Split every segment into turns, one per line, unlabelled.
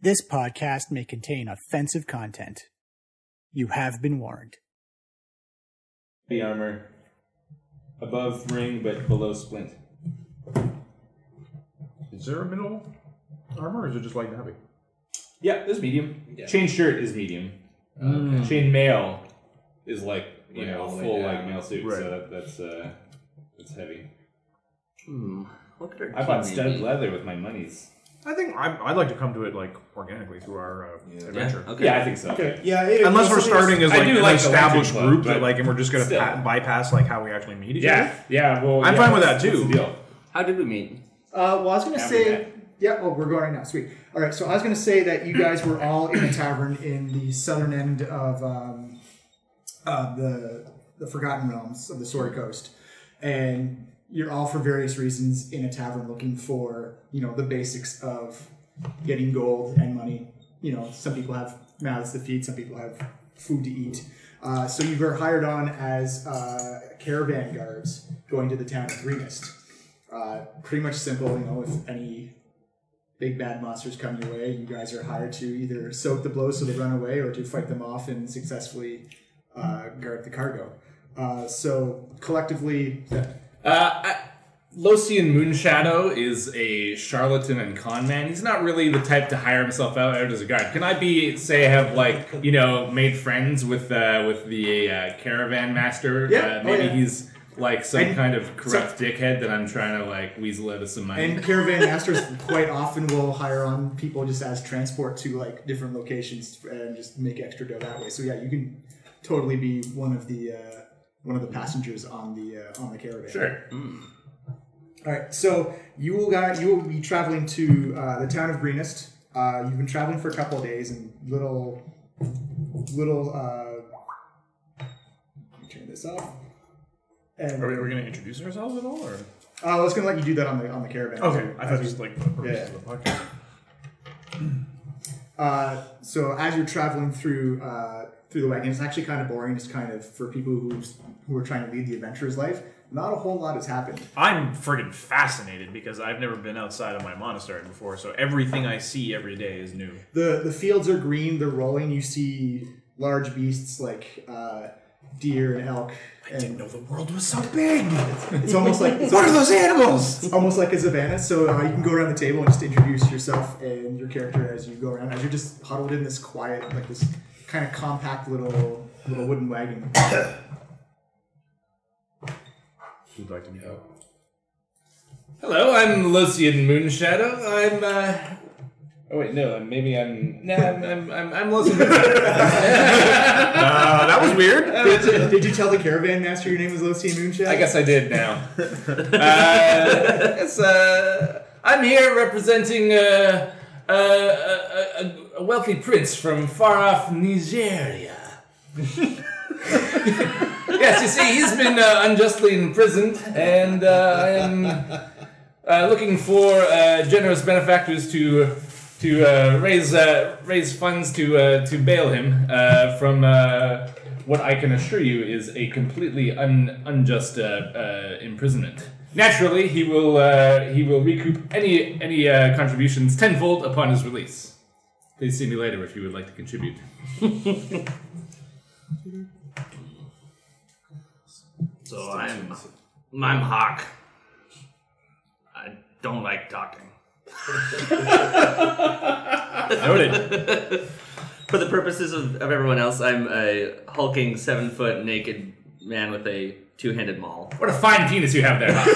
This podcast may contain offensive content. You have been warned.
The armor above ring but below splint.
Is there a middle armor, or is it just light and heavy?
Yeah, this is medium. Chain shirt is medium.
Mm.
Uh, Chain mail is like you know
all the way
full like
down.
mail suit,
Right.
so that, that's uh that's heavy.
Hmm. Look at her.
I bought
community.
studded leather with my monies.
I think I, I'd like to come to it like organically through our uh, adventure.
Yeah, okay.
Yeah, I think so.
Okay.
Yeah, it-
Unless we're
it's- it's-
starting as
I
like
do
an
like the Lantern
established
Club,
group that
but
like, and we're just gonna
still.
pat- bypass like how we actually meet each
Yeah,
other.
yeah. Well,
I'm
yeah,
fine with
that's-
that,
that's
too.
the deal.
How did we meet?
Uh, well, I was going to
After
say,
that.
yeah. Well, we're going now. Sweet. All right. So I was going to say that you guys were all in a tavern in the southern end of um, uh, the the Forgotten Realms of the Sword Coast, and you're all for various reasons in a tavern looking for you know the basics of getting gold and money. You know, some people have mouths to feed, some people have food to eat. Uh, so you were hired on as uh, caravan guards going to the town of Greenest uh, pretty much simple. You know, if any big bad monsters come your way, you guys are hired to either soak the blow so they run away, or to fight them off and successfully uh, guard the cargo. Uh, so collectively,
Uh, I- Losian Moonshadow is a charlatan and con man. He's not really the type to hire himself out as a guard. Can I be say have like you know made friends with uh, with the uh, caravan master?
Yeah,
uh,
oh,
maybe
yeah.
he's like some
And-
kind of corrupt dickhead that I'm trying to like weasel out of some money.
and caravan masters quite often will hire on people just as transport to like different locations and just make extra dough that way. So yeah, you can totally be one of the uh, one of the passengers on the uh, on the caravan.
sure.
All right, so you will guys, you will be traveling to uh, the town of Greenest. Uh, you've been traveling for a couple of days, and little, little. Uh, let me turn this off. And
Are we, are we gonna introduce ourselves at all? Or
uh, I was going to let you do that on the on the caravan.
okay, I thought just like for the purposes
Yeah.
of the podcast.
Uh, so as you're traveling through uh, through the wagon, it's actually kind of boring. It's kind of for people who who are trying to lead the adventurer's life. Not a whole lot has happened.
I'm friggin' fascinated because I've never been outside of my monastery before, so everything I see every day is new.
the the fields are green they're rolling you see large beasts like uh, deer and elk and
know the world was so big.
it's almost like it's
What are those animals?
almost like a savannah so uh, you can go around the table and just introduce yourself and your character as you go around as you're just huddled in this quiet like this kind of compact little little wooden wagon
You'd like to meet up.
Hello, I'm Losian Moonshadow. I'm uh,
Oh wait, no. Maybe I'm.
nah, I'm I'm I'm, I'm Losian. Moonshadow.
Uh, that was weird.
did, did you tell the caravan master your name was Losi Moonshine?
I guess I did now. uh, it's, uh, I'm here representing uh, uh, a, a, a wealthy prince from far off Nigeria. yes, you see, he's been uh, unjustly imprisoned, and uh, I am uh, looking for uh, generous benefactors to to uh, raise uh, raise funds to uh, to bail him uh, from uh, what I can assure you is a completely un- unjust uh, uh, imprisonment. Naturally, he will uh, he will recoup any any uh, contributions tenfold upon his release. Please see me later if you would like to contribute.
So I'm I'm Hawk. I don't like talking.
Noted.
For the purposes of, of everyone else, I'm a hulking seven foot naked man with a two handed maul.
What a fine penis you have there! Hawk.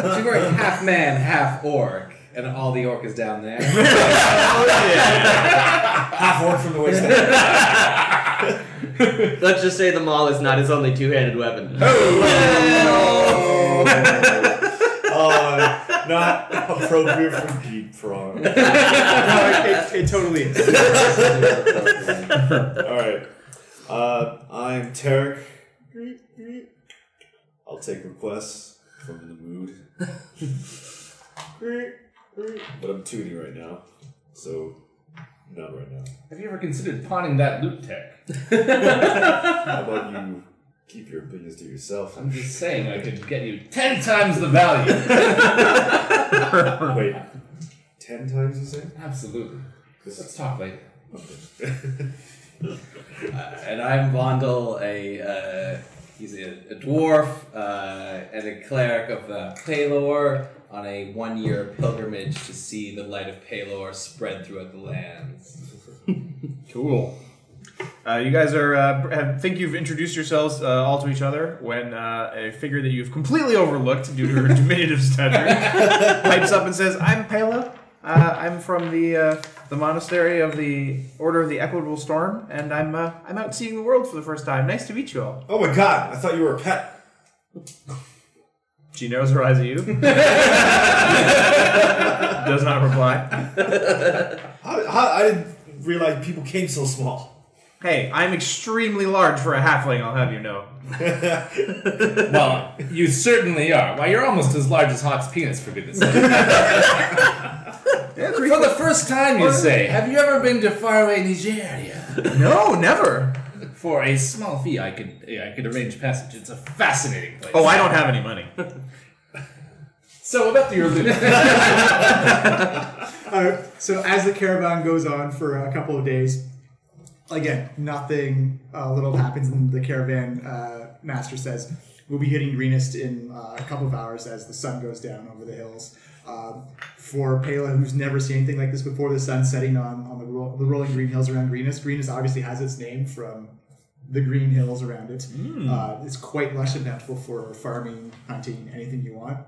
So you're half man, half orc, and all the orc is down there.
half orc from the waist down.
Let's just say the maul is not his only two handed weapon.
Oh,
Uh, Not appropriate for deep frog.
no, it, it, it totally is.
Alright. Uh, I'm Tarek. I'll take requests if I'm in the mood. But I'm tooty right now, so not right now.
Have you ever considered pawning that loot tech?
How about you keep your opinions to yourself?
I'm just saying I could get you ten times the value.
Wait. Ten times the same?
Absolutely.
Let's talk later. Uh, and I'm Vondel, a uh, he's a, a dwarf uh, and a cleric of uh, Palor on a one-year pilgrimage to see the light of Palor spread throughout the lands.
Cool. Uh, you guys are uh, have, think you've introduced yourselves uh, all to each other when uh, a figure that you've completely overlooked due to her diminutive stutter pipes up and says, "I'm Pela. Uh, I'm from the uh, the monastery of the Order of the Equitable Storm, and I'm uh, I'm out seeing the world for the first time. Nice to meet you all."
Oh my god, I thought you were a pet.
She knows her eyes at you. Does not reply.
How, how, I didn't realize people came so small.
Hey, I'm extremely large for a halfling. I'll have you know.
Well, you certainly are. Why, you're almost as large as Hawk's penis, for goodness sake.
Yeah,
for the first time, you say, have you ever been to faraway Nigeria?
no, never.
For a small fee, I could I could arrange passage. It's a fascinating place.
Oh, I don't have any money.
So about your loot.
Uh, so as the caravan goes on for a couple of days, again, nothing uh, little happens, and the caravan uh, master says, "We'll be hitting Renist in uh, a couple of hours as the sun goes down over the hills." Um, for Pela, who's never seen anything like this before, the sun setting on, on the, ro- the rolling green hills around Greenest. Greenest obviously has its name from the green hills around it. Uh, it's quite lush and bountiful for farming, hunting, anything you want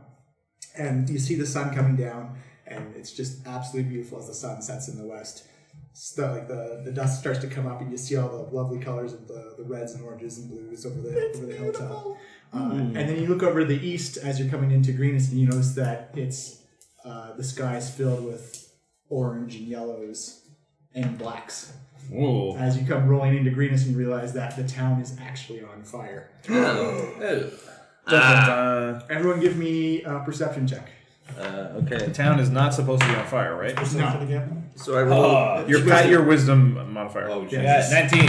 and you see the sun coming down, and it's just absolutely beautiful as the sun sets in the west. So, like the, the dust starts to come up, and you see all the lovely colors of the, the reds and oranges and blues over the over the hilltop. Uh, and then you look over the east as you're coming into Greenest, and you notice that it's uh, the sky is filled with orange and yellows and blacks.
Whoa.
As you come rolling into Greenest, and you realize that the town is actually on fire.
Uh,
Everyone, give me a perception check.
Uh, okay.
the town is not supposed to be on fire, right?
No,
So I rolled
Uh,
Your pat your wisdom modifier.
Oh,
Yeah.
19.
Jesus.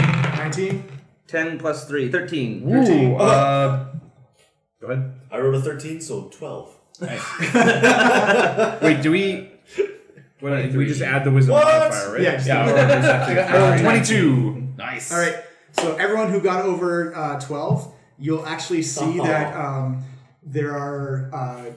19.
10 plus 3, 13.
Ooh, uh, go ahead.
I rolled a 13, so 12.
Wait, do we? What, do we just add the wisdom
What?
modifier, right?
Yeah, just-
yeah. or perception. Uh, Twenty-two.
Nice.
All right. So everyone who got over uh, twelve, you'll actually see that um, there are uh,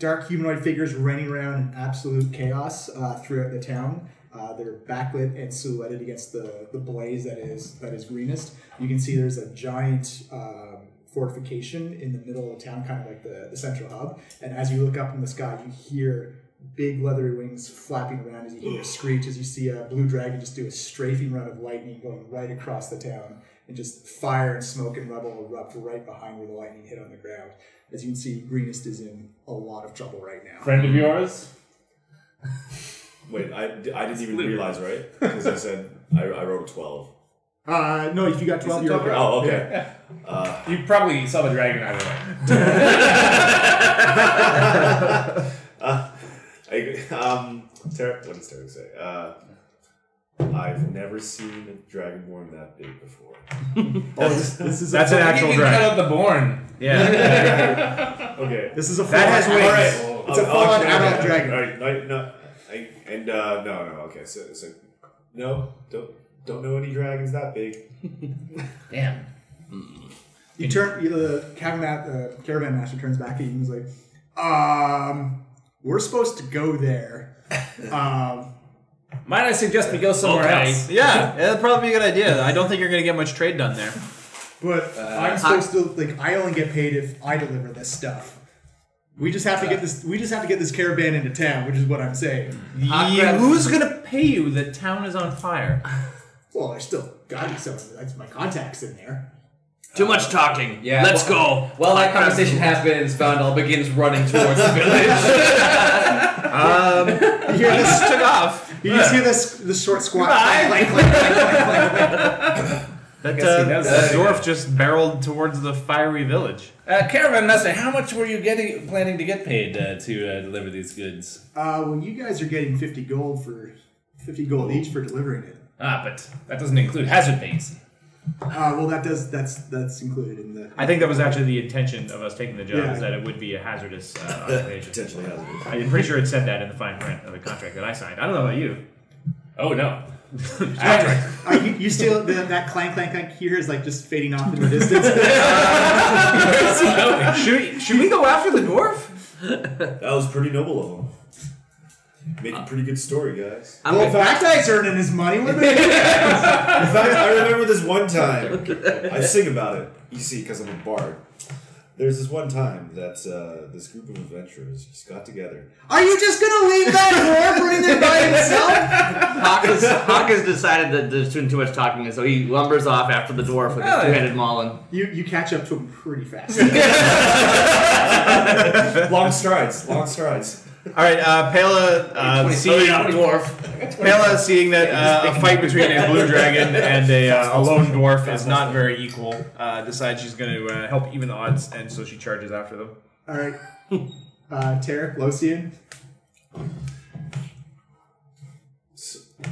dark humanoid figures running around in absolute chaos uh, throughout the town. Uh, they're backlit and silhouetted against the, the blaze that is that is greenest. You can see there's a giant um, fortification in the middle of town, kind of like the, the central hub. And as you look up in the sky, you hear big leathery wings flapping around as you hear a screech, as you see a blue dragon just do a strafing run of lightning going right across the town, and just fire and smoke and rubble erupt right behind where the lightning hit on the ground. As you can see, Greenest is in a lot of trouble right now.
Friend of yours?
Wait, I, I didn't even realize, right? Because I said I, I rolled a 12.
Uh, no, if you got 12, you're okay.
Oh, okay.
You probably saw the dragon either way.
I, um, Ter- what does Terry say? Uh, I've never seen a dragonborn that big before.
This is a,
That's an actual
you can cut
dragon.
out the born.
Yeah.
Okay.
this is a
That has
full-on
wings.
adult-
Alright,
It's a
I'll- I'll
full-on
actually-
adult dragon.
Alright, no, no, I, and uh, no, no, okay, so, so no, don't don't know any dragons that big.
Damn.
You turn, you know, the caravan, ma- uh, caravan master turns back at you and he's like, um, we're supposed to go there. Um,
Might I suggest we go somewhere
Okay.
else?
yeah, that'd probably be a good idea. I don't think you're gonna get much trade done there.
but
Uh,
I'm supposed to, like, I only get paid if I deliver this stuff. We just have to
Uh.
get this, we just have to get this caravan into town, which is what I'm saying.
Mm. Yeah, who's gonna pay you? The town is on fire.
Well, I still got to some, that's my contacts in there.
Too much talking.
yeah,
Let's
well-
go.
While that conversation happens, Vandal begins running towards the village.
You hear this,
Took off.
you just hear this, this short squat.
Goodbye.
clank, clank, clank, clank, clank, clank.
guess
That,
he
uh,
knows that.
that dwarf just barreled towards the fiery village.
Uh, Caravan Master, how much were you getting planning to get paid uh, to uh, deliver these goods?
Uh, well, you guys are getting 50 gold for, 50 gold each for delivering it.
Ah, but that doesn't include hazard pays.
Uh, well, that does that's that's included in the.
I think that was actually the intention of us taking the job,
Yeah.
is that it would be a hazardous uh, occupation.
Potentially hazardous.
I'm pretty sure it said that in the fine print of the contract that I signed. I don't know about you.
Oh no. Adric.
Uh, you, you still the, that clank clank clank here is like just fading off into the distance.
Should, should we go after the dwarf?
That was pretty noble of him. Make a pretty good story, guys.
I'm
well,
gonna-
that guy's earning his money. What about you?
In fact, I remember this one time. I sing about it, you see, because I'm a bard. There's this one time that uh, this group of adventurers just got together.
Are you just gonna leave that dwarf running there by himself?
Hawk has, Hawk has decided that there's been too much talking, and so he lumbers off after the dwarf with his
Oh, yeah.
two-handed maul. And
You you catch up to him pretty fast.
Long strides, long strides.
All right, uh, Pela, uh, seeing, Pela seeing that uh, a fight between a blue dragon and a, uh, a lone dwarf is not very equal, uh, decides she's going to uh, help even the odds, and so she charges after them.
All right, uh, Tarek Losian.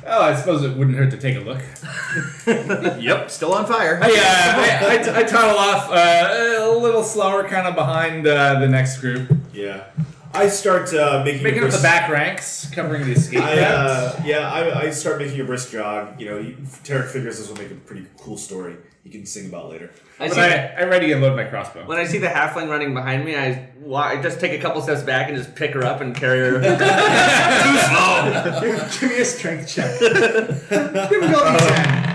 Oh, I suppose it wouldn't hurt to take a look.
Yep, still on fire.
I, uh, I, I, I toddle off uh, a little slower, kind of behind uh, the next group,
Yeah. I start uh, making,
making
a
up the
brisk-
back ranks, covering the escape.
I,
routes.
uh, yeah, I, I start making a brisk jog. You know, you, Tarek figures this will make a pretty cool story. You can sing about later.
I
But
see,
I, I ready and load my crossbow.
when I see the halfling running behind me, I, wa- I just take a couple steps back and just pick her up and carry her. Too slow.
Give, give me a strength check. Give me a golden check.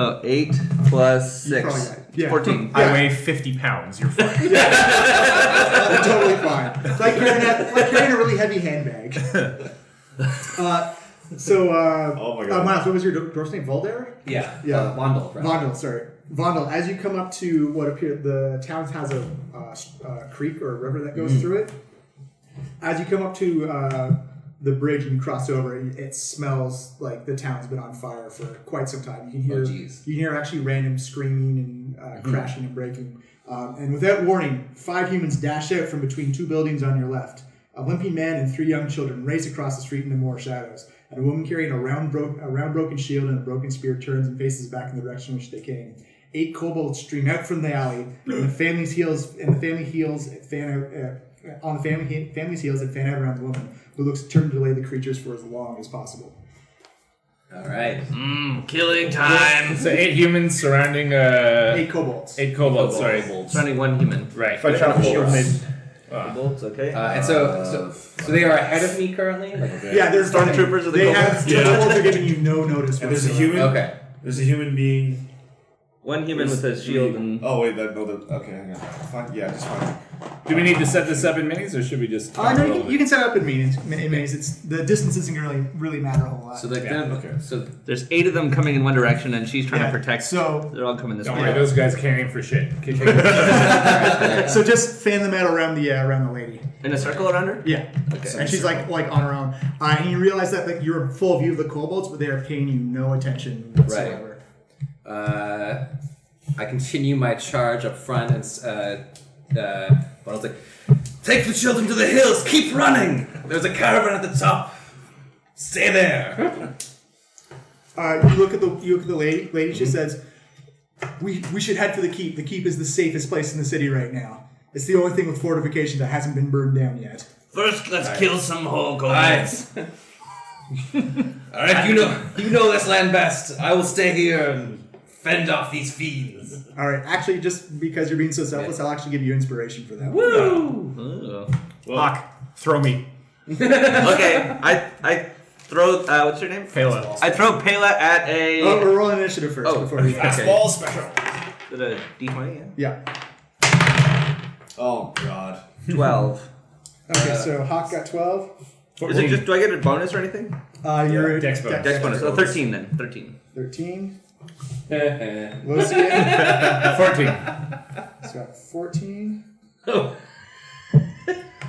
Oh, eight plus six.
probably right. Yeah.
Fourteen.
I weigh 50 pounds. You're fine.
You're totally fine. It's like carrying a, it's like carrying a really heavy handbag. Uh, so, uh,
Oh my
uh,
God.
Miles, what was your dwar- dwarf's name? Voldar?
Yeah.
Yeah.
Uh, Wandel. right.
Vondel, sorry. Vondel, as you come up to what appear the town has a uh, s- uh, creek or a river that
Mm.
goes through it. As you come up to uh, the bridge and you cross over, it it smells like the town's been on fire for quite some time. You can hear
Oh, geez.
you can hear actually random screaming and uh, crashing and breaking. Um, and without warning, five humans dash out from between two buildings on your left. A limping man and three young children race across the street into more shadows, and a woman carrying a round, bro- a round broken shield and a broken spear turns and faces back in the direction which they came. Eight kobolds stream out from the alley, and the family's heels and the family heels fan out, uh, on the family family's heels and fan out around the woman, who looks to turn to delay the creatures for as long as possible.
All right.
Killing time.
so eight humans surrounding uh,
Eight kobolds.
eight kobolds. Sorry,
Running one human.
right.
If I chop a shield mid.
Bolts, okay.
Uh, and so, so, so they are ahead of me currently. Like,
Yeah, there's
Stormtroopers are the
They
kobolds?
have the kobolds are giving you no notice.
And there's a
whatsoever.
human.
okay.
There's a human being.
One human with a
There's
shield
three-
and.
Oh wait, that no, that okay. Hang on. Fine, yeah, just fine.
Do we need to set this up in minis, or should we just?
Uh, no, you
roll
can,
it?
you can set up in meetings. In meetings, it's the distance doesn't really really matter a whole lot.
So like
Yeah,
then,
okay.
so
There's eight of them coming in one direction, and she's trying
Yeah,
to protect.
So
they're all coming this
Don't
way.
worry, those guys can't aim for shit.
so just fan them out around the uh, around the lady.
In a circle around her.
Yeah. And she's like like on her own. Uh, and you realize that like you're in full view of the kobolds, but they are paying you no attention whatsoever.
uh, I continue my charge up front, and s- uh, uh, but I was like, "Take the children to the hills. Keep running. There's a caravan at the top. Stay there."
Uh, you look at the you look at the lady. Lady, she says, "We we should head for the keep. The keep is the safest place in the city right now. It's the only thing with fortification that hasn't been burned down yet."
First, let's kill some whole
All right. All right. You know, you know this land best. I will stay here and fend off these fiends.
All right, actually, just because you're being so selfless, I'll actually give you inspiration for that. one.
Hawk, throw me.
okay, I I throw. Uh, what's your name?
Pela.
I throw Pela at a.
Oh, we're rolling initiative first
Oh,
before we.
okay.
Ball special.
At a D20,
Yeah.
Oh god.
yeah. Twelve.
Okay, so Hawk got 12.
Is it just? Do I get a bonus or anything?
Uh, you're
Yeah, dex bonus.
Dex bonus. Oh, 13 then. 13.
13.
All
Losian,
Fourteen.
he's got 14.
Oh.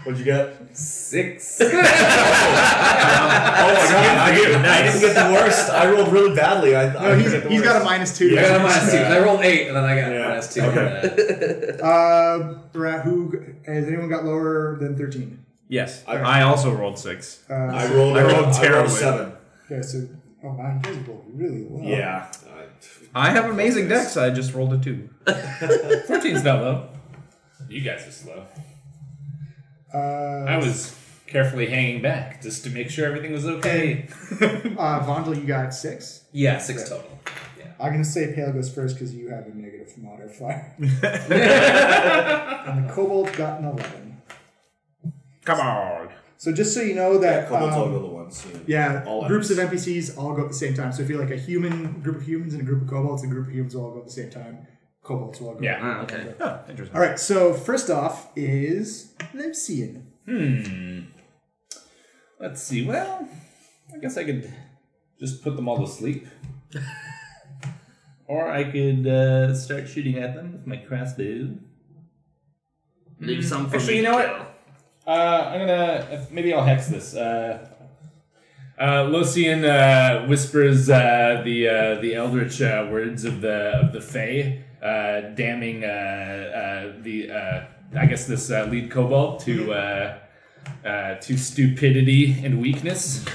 What'd you get?
Six.
Oh my god! I, didn't- I didn't get the worst. I rolled really badly. I,
No,
I
Oh, he's,
didn't get the
he's
worst.
got a minus 2.
Yeah.
I got a minus two. I rolled eight, and then I got
Yeah.
a minus two.
Okay.
Uh, Bra- who, has anyone got lower than 13?
Yes.
I-
I also rolled six.
Uh,
I rolled.
I
a-
rolled terribly.
seven.
okay, so, oh my, you guys rolled really low.
Yeah.
I have amazing decks. I just rolled a two.
Fourteen's not low. You guys are slow.
Uh,
I was
carefully hanging back just to make sure everything was okay.
Uh, Vondel, you got six.
Yeah, six total.
I'm gonna say Pale goes first because you have a negative modifier. and the Kobold got an eleven.
Come on.
So just so you know that
couple
um,
total ones. you know,
yeah,
all
groups of
items.
NPCs all go at the same time. So if you're like a human group of humans and a group of kobolds, a group of humans will all go at the same time. Kobolds will all go.
Yeah.
Ah, okay.
Oh, interesting.
All right. So first off is Lipsian.
Let's see. Well, I guess I could just put them all to sleep. or I could uh, start shooting at them with my crossbow.
Leave some for
Actually,
me
you know
to
what?
kill.
Uh, I'm gonna maybe I'll hex this. Uh, uh, Locian uh, whispers uh, the uh, the eldritch uh, words of the of the Fae, uh, damning uh, uh, the uh, I guess this uh, lead cobalt to uh, uh, to stupidity and weakness.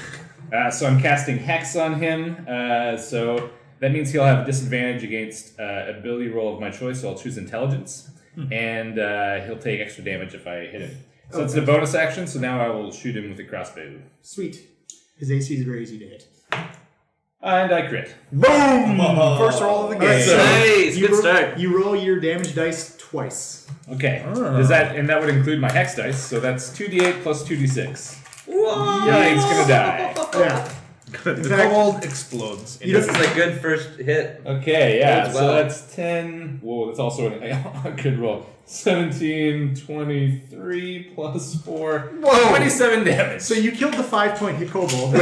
Uh, so I'm casting hex on him. Uh, so that means he'll have a disadvantage against uh, ability roll of my choice. So I'll choose intelligence, and uh, he'll take extra damage if I hit him. So it's a bonus action. So now I will shoot him with a crossbow,
Sweet. His AC is very easy to hit.
and I crit.
Boom! First roll of the game.
so-
Nice, good
roll,
start.
You roll your damage dice twice.
Okay. Does that and that would include my hex dice? So that's two d8 plus two d6.
Whoa!
Yeah, he's gonna die.
Yeah.
The
fact-
kobold explodes.
You
This
don't,
is a good first hit.
Okay, yeah.
That's
So
well.
that's 10. Whoa, that's also an, a good roll. 17, 23 plus 4.
Whoa.
27 damage.
so you killed the five point hit kobold.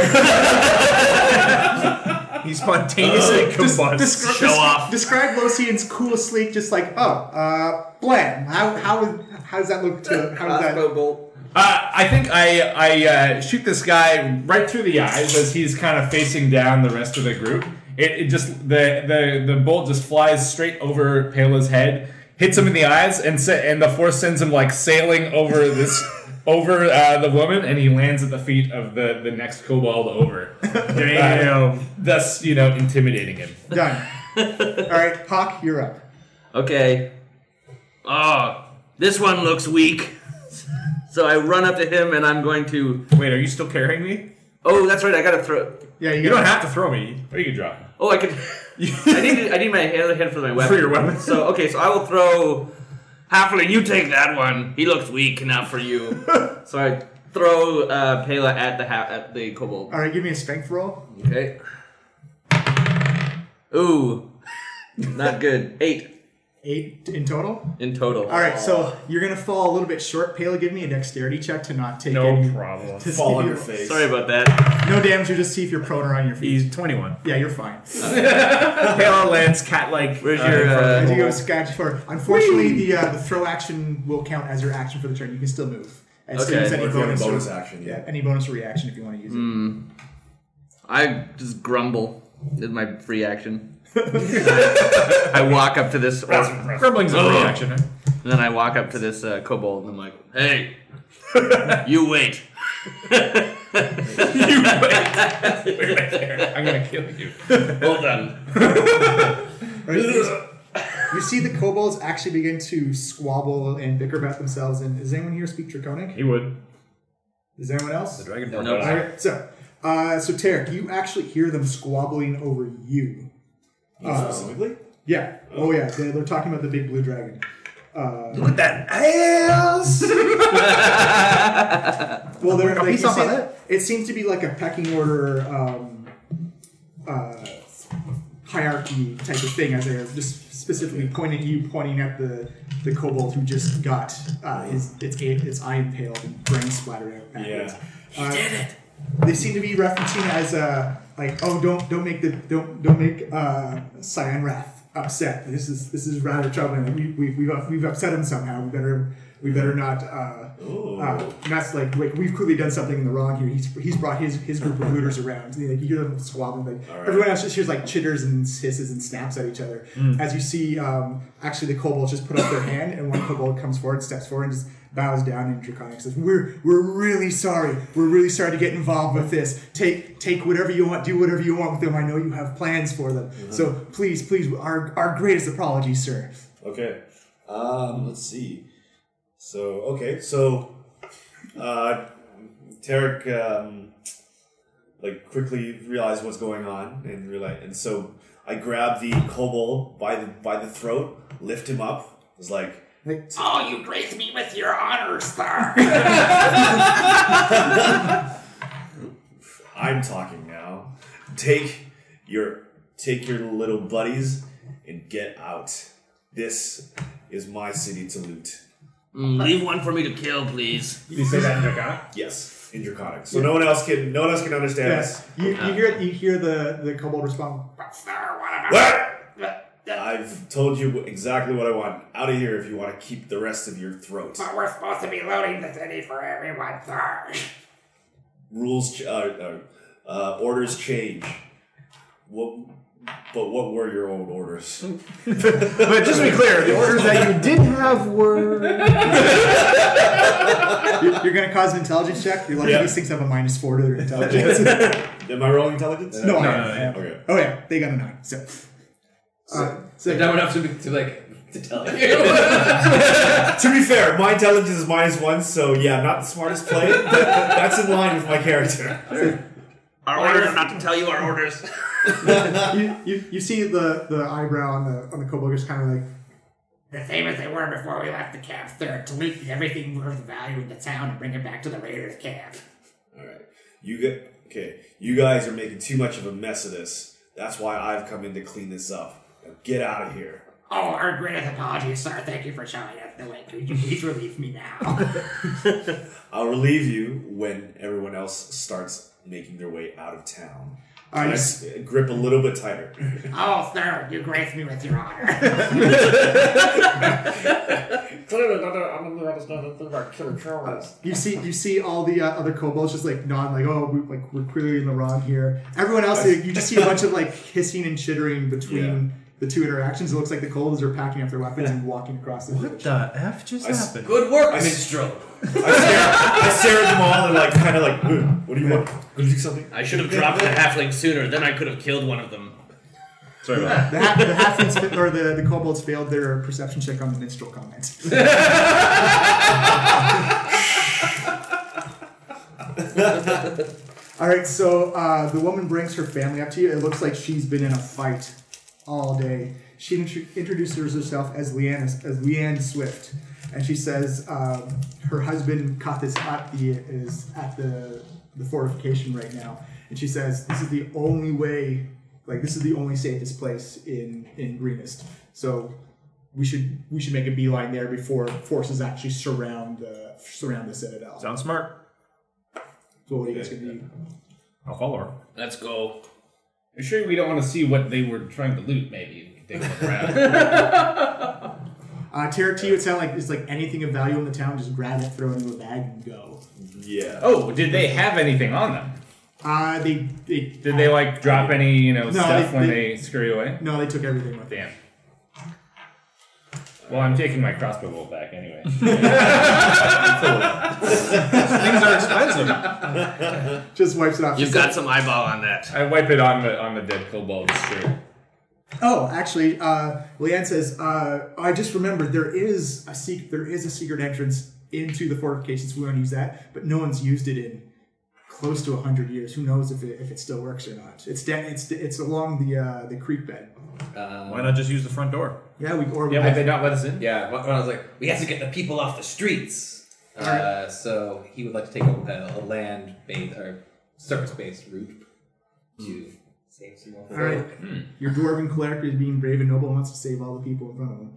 He spontaneously combusts.
Show off. Uh, Describe Losian's cool sleep, just like, oh, uh, blam. How, how, how does that look to. How does that.
Crossbow bolt.
Uh, I think I I uh, shoot this guy right through the eyes as he's kind of facing down the rest of the group. It, it just the, the the bolt just flies straight over Pela's head, hits him in the eyes, and sa- and the force sends him like sailing over this over uh, the woman, and he lands at the feet of the the next kobold over. Damn. thus, you know, intimidating him.
Done. All right, Hawk, you're up.
Okay. Oh, this one looks weak. So I run up to him and I'm going to.
Wait, are you still carrying me?
Oh, that's right. I gotta throw.
Yeah, you,
You
got
don't have to throw me.
Or you can drop. him.
Oh, I could. I need. I need my other hand for my weapon.
For your weapon.
So okay. So I will throw. Halfling, you take that one. He looks weak enough for you. so I throw uh, Pela at the ha- at the kobold.
All right, give me a strength roll.
Okay. Ooh, not good. Eight
Eight in total.
in total.
All right, so you're going to fall a little bit short. Pale, give me a dexterity check to not take
No
any.
problem.
to see
fall on
if-
your face.
Sorry about that.
No damage, you just see if you're prone or on your feet.
He's 21.
Yeah, you're fine.
Halo lands cat like.
Where's your? Uh,
As you go scratch for. Unfortunately, the uh, the throw action will count as your action for the turn. You can still move. As soon
Okay.
as any
Or if you have a
bonus,
bonus action, Hmm. yeah.
yeah, any bonus reaction if you want to use it.
I just grumble is my free action. I walk up to this, or, and
Grumbling's a reaction. Huh?
then I walk up to this uh, kobold, and I'm like, "Hey, you wait."
I'm gonna kill you.
Well done.
Right, you- you see the kobolds actually begin to squabble and bicker about themselves. And does anyone here speak Draconic?
He would.
Does anyone else?
Dragon
No,
All right, so, uh, so Tarek, you actually hear them squabbling over you.
You specifically.
Yeah. Oh yeah. They, they're talking about the big blue dragon. Uh,
What that ass?
Well, they're
Piece
like, you
off
see,
of
it. seems to be like a pecking order um, uh, hierarchy type of thing, as they're just specifically pointing at you, pointing at the the kobold who just got uh, his its its eye impaled and brain splattered out backwards.
Yeah.
Uh, They seem to be referencing as uh, like, oh, don't don't make the don't don't make uh, Cyan Wrath upset. This is this is rather troubling. We, we, we've up- we've upset him somehow. We better we better not. Uh,
Ooh.
uh, and that's like, wait, we've clearly done something in the wrong here. He's, he's brought his, his group of looters around. You, know, you hear them squabbling. Like,
All right.
Everyone else just hears like chitters and hisses and snaps at each other.
Hmm.
As you see, um, actually, the kobolds just put up their hand, and one kobold comes forward, steps forward, and just bows down and draconic says, "We're we're really sorry. We're really sorry to get involved with this. Take take whatever you want. Do whatever you want with them. I know you have plans for them. So please, please, our our greatest apologies, sir."
Okay. Um, let's see. So okay, so uh, Tarek um, like quickly realized what's going on and realized, and so I grabbed the kobold by the by the throat, lift him up. Was like,
Like,
Oh, you grace me with your honor star.
I'm talking now. Take your take your little buddies and get out. This is my city to loot.
Mm, leave one for me to kill, please.
You say that in Draconic?
Yes, in Draconic. So no one else can no one else can understand us.
yes. You, you hear you hear the the kobold respond.
Star, whatever.
What? I've told you exactly what I want. Out of here if you want to keep the rest of your throat.
But we're supposed to be loading the city for everyone, sir.
Rules, ch- uh, uh, uh, orders change. What? But what were your old orders?
But just to be clear, the orders that you
Didn't have word. you're, you're gonna cause an intelligence check. You're like
Yeah.
these things have a minus four to their intelligence. no,
Am I rolling intelligence?
I
no,
haven't, I
no,
haven't.
Okay.
Oh yeah, they got a nine. So, uh, so
They're dumb enough to, be- to like to tell you.
to be fair, my intelligence is minus one, so yeah, I'm not the smartest player. but that's in line with my character.
Our orders are not to tell you our orders.
Uh, you, you, you see the, the eyebrow on the on the kobold just kind of like
the same as they were before we left the camp. They're deleting everything worth value in the town and bring it back to the raiders' camp.
All right, you get okay. You guys are making too much of a mess of this. That's why I've come in to clean this up. Now get out of here.
Oh, our greatest apologies, sir. Thank you for showing us the way. Could you please relieve me now?
I'll relieve you when everyone else starts making their way out of town.
I
I
just-
s- grip a little bit tighter.
oh, sir, you grace me with your honor.
you see you see all the uh, other kobolds just like nod like oh we, like we're clearly in the wrong here. Everyone else you just see a bunch of like hissing and chittering between the two interactions. It looks like the kobolds are packing up their weapons and walking across the village.
the F just
I s-
happened?
Good work,
I s-
minstrel.
I stare, I stare at them all and like kind of like, "Hey, what do you want? Gonna do something?
I should have dropped the halfling sooner, then I could have killed one of them.
Sorry about
The, ha- the halflings fa- or the, the kobolds failed their perception check on the minstrel comment. all right, so uh, the woman brings her family up to you. It looks like she's been in a fight all day. She intro- introduces herself as Leanne as Leanne Swift, and she says um, her husband Kathis Ati is at the the fortification right now, and she says this is the only way, like this is the only safest place in in Greenest. So we should we should make a beeline there before forces actually surround the surround the citadel.
Sounds smart.
so what are you guys gonna do?
I'll follow her.
Let's go.
Are you sure we don't want to see what they were trying to loot? Maybe we can take a look around.
Uh, Tarek, to you, it sound like it's like anything of value in the town. Just grab it, throw it into a bag, and go.
Yeah.
oh, did they have anything on them?
Uh, they, they
Did they like drop any you know stuff
they-
when
they-
they, scurry away?
No, they took everything with them.
Damn. Well, I'm taking my crossbow bolt back anyway.
Things are expensive.
Just wipes it off.
You've
She's
got
like,
some eyeball on that.
I wipe it on the on the dead kobold's shirt.
Uh,
Oh, actually, uh, Leanne says, uh, "I just remembered there is a secret. There is a secret entrance into the fortifications. We want to use that, but no one's used it in close to hundred years. Who knows if it, if it still works or not? It's down. It's it's along the uh, the creek bed.
Why not just use the front door?
Yeah, we or we
Yeah, would they not let us in?
Yeah, when I was like, we have to get the people off the streets. Uh, so he would like to take a, a land based or surface based route
Hmm.
to save some more.
All right. Your dwarven cleric is being brave and noble and wants to save all the people in front of him.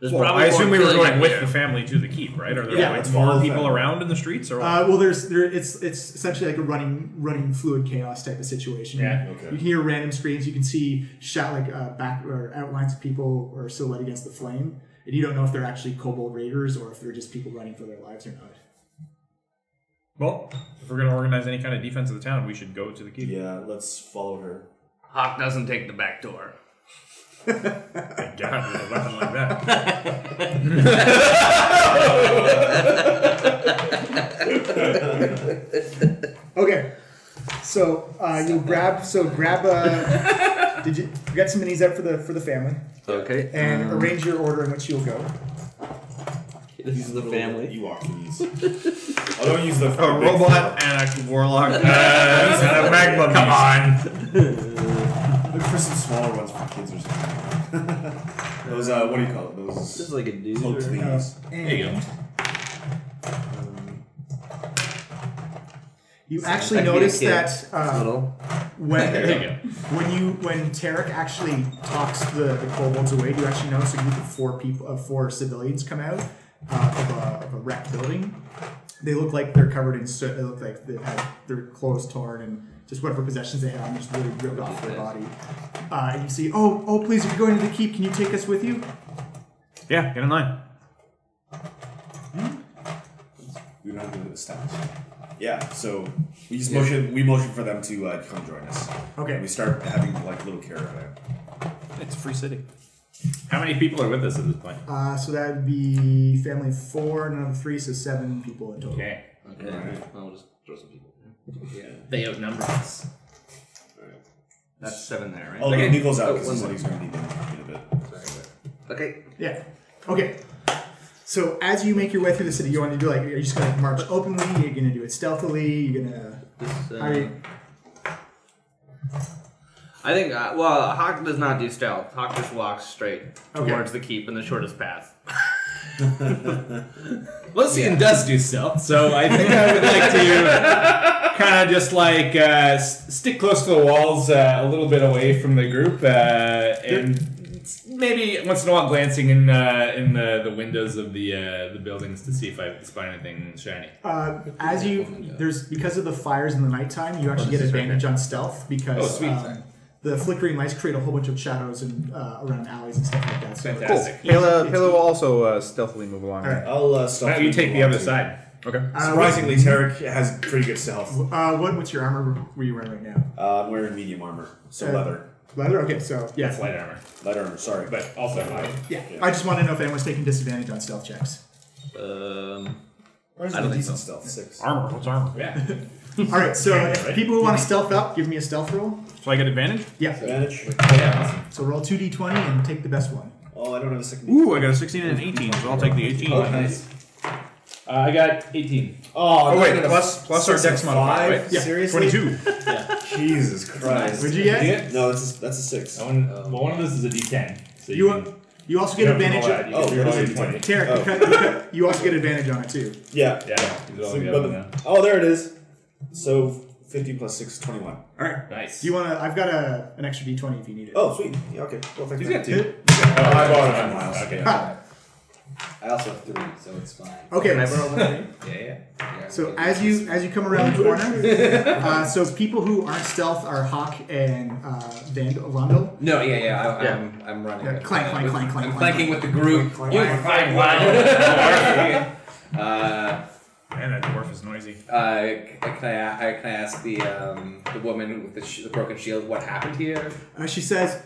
There's
Well,
probably
I assume
more
we were
killing
going
in
with
there.
the family to the keep, right? Are there
Yeah,
like
it's
more
all
people
family.
around in the streets, or
Uh, well, there's there. It's it's essentially like a running running fluid chaos type of situation.
Yeah,
okay.
You can hear random screams. You can see shot like uh, back or outlines of people or silhouette against the flame, and you don't know if they're actually kobold raiders or if they're just people running for their lives or not.
well, if we're gonna organize any kind of defense of the town, we should go to the keep.
Yeah, let's follow her.
Hawk doesn't take the back door.
Thank God, with a weapon like that.
Okay, so uh, you grab so grab a. did you you got some minis up for the for the family
Um,
Okay.
and arrange your order in which you'll go.
This is the family.
You are please. I don't use the
A robot and a warlock.
Uh,
and a magma. Come on.
Look for some smaller ones for kids or something. Those uh, what do you call it?
This is
Those
like a dude.
cloaked
or-
things.
And
There you go.
You actually
That could be a
notice
kid.
that uh,
Little.
when
There you
when you when Tarek actually talks the, the kobolds away, you actually notice a group of four people, of four civilians come out uh, of, a, of a wrecked building. They look like they're covered in soot. They look like they've had their clothes torn and just whatever possessions they have, just really ripped off their body. Uh, and you see, oh, oh, please, if you're going to the keep, can you take us with you?
Yeah, get in line.
We don't have to establish. Yeah, so we just motion we motion for them to uh, come join us.
Okay.
And we start having like little caravan.
It's a free city. How many people are with us at this point?
Uh, so that would be family of four, and another three, so seven people in total.
Okay.
Okay.
Alright.
I'll just throw some people.
They outnumber us.
That's seven there, right?
Oh, okay.
Okay.
Nico's out
Oh, one
because
more.
he's going to need them in a bit.
Okay.
Yeah. Okay. So as you make your way through the city, you want to do like you're just gonna march openly. You're gonna do it stealthily. You're gonna.
This, uh,
How are you?
I think, uh, well, Hawk does not do stealth. Hawk just walks straight
Okay.
towards the keep in the shortest path.
Lucian does do stealth, so I think I would like to kind of just like uh, s- stick close to the walls, uh, a little bit away from the group, uh, and s- maybe once in a while glancing in uh, in the, the windows of the uh, the buildings to see if I spot anything shiny.
Uh, as you there's because of the fires in the nighttime, you actually get advantage on stealth because
Oh, sweet.
um, the flickering lights create a whole bunch of shadows and uh, around alleys and stuff like that. So it's-
Fantastic.
Halo, Halo will also uh, stealthily move along.
All right.
I'll uh, stop.
Why don't you
them
take the
along,
other
too.
side? Okay.
Uh, what,
Surprisingly, Tarek has pretty good stealth.
uh, what what's your armor? Were you wearing right now?
Uh, I'm wearing medium armor, so
Uh,
leather,
Leather. Okay, so yeah,
That's light armor,
light armor. Sorry,
but also light.
yeah. I just want to know if anyone's taking disadvantage on stealth checks.
Um,
Where's
I don't
my
think
decent stealth? Six.
Armor, what's armor?
Yeah.
All right, so
Yeah, right.
people who want to stealth up, give me a stealth roll.
So I get advantage?
Yeah.
Advantage.
yeah.
So roll two d20 and take the best one.
Oh, I don't have a second.
Ooh, I got a 16 and an 18, so I'll take the 18.
Oh, nice.
Uh, I got 18.
Oh,
Oh,
I'm
wait,
gonna-
plus, plus our
six and
dex modifier,
five?
right?
Yeah.
Seriously?
22.
Jesus Christ.
What'd you get?
No, that's a, that's a six.
That one, well, one of this is a D10. So you,
You you also
can,
get
you don't have
advantage.
to roll that,
Of,
you
Oh,
can roll
what is
your 20.
it?
Tarek,
Oh.
you, cut- you, cut- you also get advantage on it too.
Yeah.
Yeah, you roll
So,
the
but-
other one.
oh, there it is. So 50 plus 6, 21.
Nice.
Do you want to? I've got a an extra d20 if you need it.
Oh, sweet. Yeah, okay. Well, thank you.
two.
oh, I
bought it
on
from Miles.
Okay.
Ha!
I also have three, so it's fine.
Oh. can I
Okay.
borrow one?
Yeah, yeah. yeah
So
okay.
as you as you come around the corner, uh, so people who aren't stealth are Hawk and uh, Van Londo.
No, yeah, yeah. I,
Yeah.
I'm, I'm running.
Yeah,
with- uh,
clank, clank,
with-
clank, clank,
I'm
clank,
clanking with the group.
clank,
You
clank.
fine, wow. uh,
Man, that dwarf is noisy.
uh, c- can I, I can I ask the um, the woman with the, sh- the broken shield what happened here?
Uh, she says,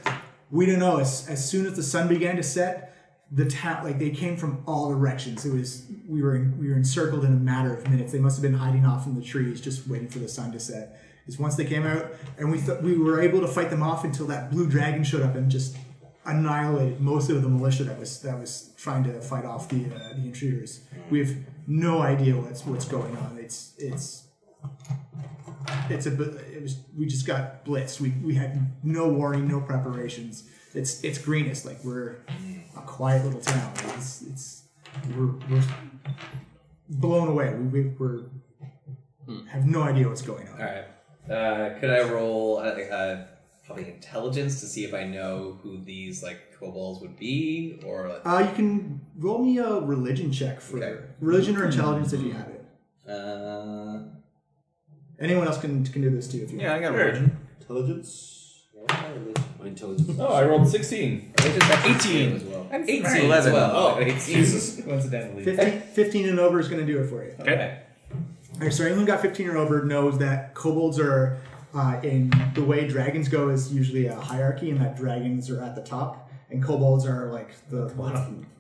"We don't know. As, as soon as the sun began to set, the town like they came from all directions. It was we were in, we were encircled in a matter of minutes. They must have been hiding off in the trees, just waiting for the sun to set. Because once they came out, and we th- we were able to fight them off until that blue dragon showed up and just annihilated most of the militia that was that was trying to fight off the uh, the intruders. We have no idea what's what's going on. It's it's it's a bu- it was we just got blitzed. We we had no warning, no preparations. It's it's greenest like we're a quiet little town. It's it's we're, we're blown away. We, we we're
Hmm.
have no idea what's going on.
All right. Uh, could I roll uh, uh, probably intelligence to see if I know who these like kobolds would be, or like,
Uh, you can roll me a religion check for
Okay.
religion or intelligence if you have it.
uh,
Anyone else can can do this too if you
Yeah, I
want.
got religion.
Intelligence? My intelligence. is-
Oh, I rolled 16.
I just have
18.
as well.
I'm
18
Frank.
as well.
Oh,
18.
Jesus.
Coincidentally.
15, 15 and over is going to do it for you.
Okay.
All right, so anyone who got 15 or over knows that kobolds are, uh, in the way dragons go, is usually a hierarchy, and that dragons are at the top, and kobolds are like the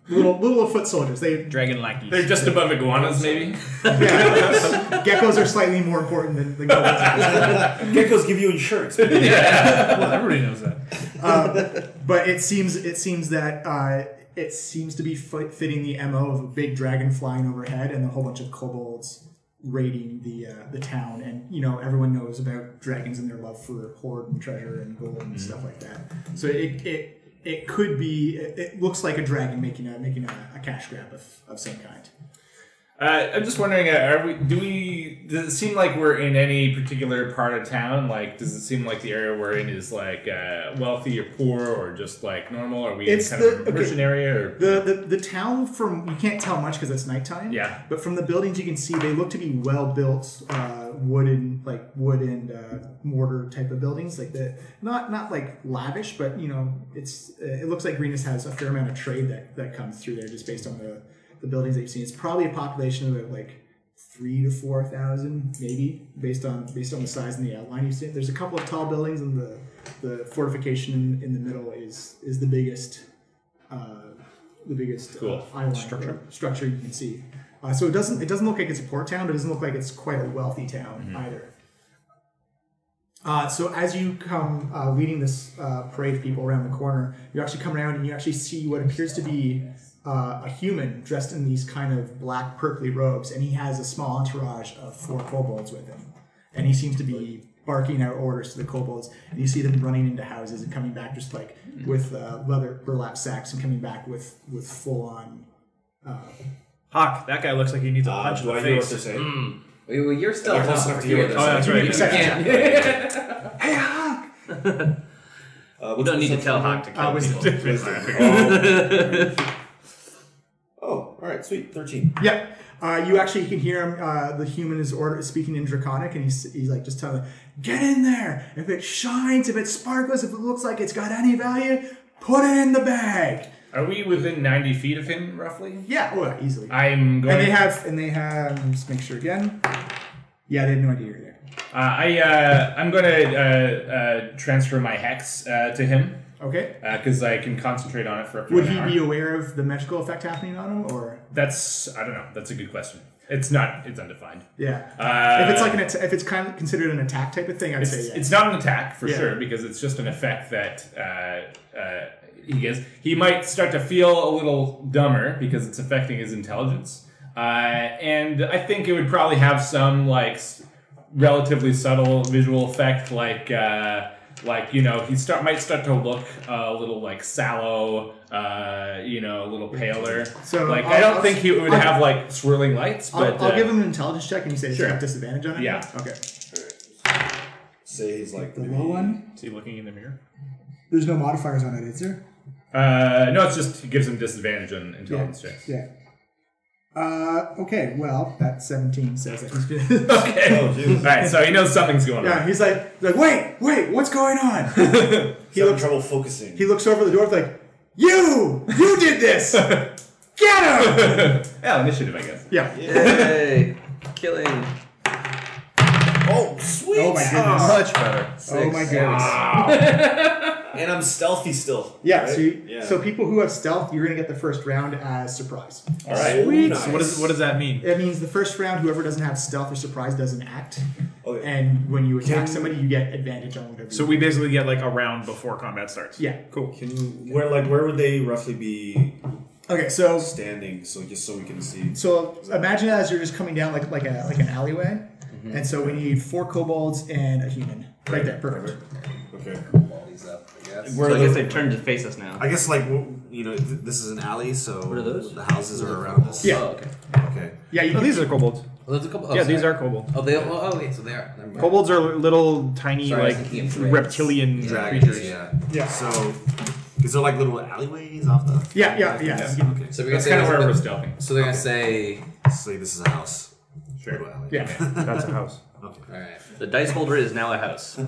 little little foot soldiers. They
Dragon lackey.
They're just above iguanas, maybe?
yeah, geckos are slightly more important than, than kobolds.
Geckos give you insurance.
yeah. Well, everybody knows that.
but it seems it seems that uh, it seems to be fit, fitting the mo of a big dragon flying overhead and a whole bunch of kobolds raiding the uh, the town. And you know, everyone knows about dragons and their love for hoard and treasure and gold and stuff like that. So it it it could be. It, it looks like a dragon making a making a, a cash grab of, of some kind.
Uh, I'm just wondering, uh, are we? Do we? Does it seem like we're in any particular part of town? Like, does it seem like the area we're in is like uh, wealthy or poor or just like normal? Are we
It's
in kind
the-
of
okay.
a merchant area? Or,
The, the the town from you can't tell much because it's nighttime.
Yeah.
But from the buildings you can see they look to be well built, uh, wooden like wood and uh, mortar type of buildings like that. Not not like lavish, but you know it's uh, it looks like Greenus has a fair amount of trade that that comes through there just based on the the buildings that you've seen. It's probably a population of about like three to four thousand maybe based on based on the size and the outline you've seen. There's a couple of tall buildings and the the fortification in, in the middle is is the biggest uh, the biggest
Cool.
uh, island structure structure you can see. Uh, so it doesn't it doesn't look like it's a port town, but it doesn't look like it's quite a wealthy town either. Uh, so as you come uh, leading this uh, parade of people around the corner, you actually come around and you actually see what appears to be uh, a human dressed in these kind of black purpley robes, and he has a small entourage of four kobolds with him, and he seems to be barking out orders to the kobolds, and you see them running into houses and coming back just like with uh, leather burlap sacks and coming back with with full on
Hawk, that guy looks like he needs a
Uh,
punch in
do
the
I know what
face.
to say?
Wait, well, you're still
They're close
top
enough to
three
hear
of
this.
those.
Oh, that's
right.
You
Yeah.
can't-
Uh,
You don't need to tell Hawk to kill
uh, wisdom.
people.
Oh, all right, sweet. 13.
Yeah. Uh, you actually can hear him. Uh, the human is order, is speaking in Draconic, and he's, he's like just telling them, "Get in there! If it shines, if it sparkles, if it looks like it's got any value, put it in the bag."
are we within 90 feet of him roughly?
Yeah, oh, yeah, easily.
I'm going.
and they have, and they have. let me Just make sure again. Yeah, they had no idea you were there.
uh, I uh, I'm going to uh, uh, transfer my hex uh, to him
Okay.
because I can concentrate on it for up to
Would
an
he
hour.
be aware of the magical effect happening on him, or
That's I don't know. That's a good question. It's not. It's undefined.
yeah?
Uh,
if it's like an, att- if it's kind of considered an attack type of thing, I'd say
It's,
yeah.
it's not an attack for
Yeah.
sure because it's just an effect that uh, uh, he gets. He might start to feel a little dumber because it's affecting his intelligence, uh, and I think it would probably have some like s- relatively subtle visual effect, like uh, like you know he start might start to look uh, a little like sallow. Uh, you know, a little paler.
So,
like,
I'll-
I don't
I'll-
think he would
I'll-
have like swirling lights,
I'll,
but
I'll
uh,
give him an intelligence check, and you say it's
Sure.
got disadvantage on it.
Yeah.
Okay.
Say he's like
The
maybe-
low one?
Is he looking in the mirror?
There's no modifiers on it, is there?
Uh, no, it's just it gives him disadvantage on intelligence checks.
Yeah.
Uh, okay, well, that 17 says that he's
Okay.
Oh, dude.
All right, so he knows something's going
yeah,
on.
he's like, he's like, wait, wait, what's going on?
He's having trouble focusing.
he looks over the door, like, you, you did this! Get him!
yeah, initiative, I guess.
Yeah.
Hey, killing.
oh, sweet.
Oh my goodness.
Much better.
Oh my
Ah,
goodness.
And I'm stealthy still.
Yeah,
right?
so, you,
yeah.
so people who have stealth, you're going to get the first round as surprise.
all right.
Sweet.
Nice.
So what, is, what does that mean?
It means the first round, whoever doesn't have stealth or surprise doesn't act.
Okay.
And when you attack somebody, you get advantage on whatever
So
you
we basically get like a round before combat starts.
Yeah.
Cool.
Can you where like where would they roughly be
Okay, so
standing? So just so we can see.
So imagine as you're just coming down like like a like an alleyway, and so we need four kobolds and a human right there. Perfect.
Okay.
Baldies up, I guess.
Where
So I guess
the-
they've turned to face us now.
I guess like w- you know th- this is an alley, so
What are those?
the houses are around us.
Yeah.
Oh, okay.
Okay.
Yeah, you
Oh,
can,
these are kobolds.
Well, there's a couple. Oh,
yeah, these
sorry.
are kobolds.
Oh, they. Oh, oh, wait. So they are. Never mind.
Kobolds are little tiny
Sorry, I was
like
thinking of dragons.
reptilian
Dragons.
creatures.
Yeah.
Yeah.
So is there like little alleyways off the?
yeah, yeah, yeah, yeah.
Okay.
So we're gonna
That's
say.
kind of where we're
this-
stealthing.
So they're gonna say.
So this is a house. Little alley.
That's a house.
Okay.
All right.
The dice holder is now a house.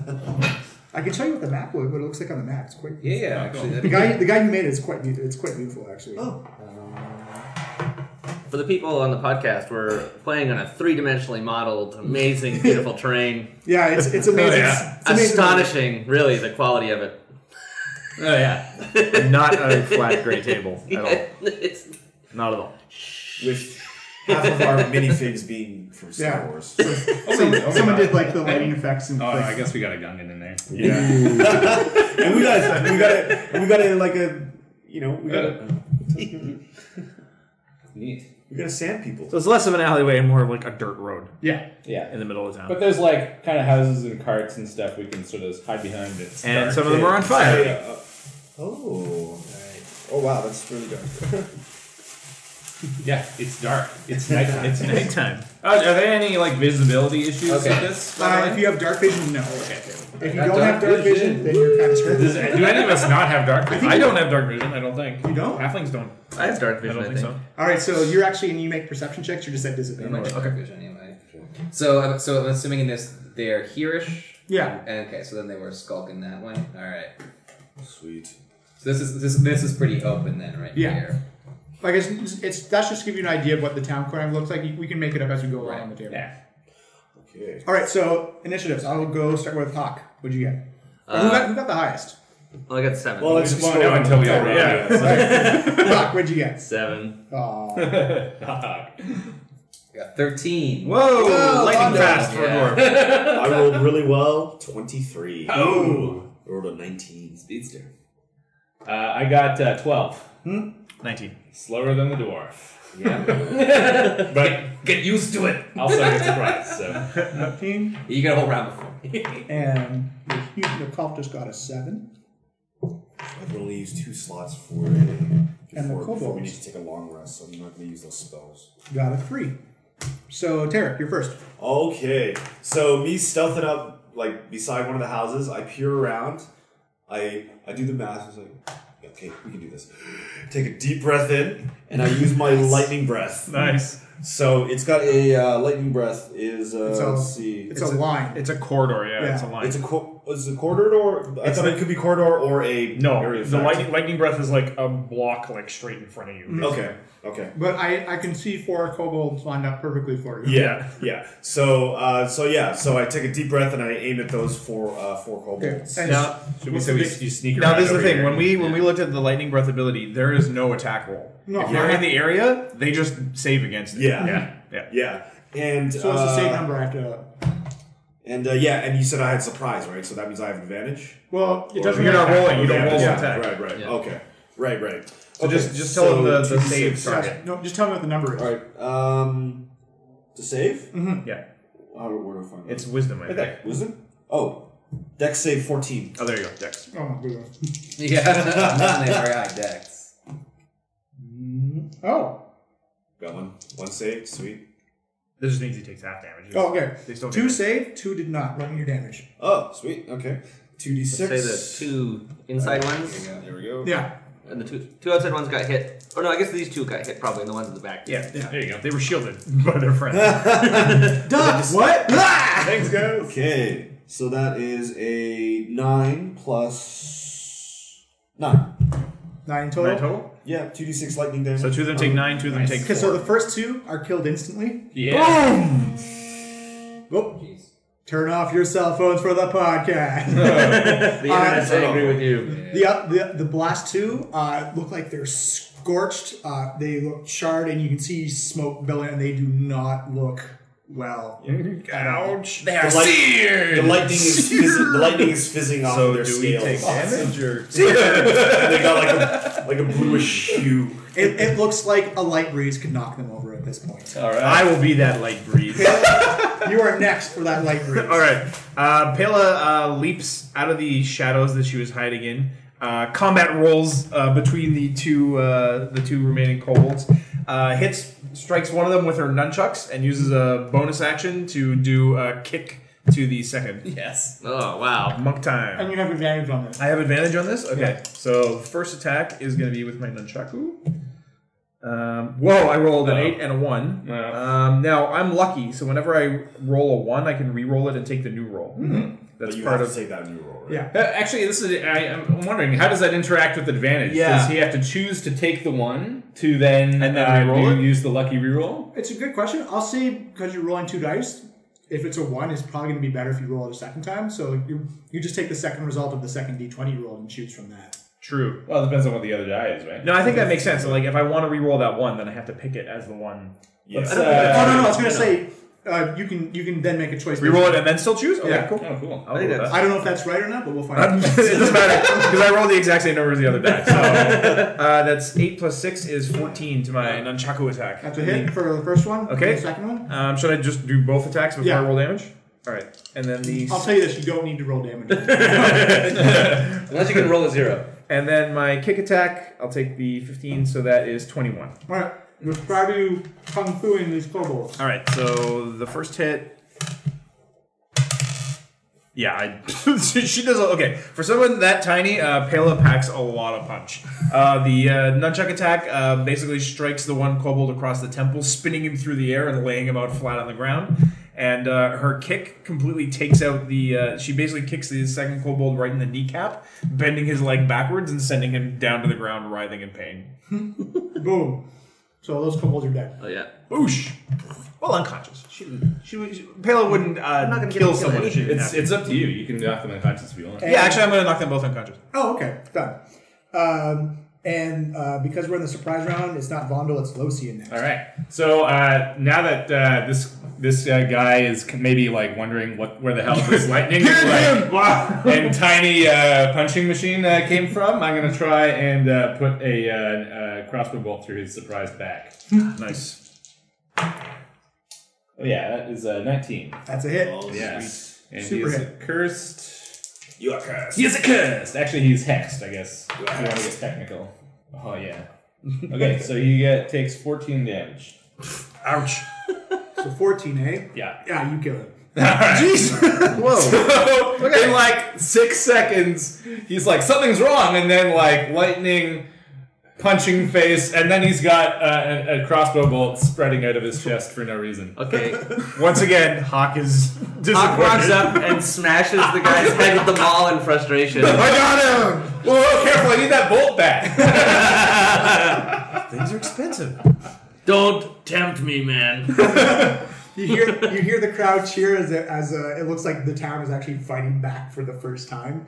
I can show you what the map what it looks like on the map. It's quite
Yeah, yeah. Actually,
the
that'd be.
guy the guy who made it is quite beautiful. It's quite beautiful actually.
Oh.
For the people on the podcast, we're playing on a three-dimensionally modeled, amazing, beautiful terrain.
Yeah, it's it's amazing.
yeah.
It's amazing.
Oh, Astonishing, really, the quality of it.
Oh, yeah.
Not a flat gray table at all.
It's-
Not at all.
With half of our minifigs being from Star
Yeah.
Wars.
Someone, someone did like the lighting effects and
Oh, no,
like,
I guess we got a Gungan in there.
Yeah. and we got we got a, we got a, like a you uh, know we got a
Neat.
We got to sand people.
So it's less of an alleyway and more of like a dirt road
Yeah.
in
Yeah.
the middle of town.
But there's like kind of houses and carts and stuff we can sort of hide behind. It's
and
dark.
some of them are on fire.
Yeah, uh, oh. Oh wow, that's really dark.
yeah, it's dark. It's nighttime.
It's nighttime.
Oh, are there any like visibility issues
Okay.
with this? by
Uh,
the
if
way?
you have dark vision, no. If you
Got
don't have
dark
dark vision,
vision.
then you're kind of screwed.
Does, do any of us not have dark vision? I don't have dark vision. I don't think.
You don't?
Halflings don't.
I have dark
I
vision.
don't
I,
think so.
All right, so you're actually and you make perception checks. You're just at
They might
disadvantage.
get dark vision anyway. So, uh, so I'm assuming in this they're hearish.
Yeah.
And, okay, so then they were skulking that way. All right.
Sweet.
So this is this this is pretty open then, right
Yeah.
here.
Like it's, it's that's just to give you an idea of what the town crime looks like. You- We can make it up as we go along
Right.
the table.
Yeah.
Okay.
All right, so initiatives. I'll go start with Hawk. What'd you get? Or who, got, who got the highest?
Well, I got seven.
Well, let's
just
just
won't
go
know
on.
until we all
Yeah,
roll.
yeah.
Hawk, what'd you get?
seven.
Aw.
We got thirteen.
Whoa! Oh, lightning
Hondo.
fast for
Oh, Yeah.
Dwarf.
I rolled really well. Twenty-three. Oh. I rolled a nineteen.
Speedster.
Uh, I got uh, twelve.
Nineteen.
Slower than the dwarf,
Yeah.
but
Get used to it.
also I get surprised. So
Nineteen.
you got a whole round before me.
And the Houston Occult just got a seven.
I've only used two slots for it.
And the
Before, before we
kobolds.
need to take a long rest, so I'm not going to use those spells.
Got a three. So Tarek, you're first.
Okay, so me stealthing up like beside one of the houses, I peer around. I I do the math. I was like, okay, we can do this. Take a deep breath in, and I use my lightning breath.
nice.
So it's got a uh, lightning breath is uh,
It's a-
let's see,
It's, a, line.
It's a corridor. Yeah,
it's
it's
a
a line.
it's a co- is it corridor? I thought it could be corridor or a
no,
Area
the
effect.
lightning lightning breath is like a block, like straight in front of
Mm-hmm.
you.
Okay, okay.
but I, I can see four kobolds lined up perfectly for you.
Yeah, yeah. So, uh, so yeah. So I take a deep breath and I aim at those four, uh, four kobolds.
And
Now,
Should we say we, you sneak
now
around
this is the
over
thing.
here?
When we when we looked at the lightning breath ability, there is no attack roll.
No.
if you're in the area, they just save against it.
Yeah,
yeah.
Yeah.
yeah. And
so it's the same
uh,
number after.
And uh, yeah, and you said I had surprise, right? So that means I have advantage.
Well, it doesn't
You're not
matter.
rolling. You don't
Yeah,
roll
yeah,
attack.
Right, right. Okay. Right, right.
So just just tell them the, the save target.
Yeah, no, just tell me what the number is.
All right. Um, to save?
Yeah.
How, do- where do I find
Mm-hmm. It's wisdom. I think.
that? Was it? Oh, deck save fourteen.
Oh, there you go. Dex.
Oh my goodness.
Yeah. Not in a very high dex.
Oh.
Got one. One save. Sweet.
This just means he takes half damage.
Oh, okay.
They still
Two
get-
save, two did not. Run your damage.
Oh, sweet. Okay. Two d
Say
six.
the two inside ones
There we go.
Yeah.
and the two two outside ones got hit. Or no, I guess these two got hit probably, and the ones in the back.
Yeah, there you go. They were shielded by their friends.
Duh, what?
Thanks, guys.
Okay. So that is a nine plus nine.
Nine total.
Nine total.
Yeah, two d six lightning damage.
So two of them take
Um,
nine. Two of them take
Okay,
four.
so the first two are killed instantly.
Yeah.
Whoop.
Jeez.
Turn off your cell phones for the podcast.
The internet's angry with you.
the, uh, the the blast two uh, look like they're scorched. Uh, they look charred, and you can see smoke billowing, and they do not look well.
Ouch.
They are
The light-
seared.
The lightning is fizzing, the lightning is fizzing off
So
of their
do we
scales.
take damage or?
and they got like a, like a bluish hue.
It, it looks like a light breeze could knock them over at this point.
All right.
I will be that light breeze.
You are next for that light breeze.
All right. Uh, Pela uh, leaps out of the shadows that she was hiding in. Uh, combat rolls uh, between the two uh, the two remaining kobolds. Uh, hits strikes one of them with her nunchucks and uses a bonus action to do a kick to the second.
Yes.
Oh wow.
Monk
And
time.
you have advantage on this.
I have advantage on this. Okay. So first attack is going to be with my nunchaku. Um, whoa! I rolled an eight and a one.
No.
Um, now I'm lucky, so whenever I roll a one, I can re-roll it and take the new roll. That's
Mm-hmm. But you
part
have
of
to take that new roll, right?
Yeah.
Uh, Actually, this is. I, I'm wondering how does that interact with advantage?
Yeah.
Does he have to choose to take the one to then
And then
uh,
reroll
do
it?
use the lucky reroll?
It's a good question. I'll say because you're rolling two dice. If it's a one, it's probably going to be better if you roll it a second time. So you you just take the second result of the second d20 you rolled and choose from that.
True.
Well, it depends on what the other die is, right?
No, I think that makes sense. So, like, if I want to re-roll that one, then I have to pick it as the one.
Yeah.
Let's,
I don't
uh,
oh no no! I was going to say Uh, you can you can then make a choice.
Reroll it and then still choose? Okay,
Yeah.
cool.
Oh, cool.
I'll roll with that.
I don't know if that's right or not, but we'll find
it
out.
doesn't matter because I rolled the exact same number as the other die. So uh, that's eight plus six is fourteen to my nunchaku attack.
That's a hit for the first one.
Okay.
The second one.
Um, should I just do both attacks before
Yeah.
I roll damage? All right, and then the
I'll tell you this: you don't need to roll damage.
Unless you can roll a zero.
and then my kick attack. I'll take the fifteen, so that is twenty-one.
All right. Let's try to kung fuing these kobolds.
All right, so the first hit. Yeah, I, she she does. a- Okay, for someone that tiny, uh, Pela packs a lot of punch. Uh, the uh, nunchuck attack uh, basically strikes the one kobold across the temple, spinning him through the air and laying him out flat on the ground. And uh, her kick completely takes out the. Uh, she basically kicks the second kobold right in the kneecap, bending his leg backwards and sending him down to the ground, writhing in pain.
Boom. So those kobolds are dead.
Oh yeah.
Boosh! Well, unconscious. She, she, was- she Pela wouldn't uh,
gonna get
kill
him killed
someone if she didn't
It's
have to.
it's up to you. You can knock them unconscious if you want.
Yeah, actually, I'm gonna knock them both unconscious.
Oh, okay. Done. Um, and uh, because we're in the surprise round, it's not Vondel, it's Losian next.
All right. So uh, now that uh, this this uh, guy is maybe like wondering what where the hell this lightning is, like, and tiny uh, punching machine uh, came from, I'm gonna try and uh, put a uh, uh, crossbow bolt through his surprise back.
Nice.
Oh yeah, that is uh, 19.
That's a hit.
Oh,
Yes. And
Super
he is
hit.
cursed.
You are cursed.
He is accursed. Actually, he's hexed. I guess. If you
are
want to get technical. Oh yeah. Okay, so you get takes 14 damage.
Ouch.
So 14, eh?
Yeah.
Yeah, you kill him.
Whoa.
in like six seconds, he's like something's wrong, and then like lightning punching face, and then he's got uh, a, a crossbow bolt spreading out of his chest for no reason.
Okay.
Once again, Hawk is
Hawk
disappointed.
walks up and smashes the guy's head with the maul in frustration.
I got him.
Whoa, whoa, careful! I need that bolt back.
Things are expensive.
Don't tempt me, man.
You hear you hear the crowd cheer as a, as a, it looks like the town is actually fighting back for the first time.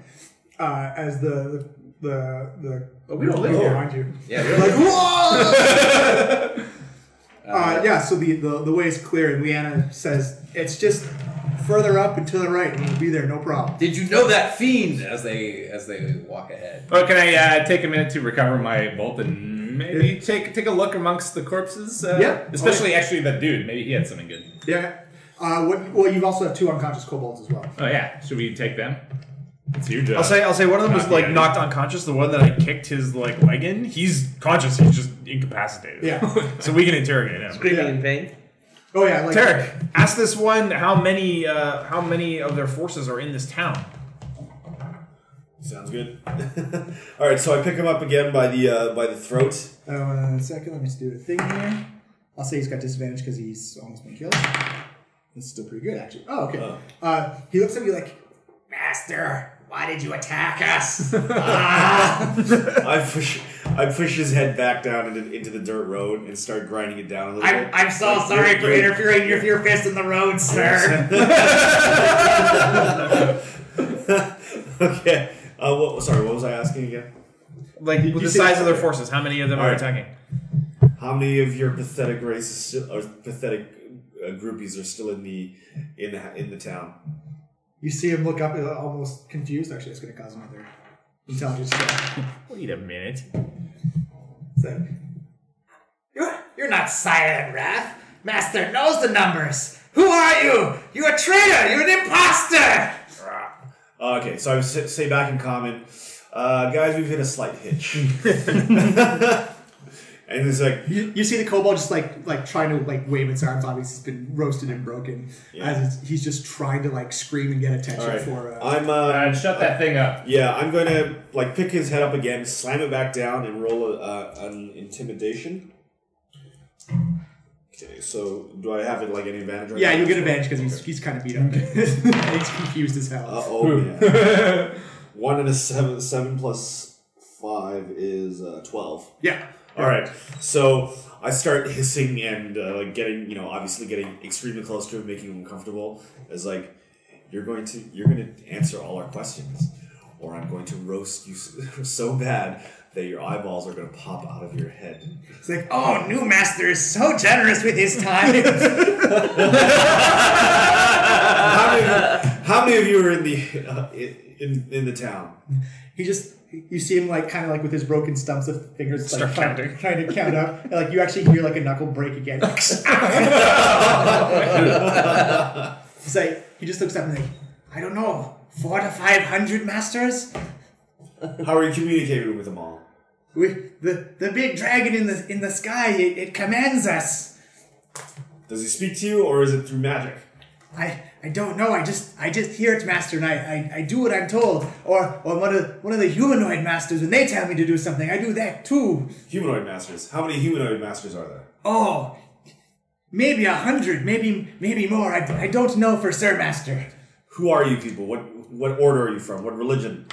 Uh, as the the the
But Oh, we don't live
people
here.
behind you.
Yeah.
They're like whoa. uh, yeah. So the, the the way is clear, and Leanna says it's just further up and to the right, and we'll be there, no problem.
Did you know that fiend? As they as they walk ahead.
oh, can I uh, take a minute to recover my bolt and maybe take take a look amongst the corpses?
Oh,
Uh,
Yeah.
Especially actually that dude. Maybe he had something good.
Yeah. Uh, what, well, you also have two unconscious kobolds as well.
Uh,
Oh yeah. Should we take them? It's your job.
I'll say. I'll say one of them was
Not
like
yet.
knocked unconscious. The one that I kicked his like leg in, he's conscious. He's just incapacitated.
Yeah.
so we can interrogate him.
Screaming in pain.
Oh yeah. Like,
Tarek, ask this one how many uh, how many of their forces are in this town.
Sounds good. All right, so I pick him up again by the uh, by the throat.
Uh, second, let me just do a thing here. I'll say he's got disadvantage because he's almost been killed. It's still pretty good, actually. Oh, okay. Uh, he looks at you like,
Master, why did you attack us?
I push I push his head back down into, into the dirt road and start grinding it down a little
I'm,
bit.
I'm so
Like,
sorry
you're-
for
you're-
interfering with your fist in the road, sir.
okay. Uh, what, sorry, what was I asking again?
Like with the
say-
size of their forces, how many of them are
Alright.
attacking?
How many of your pathetic races still, or pathetic uh, groupies are still in the in the in the town?
you see him look up, uh, almost confused. Actually, it's going to cause another intelligence check.
Wait a minute.
It's like,
You're, you're not silent, Wrath. Master knows the numbers. Who are you? You're a traitor. You're an imposter.
Uh, okay, so I would sa- say back in comment, uh, guys, we've hit a slight hitch. and it's like,
you, you see the kobold just like like trying to like wave its arms. Obviously, it's been roasted and broken.
Yeah.
As it's, he's just trying to like scream and get attention
all right,
for. Uh,
I'm uh,
Uh, shut that thing up.
yeah, I'm gonna like pick his head up again, slam it back down, and roll a, uh, an intimidation. Okay, so do I have it like any advantage? Right
yeah,
now?
you'll get advantage because he's, he's kind of beat up. he's confused as hell.
Uh oh, yeah. One and a seven, seven plus five is uh, twelve.
yeah.
All right, so I start hissing and uh, like getting, you know, obviously getting extremely close to him, making him uncomfortable. As like, you're going to, you're going to answer all our questions. or I'm going to roast you s- so bad that your eyeballs are going to pop out of your head.
It's like, oh, new master is so generous with his time.
How many, how many of you are in the uh, in, in in the town?
He just you see him like kind of like with his broken stumps of fingers like trying, trying to count up. And, like you actually hear like a knuckle break again. it's like he just looks up and like,
I don't know, four to five hundred masters.
How are you communicating with them all?
We, the the big dragon in the in the sky, it, it commands us.
Does he speak to you, or is it through magic?
I I don't know. I just I just hear it, master, and I, I, I do what I'm told. Or or one of one of the humanoid masters when they tell me to do something, I do that too.
Humanoid masters. How many humanoid masters are there?
Oh, maybe a hundred, maybe maybe more. I, I don't know for sure, master.
Who are you people? What what order are you from? What religion?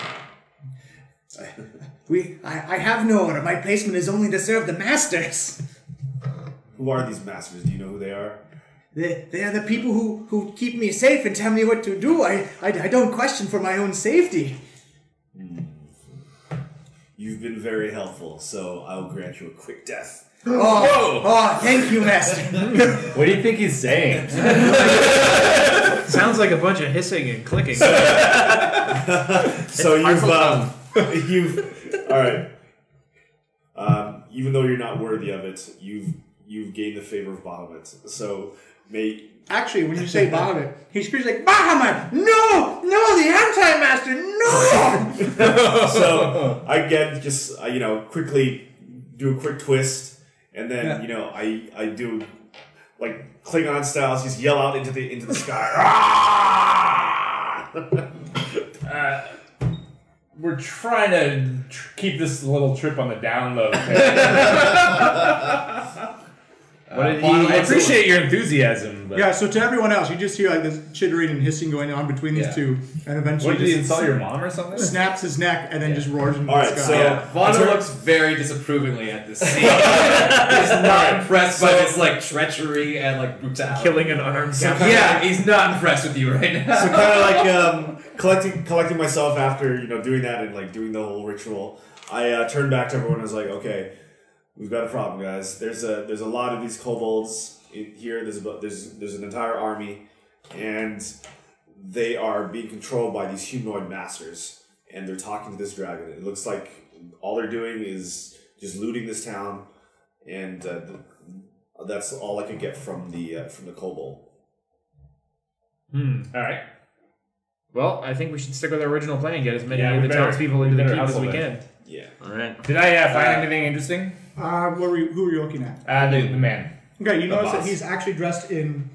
We I, I have no order. My placement is only to serve the masters.
Who are these masters? Do you know who they are?
They, they are the people who, who keep me safe and tell me what to do. I, I, I don't question for my own safety.
You've been very helpful, so I'll grant you a quick death.
Oh, oh thank you, Master.
What do you think he's saying?
Sounds like a bunch of hissing and clicking.
So you've um, you've all right. Um, even though you're not worthy of it, you've you've gained the favor of Bahamut. So may
actually, when you say Bahamut,
He screams like, Bahamut! No! No, the anti-master! No!
so again, just uh, you know, quickly do a quick twist, and then you know, I I do like Klingon styles, just yell out into the into the sky. "Ah!"
We're trying to tr- keep this little trip on the down low. okay? What did he- I appreciate your enthusiasm, but
yeah. So to everyone else, you just hear like this chittering and hissing going on between these
Yeah.
two, and eventually
what did he
just
insult your mom or something?
snaps his neck and then just roars into
All
the
right,
sky.
so
Yeah,
That's
Vaughn
where-
looks very disapprovingly at this scene. he's not impressed by this like treachery and like brutality.
Killing an unarmed captain.
Yeah, he's not impressed with you right now.
so kind of like um, collecting collecting myself after you know doing that and like doing the whole ritual. I uh, turned back to everyone and was like, okay, we've got a problem, guys. There's a there's a lot of these kobolds in here. There's about there's there's an entire army, and they are being controlled by these humanoid masters, and they're talking to this dragon. It looks like all they're doing is just looting this town, and uh, th- that's all I could get from the uh, from the kobold.
Hmm. All right.
Well, I think we should stick with our original plan and get as many
Yeah,
of
we
the
better.
townspeople
We
into the
better
keep as we
hustle
can.
then.
Yeah.
All right.
Did I uh, find
Uh,
anything interesting?
Uh, what were you, who were you looking at?
Uh, the, the man.
Okay, you notice
boss.
that he's actually dressed in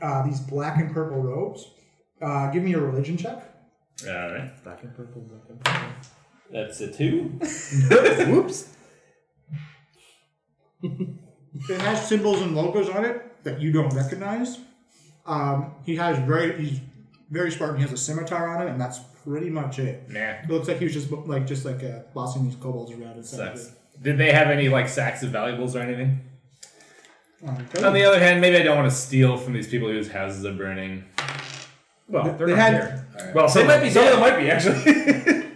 uh, these black and purple robes. Uh, give me a religion check.
All right.
That's a two.
Whoops. it has symbols and logos on it that you don't recognize. Um, he has very he's very smart. and He has a scimitar on it, and that's pretty much it.
Nah.
It looks like he was just like just like uh, bossing these kobolds around and stuff.
Sucks. Did they have any like sacks of valuables or anything?
Um, Okay.
On the other hand, maybe I don't want to steal from these people whose houses are burning. Well, they're
they
not
had-
here. Well, some, might be, some of them might be actually.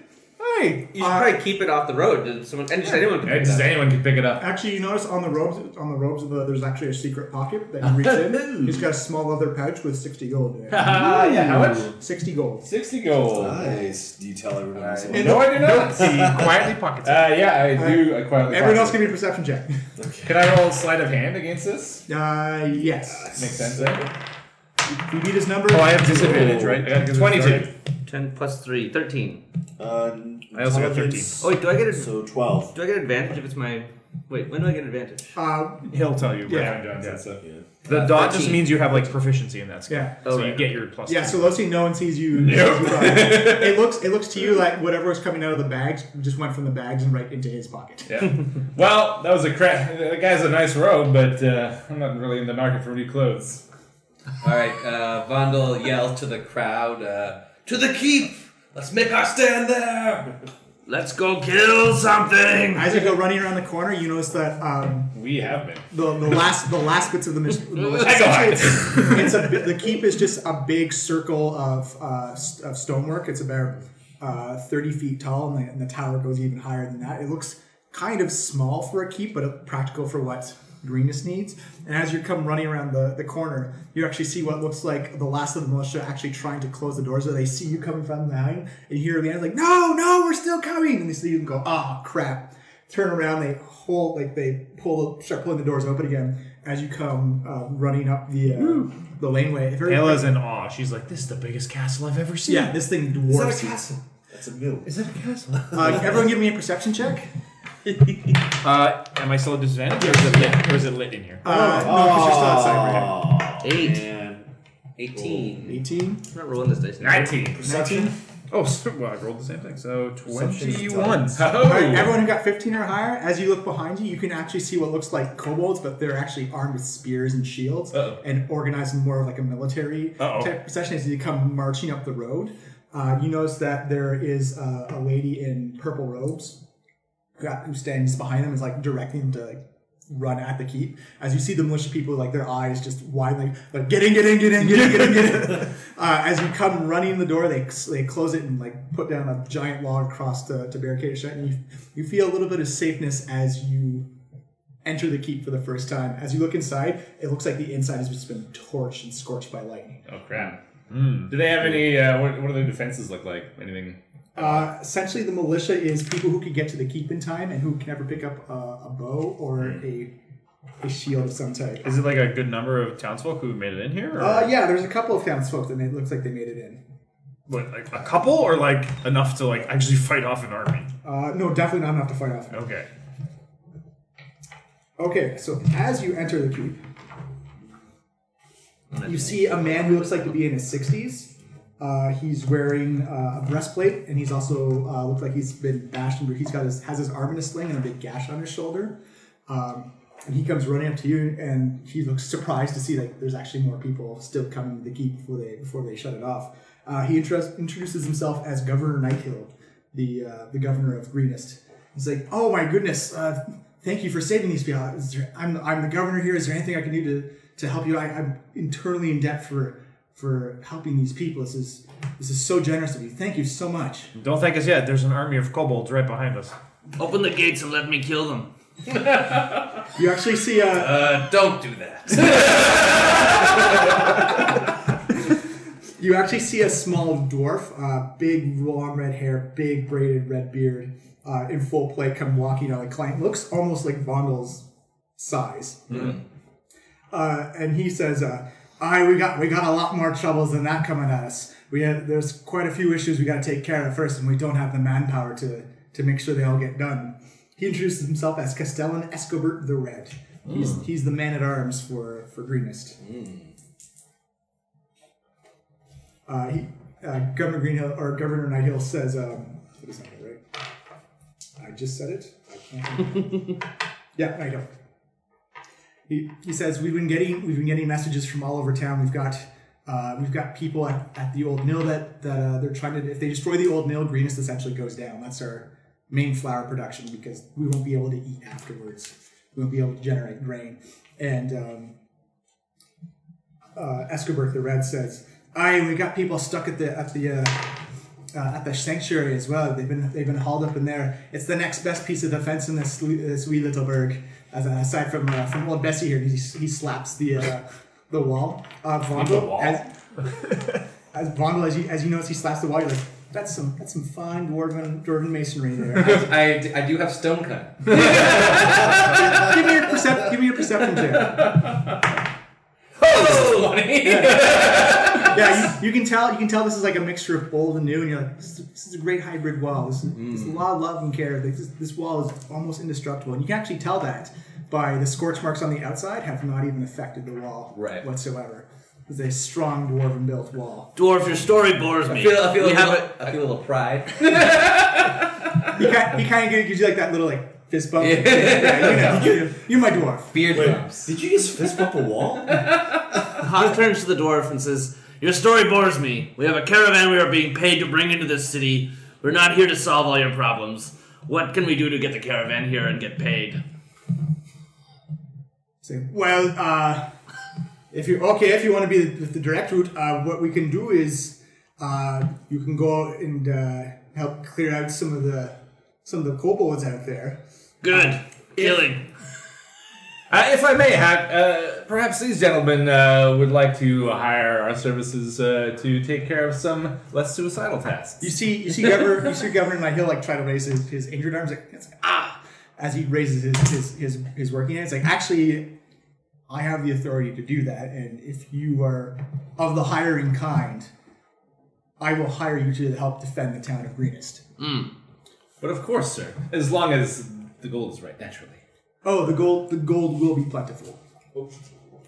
Hey, you should
Uh,
probably keep it off the road. Did Someone, and just anyone can pick
Just
it up.
anyone can pick it up.
Actually, you notice on the robes on the robes of the there's actually a secret pocket that you reach in. He's got a small leather pouch with sixty gold in it.
Ah, yeah. How much?
sixty gold.
Sixty gold.
Nice. Do you tell everyone? else?
no, I do not. uh,
quietly pockets. it.
yeah, I do. I quietly.
Everyone else, give me a perception check.
Can I roll sleight of hand against this?
Uh, yes.
Makes sense. There.
You beat his number.
Oh, I have disadvantage, right? I gotta give it a
Twenty-two.
target.
10 plus 3, 13.
Um,
I also got
intelligence,
Oh, wait, do I get a,
So 12.
do I get advantage if it's my. Wait, when do I get an advantage?
Uh,
He'll tell you.
Yeah.
Down, down, down, so.
The dot just
13.
means you have like proficiency in that skill.
yeah.
Oh,
So you
Okay.
get your plus.
Yeah,
two.
so let's see. No one sees you. it looks. It looks to you like whatever was coming out of the bags just went from the bags and right into his pocket.
Yeah. well, that was a crap. The guy's a nice robe, but uh, I'm not really in the market for new clothes.
All right, uh, Vondel yells to the crowd, uh, "To the keep! Let's make our stand there!"
Let's go kill something!
As you go running around the corner, you notice that um,
We have been.
the, the last the last bits of the mis-
I go hide.
it's a bi- the keep is just a big circle of uh, st- of stonework. It's about uh, 30 feet tall, and the, and the tower goes even higher than that. It looks kind of small for a keep, but practical for what Greenus needs. And as you come running around the, the corner, you actually see what looks like the last of the militia actually trying to close the doors. So they see you coming from behind, and here Leanna's like, "No, no, we're still coming!" And they see you and go, "Ah, crap!" Turn around, they hold like they pull, start pulling the doors open again. As you come uh, running up the uh, the laneway, If everybody-
Ayla's in awe. She's like, "This is the biggest castle I've ever seen."
yeah, this thing dwarfs you.
That's a mill.
Is that a castle?
Uh, everyone, give me a perception check.
Uh, am I still at disadvantage, or is it lit, or is it lit in here?
Uh, no, 'cause you're still outside.
Eight.
Man.
18.
Eighteen.
I'm not rolling this dice. now.
19.
Nineteen.
Oh, so, well, I rolled the same thing. So
Assumptions
21.
All right, everyone who got 15 or higher, as you look behind you, you can actually see what looks like kobolds, but they're actually armed with spears and shields
Uh-oh.
and organized in more of like a military
Uh-oh.
type procession as you come marching up the road. Uh, you notice that there is uh, a lady in purple robes who, who stands behind them, is like directing them to like, run at the keep. As you see the militia people, like their eyes just wide, like, like get in, get in, get in, get in, get in, get in. Uh, as you come running in the door, they they close it and like put down a giant log across to, to barricade it shut. And you you feel a little bit of safeness as you enter the keep for the first time. As you look inside, it looks like the inside has just been torched and scorched by lightning.
Oh, crap. Do they have any, uh, what, what do their defenses look like? Anything?
Uh, essentially, the militia is people who can get to the keep in time and who can never pick up a, a bow or a a shield of some type.
Is it like a good number of townsfolk who made it in here? Or
Uh, yeah, there's a couple of townsfolk that made, looks like they made it in.
What, like a couple, or like enough to like actually fight off an army?
Uh, no, definitely not enough to fight off.
Okay.
Okay, so as you enter the keep, you see a man who looks like to be in his 60s. Uh, he's wearing uh, a breastplate, and he's also uh, looks like he's been bashed. And he's got his has his arm in a sling and a big gash on his shoulder. Um, and he comes running up to you, and he looks surprised to see like there's actually more people still coming to the keep before they before they shut it off. Uh, he intros- introduces himself as Governor Nighthill, the uh, the governor of Greenest. He's like, "Oh my goodness, uh, thank you for saving these people. Is there, I'm I'm the governor here. Is there anything I can do to, to help you? I, I'm internally in debt for for helping these people. This is this is so generous of you. Thank you so much."
Don't thank us yet. There's an army of kobolds right behind us.
Open the gates and let me kill them.
You actually see a.
Uh, don't do that.
You actually see a small dwarf, uh, big long red hair, big braided red beard, uh, in full play, come walking out of the client. Looks almost like Vondel's size. Uh, and he says, uh, "Aye, we got we got a lot more troubles than that coming at us. We have, there's quite a few issues we got to take care of first, and we don't have the manpower to to make sure they all get done." He introduces himself as Castellan Escobert the Red. He's, he's the man at arms for for Greenest. uh, he, uh, Governor Greenhill or Governor Nighthill says, um, "What is that right? I just said it. I can't remember. yeah, Nighthill. He, he says we've been getting we've been getting messages from all over town. We've got uh, we've got people at, at the old mill that that uh, they're trying to if they destroy the old mill, Greenest essentially goes down. That's our main flour production because we won't be able to eat afterwards. We won't be able to generate grain and. Um, uh, Escobar the Red says, "Aye, we got people stuck at the at the uh, uh, at the sanctuary as well. They've been they've been hauled up in there. It's the next best piece of defense in this li- this wee little burg. As a- aside from uh, from old Bessie here, he, he slaps the uh, the wall. Uh, Vondel,
wall?
As, as Vondel, as you as you notice, he slaps the wall. You're like, that's some that's some fine dwarven dwarven masonry there.
I, I, I do have stone cut.
give me your percep- give me your perception check. yeah, you, you can tell. You can tell this is like a mixture of old and new, and you're like, this is, this is a great hybrid wall. This is, this is a lot of love and care. Like, This, this wall is almost indestructible, and you can actually tell that by the scorch marks on the outside have not even affected the wall
Right.
whatsoever. It's a strong dwarven built wall.
Dwarf, your story bores me.
I feel, I feel,
we
a,
have
little,
a-
I feel a little pride.
He kind, he kind of gives you like that little like fist bump. Yeah, you know, you, you're my dwarf.
Beard
Wait,
drops.
did you just fist bump a wall?
Hawk turns to the dwarf and says, Your story bores me. We have a caravan we are being paid to bring into this city. We're not here to solve all your problems. What can we do to get the caravan here and get paid?
Say, well, uh, if you okay, if you want to be the, the direct route, uh, what we can do is uh, you can go and uh, help clear out some of the some of the kobolds out there.
Good. Killing.
Uh, if I may, Hack, uh, perhaps these gentlemen uh, would like to hire our services uh, to take care of some less suicidal tasks.
You see, you see, Governor, you see Governor Mike Hill like try to raise his, his injured arms, like it's like, ah, as he raises his his his, his working hand. It's like actually, I have the authority to do that, and if you are of the hiring kind, I will hire you to help defend the town of Greenest.
But of course, sir, as long as the gold is right, naturally.
Oh, the gold, the gold will be plentiful.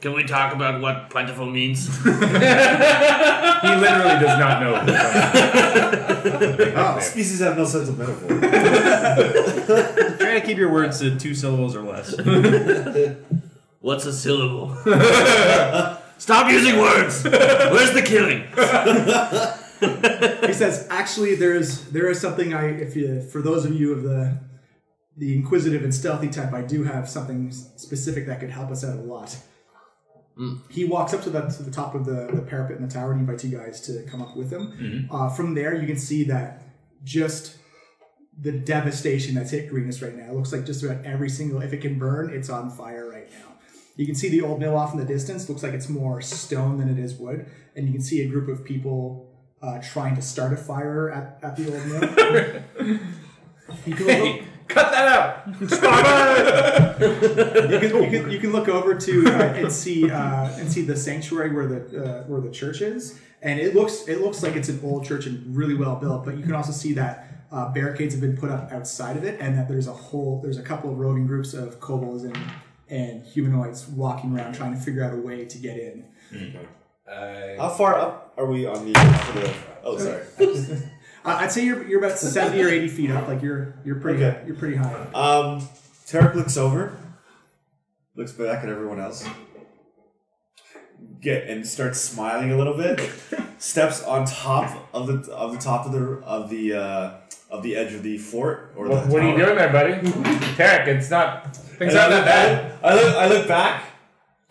Can we talk about what plentiful means?
He literally does not know.
Oh, Species have no sense of metaphor.
Try to keep your words to two syllables or less.
What's a syllable? Stop using words! Where's the killing?
He says, actually, there is there is something I if you for those of you of the the inquisitive and stealthy type, I do have something s- specific that could help us out a lot. He walks up to the, to the top of the, the parapet in the tower and invites you guys to come up with him. Uh, from there, you can see that just the devastation that's hit Greenus right now. It looks like just about every single, if it can burn, it's on fire right now. You can see the old mill off in the distance. Looks like it's more stone than it is wood. And you can see a group of people uh, trying to start a fire at, at the old mill. You can look-
Cut that out!
you can, you can, you can look over to uh, and see uh, and see the sanctuary where the uh, where the church is, and it looks it looks like it's an old church and really well built. But you can also see that uh, barricades have been put up outside of it, and that there's a whole there's a couple of roving groups of kobolds and and humanoids walking around trying to figure out a way to get in.
How far up are we on the? the- oh, sorry.
Uh, I'd say you're, you're about seventy or eighty feet up. Like you're you're pretty
Okay.
you're pretty high.
Um, Tarek looks over, looks back at everyone else, get and starts smiling a little bit. steps on top of the of the top of the of the uh, of the edge of the fort or
What,
the
what are you
tower.
doing there, buddy? Tarek, it's not. Things
And I
aren't
look
that bad.
back- I look I look back.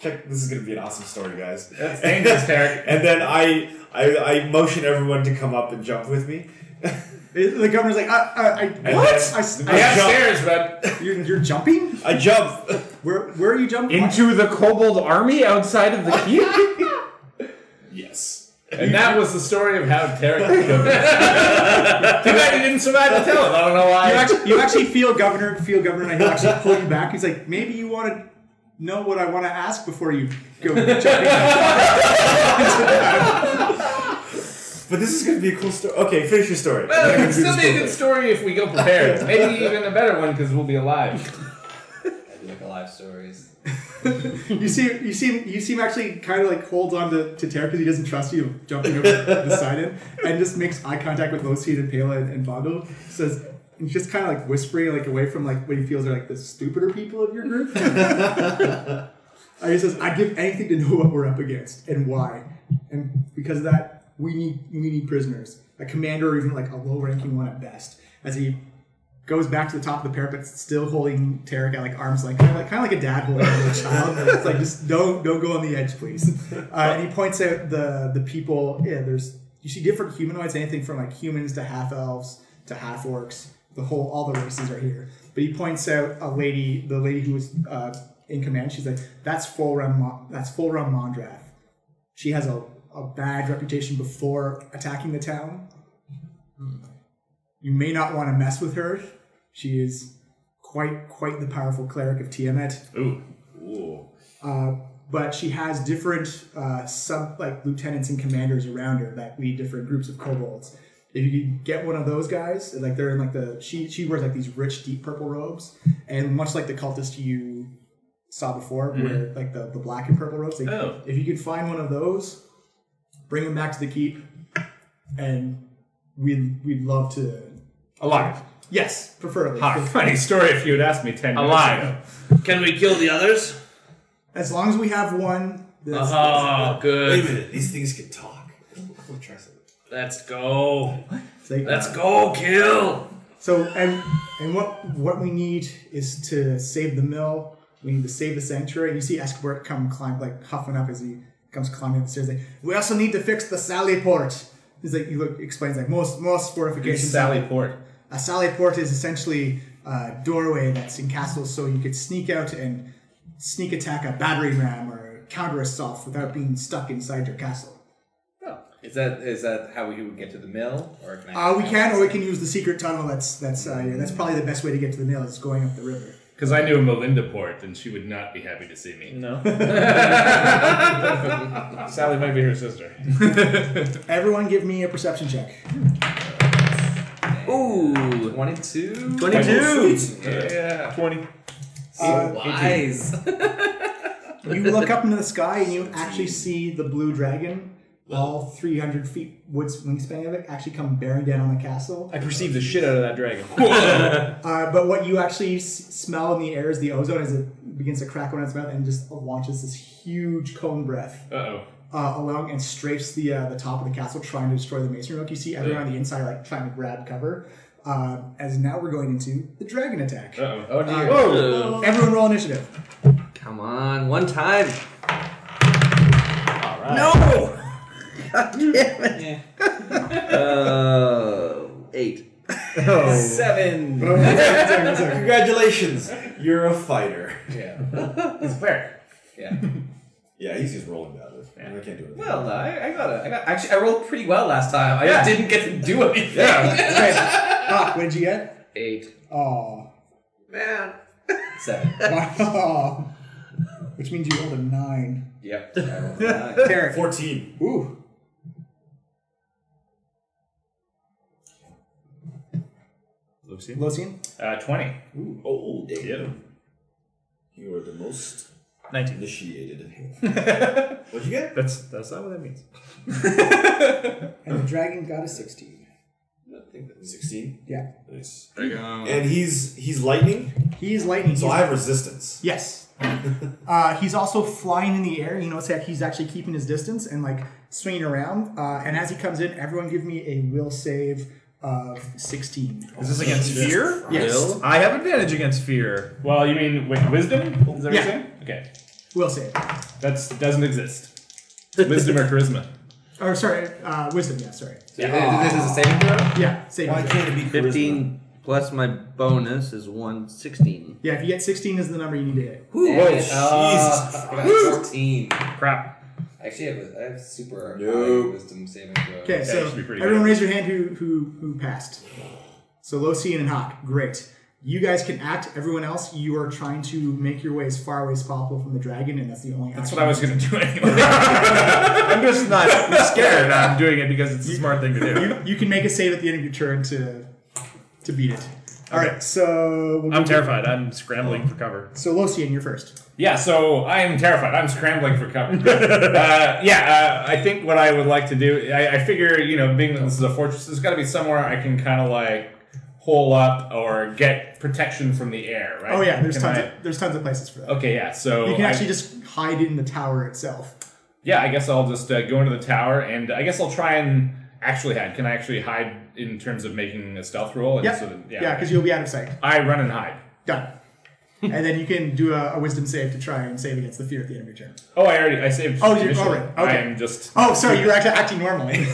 Check. This is gonna be an awesome story, guys.
That's dangerous, Tarek.
And then I, I I motion everyone to come up and jump with me.
It- The governor's like, uh, uh, I,
And
what?
then-
I s-
I
We
I-
have
jump.
stairs, bud.
you're, you're jumping?
I jump.
Where where are you jumping?
Into the kobold army outside of the keep?
yes.
And that was the story of how Tarek killed him. Too bad you didn't survive to tell him. I don't know
you
why.
actually, you actually feel governor, feel governor, and he'll actually pull you back. He's like, maybe you want to know what I want to ask before you go jumping.
But this is gonna be a cool story. Okay, finish your story.
Well, it
I'm gonna
can
do
still
this
be a
real
good
quick.
story if we go prepared. Maybe even a better one because we'll be alive.
I do like alive stories.
you see, you see, you see him actually kind of like holds on to, to Tara because he doesn't trust you jumping over beside him, and just makes eye contact with Losi and Pela and, and Bondo. Says. He's just kind of like whispering, like away from like what he feels are like the stupider people of your group. and he says, "I'd give anything to know what we're up against and why, and because of that, we need we need prisoners, a commander or even like a low-ranking one at best." As he goes back to the top of the parapet, still holding Tarek at like arms, like kind of like, kind of like a dad holding a little child. It's like just don't don't go on the edge, please. Uh, and he points out the the people. Yeah, there's you see different humanoids, anything from like humans to half elves to half orcs. The whole all the races are here. But he points out a lady, the lady who was uh, in command. She's like, that's full run. Mon- that's full run Mondrath. She has a, a bad reputation before attacking the town. You may not want to mess with her. She is quite quite the powerful cleric of Tiamat.
Ooh.
Uh, but she has different uh, sub like lieutenants and commanders around her that lead different groups of kobolds. If you could get one of those guys, like they're in like the she she wears like these rich deep purple robes, and much like the cultist you saw before, where like the, the black and purple robes. Like,
Mm-hmm. Oh.
If you could find one of those, bring him back to the keep, and we'd we'd love to.
Alive.
Yes, preferably.
Funny story if you had asked me 10 years
Alive.
ago.
Can we kill the others?
As long as we have one, that's,
Oh,
Wait a
good.
minute. These things can talk. We'll try something.
Let's go.
it's like-
Let's go kill.
So and and what what we need is to save the mill. We need to save the sanctuary. And you see Escobert come climb like huffing up as he comes climbing up the stairs. Like, we also need to fix the Sally port. He's like, he look, explains like most most fortifications.
Sally Port.
A sally port is essentially a doorway that's in castles, so you could sneak out and sneak attack a battery ram or counter assault without being stuck inside your castle.
Oh.
Is that is that how we would get to the mill, or can I?
Uh, we can, or we can use the secret tunnel. That's that's uh, yeah, that's probably the best way to get to the mill. Is going up the river.
Because I knew Melinda Port, and she would not be happy to see me. No. Sally might be her sister.
Everyone, give me a perception check.
Ooh, twenty-two.
22!
Yeah. 20.
So wise.
Uh, You look up into the sky and you actually see the blue dragon. All 300 feet woods wingspan of it actually come bearing down on the castle.
I perceived the shit out of that dragon.
Uh, but what you actually s- smell in the air is the ozone as it begins to crackle in its mouth and just launches this huge cone breath
Uh oh.
uh, along and strafes the uh, the top of the castle, trying to destroy the masonry. Like you see everyone on the inside, like trying to grab cover. Uh, as now we're going into the dragon attack.
Uh
Oh dear.
Everyone roll initiative.
Come on, one time.
No! God damn it.
Uh, eight.
Seven. Congratulations, you're a fighter.
Yeah.
oh. Fair.
Yeah.
Yeah, he's just rolling down it. I can't do anything.
Well, I, I got it. I got actually. I rolled pretty well last time. I just didn't get to do anything.
Okay. Ah, what did you get?
Eight,
Oh.
man. Seven.
Which means you rolled a nine.
yep. I rolled a nine.
Derek.
fourteen.
Ooh.
Lucy?
Losian?
Uh, 20.
Oh, damn.
Yeah.
You are the most
19.
initiated. What'd you get?
That's that's not what that means.
And the dragon got a 16.
Sixteen.
Yeah.
Nice.
There you go.
And he's he's lightning,
He is lightning.
so
He's-
I have resistance.
Yes. uh, he's also flying in the air. You notice that he's actually keeping his distance and like swinging around. Uh, and as he comes in, everyone give me a will save of 16.
Is this against fear?
Yes. Will,
I have advantage against fear.
Well, you mean wi- wisdom? Is that what
Yeah.
you're saying? Okay.
save.
That's doesn't exist. Wisdom or charisma.
Or sorry, uh, wisdom. Yeah, sorry.
This is a saving throw.
Yeah, save.
Why can't it be charisma?
15 plus my bonus is 116.
Yeah, if you get 16 is the number you need to hit.
Whoa,
Jesus
Uh,
I got fourteen.
Crap.
Actually, I have, I have super
Nope.
high wisdom saving throw.
Okay, so
should be pretty
everyone
good.
raise your hand who who who passed. So Losian and Hawk, great. You guys can act. Everyone else, you are trying to make your way as far away as possible from the dragon, and that's the only.
That's
action
what I was
you
gonna do anyway.
I'm just not scared. I'm doing it because it's a smart thing to do.
you, you can make a save at the end of your turn to to beat it. All right, so we'll
I'm
go-
terrified. I'm scrambling for cover.
So Losian, you're first.
Yeah, so I am terrified. I'm scrambling for cover. uh, yeah, uh, I think what I would like to do, I, I figure, you know, being that this is a fortress, there's got to be somewhere I can kind of like hole up or get protection from the air, right?
Oh yeah, there's
Can
tons
I-
of, there's tons of places for that.
okay, yeah. So
You can
I-
actually just hide in the tower itself.
yeah, I guess I'll just uh, go into the tower, and I guess I'll try and actually hide. Can I actually hide in terms of making a stealth roll? And
Yep.
so that-
yeah, because you'll be out of sight.
I run and hide.
Done. and then you can do a, a wisdom save to try and save against the fear at the end of your turn.
Oh, I already I saved.
Oh, you're-
initially.
alright, okay.
I am just.
Oh, sorry, you're actually acting normally.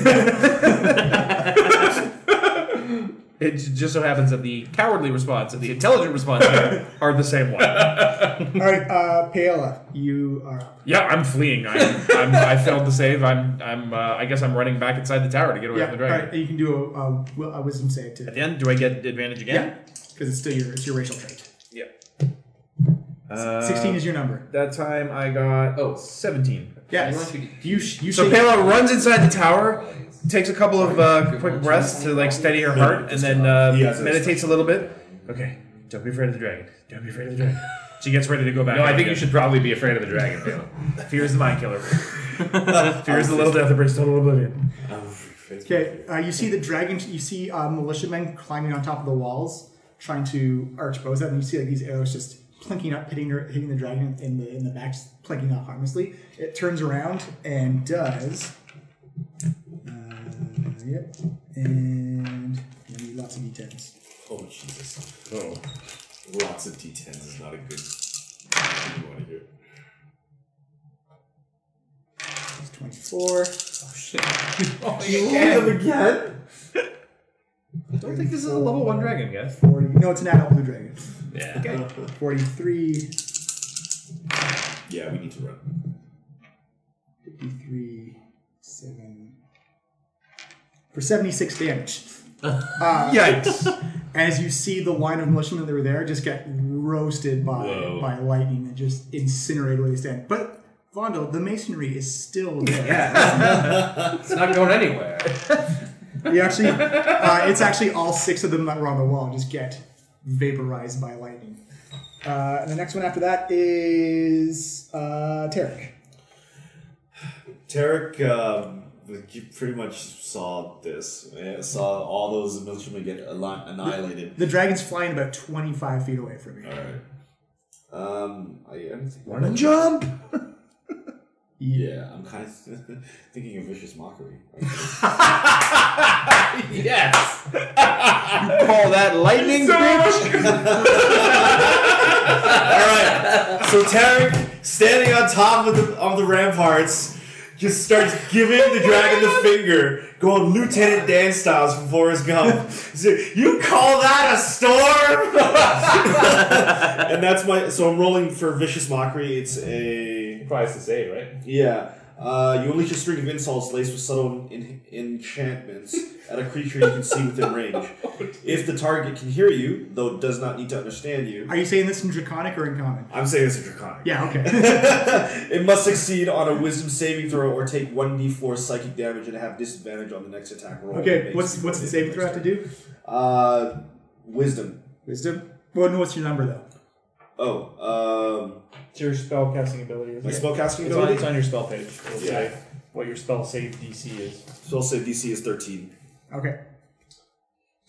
It j- just so happens that the cowardly response and the intelligent response are the same one.
All right, uh, Paola, you are up.
Yeah, I'm fleeing. I'm, I'm, I failed to save. I'm, I'm. Uh, I guess I'm running back inside the tower to get away
Yeah,
from the
all
dragon.
right, you can do a, a, wi- a wisdom save
At
to.
the end, do I get advantage
Yeah,
again?
because it's still your it's your racial trait.
Yeah.
Uh,
Sixteen is your number.
Uh, That time I got
Oh.
17.
Yeah,
want you
you sh- you
So
shake-
Payla runs inside the tower, takes a couple of uh, quick breaths to like steady her heart, and then uh,
He has a-
meditates a little bit. Okay, don't be afraid of the dragon. Don't be afraid of the dragon. She gets ready to go back.
No, I
out
think you
again.
should probably be afraid of the dragon. Bill.
Fear is the mind killer. Fear is the little death that brings total oblivion.
Okay, uh, you see the dragon. You see uh, militiamen climbing on top of the walls, trying to arch bows out, and you see like these arrows just plinking up, hitting her, hitting the dragon in the in the back, just plinking up harmlessly. It turns around and does. Uh, yep, and I need lots of d10s.
Oh Jesus. Oh. Lots of D10s is not a good. You want to hear?
24.
again?
I don't think this is a level one dragon, guys.
40. No, it's an adult blue dragon. Uh,
Yeah.
Okay. 43.
Yeah, we need to run.
E 53. 7. For 76 damage.
Yikes!
As you see the line of militiamen that were there just get roasted by by lightning and just incinerated where they stand. But Vondel, the masonry is still there.
It's not going anywhere.
You actually, uh, it's actually all six of them that were on the wall just get vaporized by lightning. Uh, and the next one after that is uh, Tarek.
Tarek, um, like, you pretty much saw this. Yeah, saw all those militiamen get ali- annihilated.
The dragon's flying about 25 feet away from you.
Alright. Um, I, I don't think.
and jump.
Yeah, I'm kind of thinking of vicious mockery.
Yes.
Call that lightning, bitch.
All right. So Tarek, standing on top of the of the ramparts, just starts giving the dragon the finger, going Lieutenant Dan styles from Forrest Gump. He's like, you call that a storm? and that's my. So I'm rolling for vicious mockery. It's a
Prize to say, right?
yeah. Uh, you unleash a string of insults laced with subtle en- enchantments at a creature you can see within range. If the target can hear you, though does not need to understand you,
Are you saying this in Draconic or in Common?
I'm saying it's a draconic.
Yeah, okay.
it must succeed on a wisdom saving throw or take 1d4 psychic damage and have disadvantage on the next attack roll.
Okay, what's what's the saving throw have to do?
Uh, wisdom.
Wisdom? Well, no, what's your number, though?
Oh, um,
It's your spell casting ability. isn't
my
it?
spellcasting
It's on,
ability?
it's on your spell page. It'll
Yeah.
say what your spell save DC is.
Spell save DC is 13.
Okay.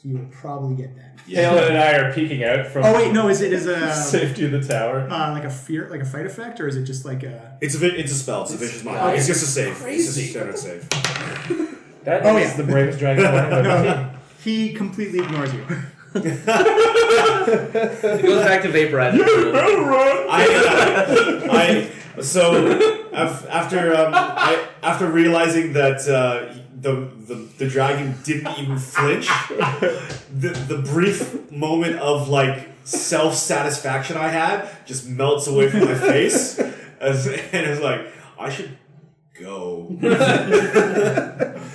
You will probably get that.
Halen and I are peeking out from
Oh, wait, no, is it is a.
safety of the tower.
Oh,
Uh, like a fear, like a fight effect, or is it just like a?
It's a, vi- it's a spell. It's a vicious mind. it's just a save. It's just a standard save.
That is
Oh, yeah.
the bravest dragon I've ever seen.
No, he completely ignores you.
It goes back to vaporizing.
I, I so af- after um, I, after realizing that uh, the, the the dragon didn't even flinch, the the brief moment of like self satisfaction I had just melts away from my face, as, and it's like I should go.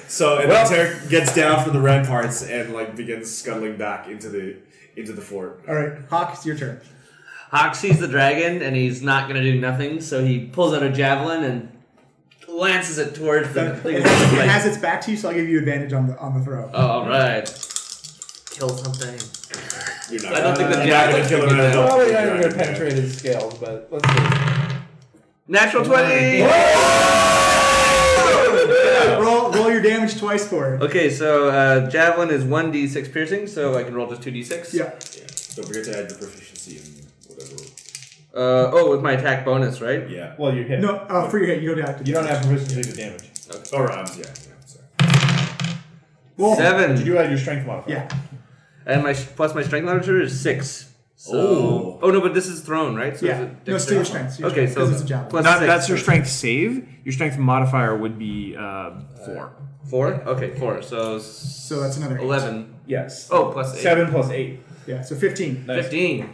so and then Tarek gets down from the ramparts and like begins scuttling back into the into the fort.
All right, Hawk, it's your turn.
Hawk sees the dragon and he's not gonna do nothing, so he pulls out a javelin and lances it towards the.
It has, it has its back to you, so I'll give you advantage on the on the throw.
oh, all right. Kill something.
You're not
I don't think the
you're not
javelin
gonna kill
can
an
do that.
Oh,
adult
Probably not even
dragon,
gonna
yeah.
penetrate his scales, but let's do it.
Natural twenty.
roll roll your damage twice for it.
Okay, so uh, javelin is one d6 piercing, so I can roll just two d6.
Yeah.
Don't forget to add the proficiency and whatever.
Uh, oh, with my attack bonus, right?
Yeah.
Well, you hit.
No, uh, for your hit, you don't have to.
You don't have proficiency to damage.
Or um, yeah, yeah, sorry.
Roll.
You
Seven.
do add your strength modifier.
Yeah.
And my plus my strength modifier is six. So,
Oh.
oh no, but this is thrown, right? So is
Yeah.
it
No, still your strength. it's your
Okay,
strength,
so
'cause it's a javelin.
plus
That-
six.
that's your strength save. Your strength modifier would be uh, four.
four. Okay, four. So
so that's another eight.
eleven.
Yes.
Oh, plus eight.
Seven plus eight.
Yeah, so fifteen.
Fifteen.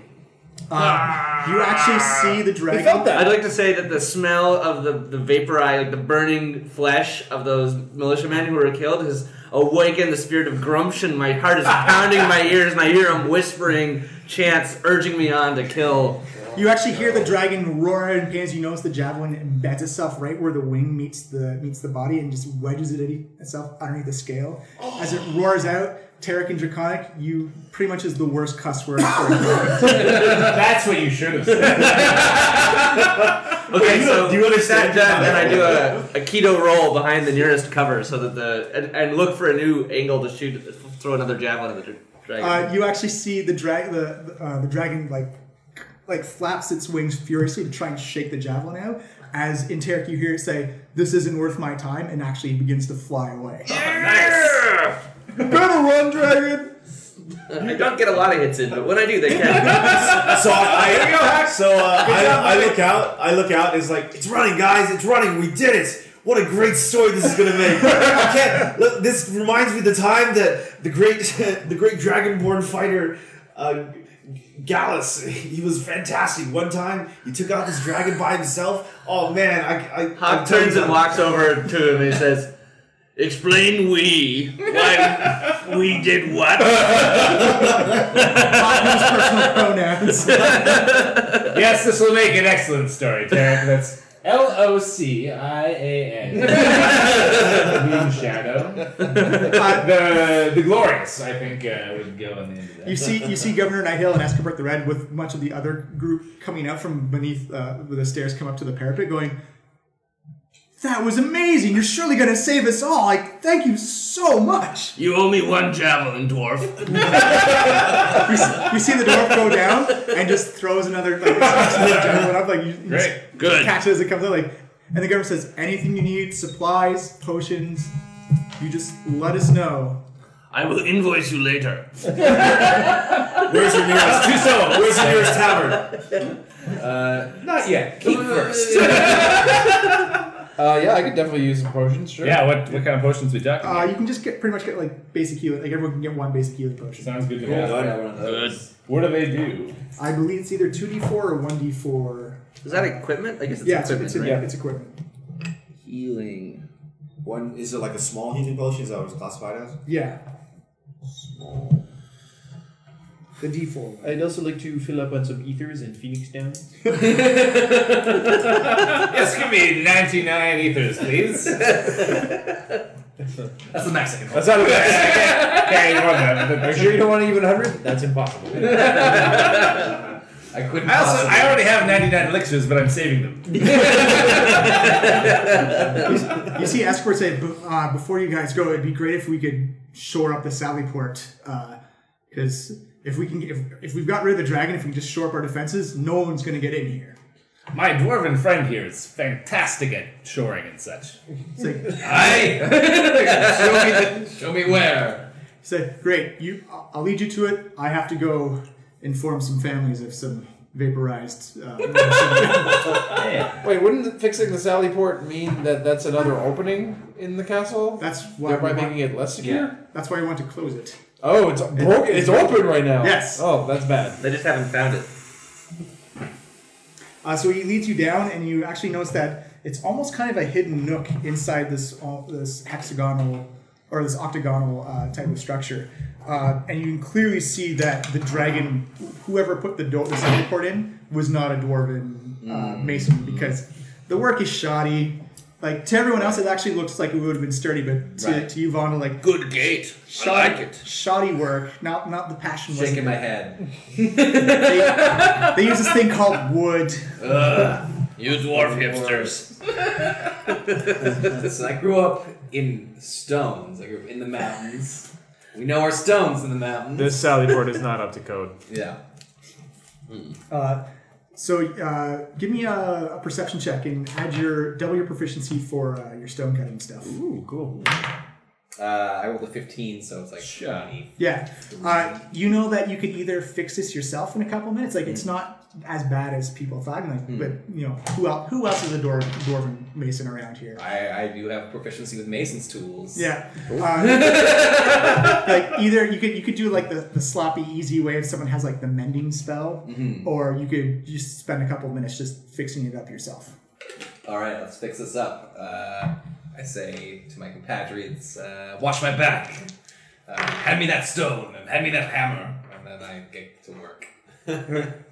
Ah.
Uh, you actually see the dragon.
I'd like to say that the smell of the the vaporized, like the burning flesh of those militiamen who were killed, has awakened the spirit of Grumption. My heart is pounding in my ears, and I hear him whispering chants, urging me on to kill.
You actually hear the dragon roar out in pains. You notice the javelin embeds itself right where the wing meets the meets the body and just wedges it in- itself underneath the scale. As it roars out, Tarek and Draconic, you pretty much is the worst cuss word. for a
That's what you should have said.
Okay, so
do you
that
understand
done, then I do a, a keto roll behind the nearest cover so that the and, and look for a new angle to shoot, throw another javelin at the dra- dragon.
Uh, you actually see the drag the uh, the dragon like like flaps its wings furiously to try and shake the javelin out. As in Tarek, you hear it say, "This isn't worth my time," and actually begins to fly away.
Better run, dragon.
I don't get a lot of hits in, but when I do, they count.
So I, I so uh, I, I look out. I look out. It's like it's running, guys. It's running. We did it. What a great story this is gonna make! I can't. Look, this reminds me of the time that the great, the great dragonborn fighter, uh, Gallus, he was fantastic. One time, he took out this dragon by himself. Oh man, I, I
Hop turns and walks over to him and he says, Explain we why we did what?
pronouns.
yes, this will make an excellent story, Derek. That's L O C I A N. Moon Shadow. the, the Glorious, I think, uh, would go on the end of that.
You see, you see Governor Nihil and Escobert the Red with much of the other group coming up from beneath uh, the stairs, come up to the parapet, going, "That was amazing! You're surely going to save us all! Like, thank you so much!"
You owe me one javelin, dwarf.
You see, you see the dwarf go down and just throws another like, smacks another javelin up, like you, you just
Great.
Good.
catch it as it comes up, like. And the governor says, "Anything you need, supplies, potions, you just let us know."
I will invoice you later.
Where's your nearest?
Two syllables.
Where's your nearest tavern?
Uh, Not yet.
first.
Uh, yeah, I could definitely use some potions, sure.
Yeah, what, what kind of potions we talking
Uh, you can just get pretty much get like basic healing. Like everyone can get one basic healing potion.
Sounds good to me.
Yeah, I got one of
Good.
those.
Is
What do they do?
I believe it's either two d four or one d four.
that equipment? I guess it's
Yeah, it's,
equipment,
it's,
right?
it's equipment.
Healing.
One is it like a small healing potion? Is that what it's classified as?
Yeah. The D four. one.
I'd also like to fill up on some ethers and phoenix down.
Yes, give me 99 ethers, please.
That's the Mexican one.
That's not a bad. Yeah, you want that. but-
Are you sure you don't want to even 100? That's impossible.
I couldn't
I also
possibly.
I already have 99 elixirs, but I'm saving them.
You see, Escort say, "B- uh, before you guys go, it'd be great if we could shore up the Sallyport, because if we can, if, if we've got rid of the dragon, if we can just shore up our defenses, no one's going to get in here.
My dwarven friend here is fantastic at shoring and such.
It's like,
I show me the, show me where.
say, great, you, I'll I'll lead you to it. I have to go inform some families of some vaporized. Uh,
Wait, wouldn't fixing the Sally Port mean that that's another opening in the castle?
that's why.
thereby
We
making
want,
it less secure?
that's why I want to close it.
Oh, it's broken. It's open right now.
Yes.
Oh, that's bad.
They just haven't found it.
Uh, so he leads you down, and you actually notice that it's almost kind of a hidden nook inside this uh, this hexagonal or this octagonal uh, type of structure. Uh, and you can clearly see that the dragon, whoever put the door, the side port in, was not a dwarven uh, mason because the work is shoddy. Like to everyone else, it actually looks like it would have been sturdy, but to,
Right.
to you, Vonda, like
Good gate. I like it.
shoddy work, not not the passion. wasn't
Shaking my
there.
head.
They, they use this thing called wood.
You dwarf hipsters.
Listen, I grew up in stones. I grew up in the mountains. We know our stones in the mountains.
This Sally Port is not up to code.
yeah.
Uh, so uh, give me a, a perception check and add your double your proficiency for uh, your stone cutting stuff.
Ooh, cool.
Uh, I rolled a 15, so it's like shiny.
Yeah, uh, you know that you could either fix this yourself in a couple minutes. Like it's not as bad as people thought. Like, but you know who else? Who else is a dwarven, dwarven mason around here?
I, I do have proficiency with Mason's tools.
Yeah. Uh, like either you could you could do like the, the sloppy easy way if someone has like the mending spell, or you could just spend a couple minutes just fixing it up yourself.
All right, let's fix this up. Uh, I say to my compatriots, uh, "Wash my back. Uh, hand me that stone and hand me that hammer." And then I get to work.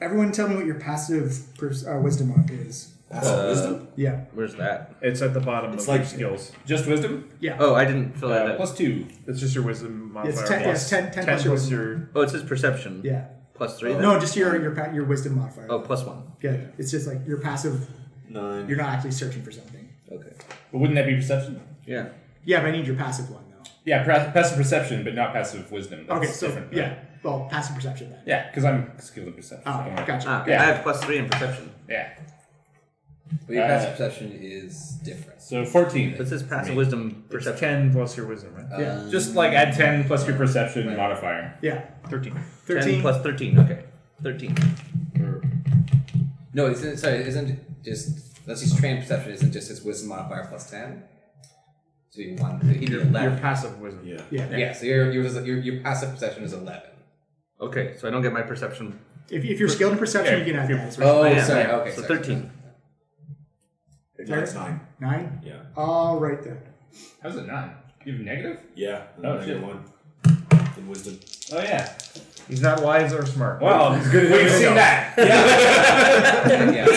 Everyone, tell me what your passive pers- uh, wisdom mark is.
wisdom.
Yeah.
Where's that?
It's at the bottom of
It's
your
like-
skills.
Just wisdom?
Oh, I didn't fill
Uh,
out that.
Plus two.
It's just your wisdom modifier.
It's 10 yes, 10 10 plus your wisdom.
Oh, it says perception.
Yeah.
Plus three. then?
No, just your your pa- your wisdom modifier.
Oh, plus one.
Yeah. It's just like your passive.
Nine.
You're not actually searching for something.
Okay.
But wouldn't that be perception?
Yeah.
Yeah, but I need your passive one though.
Yeah, pra- passive perception, but not passive wisdom. That's
Okay, so
different. right?
yeah, well, passive perception then.
Yeah, because I'm skilled in perception.
Oh,
Don't worry.
gotcha.
Ah,
Yeah.
I have plus three in perception.
Yeah.
But your
Uh,
passive perception is different.
So 14.
It says passive
Me.
wisdom perception.
10 plus your wisdom, right?
yeah,
Um,
Just like add 10 plus your perception modifier.
yeah,
Thirteen.
thirteen.
10 plus 13. Okay. 13.
no, isn't sorry, isn't it just Unless he's trained perception, isn't just his wisdom modifier plus ten. So you want he'd be
Your-
eleven.
your passive wisdom. Yeah.
yeah,
Yeah.
So your your your, your passive perception is eleven.
Okay, so I don't get my perception.
If, if you're skilled in perception, you can add that.
Oh, sorry. Okay, sorry.
That's nine.
Nine?
Yeah.
All right then.
How's it nine? You have negative?
Yeah.
Oh,
negative
shit.
one. In wisdom.
Oh yeah.
He's not wise or smart.
Well,
He's good at
we've
everything
seen
else.
that.
Yeah.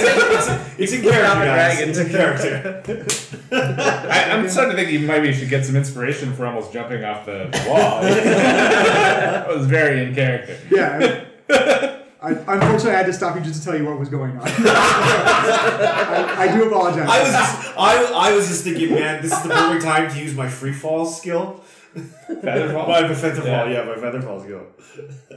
it's, it's in character, guys. It's in character.
I, I'm starting to think you maybe should get some inspiration for almost jumping off the wall. that was very in character.
Yeah. I, unfortunately, I had to stop you just to tell you what was going on. I, I do apologize.
I was just, I, I was just thinking, man, this is the perfect time to use my free fall skill.
Featherfall?
My feather fall,
Yeah.
yeah. my feather fall skill.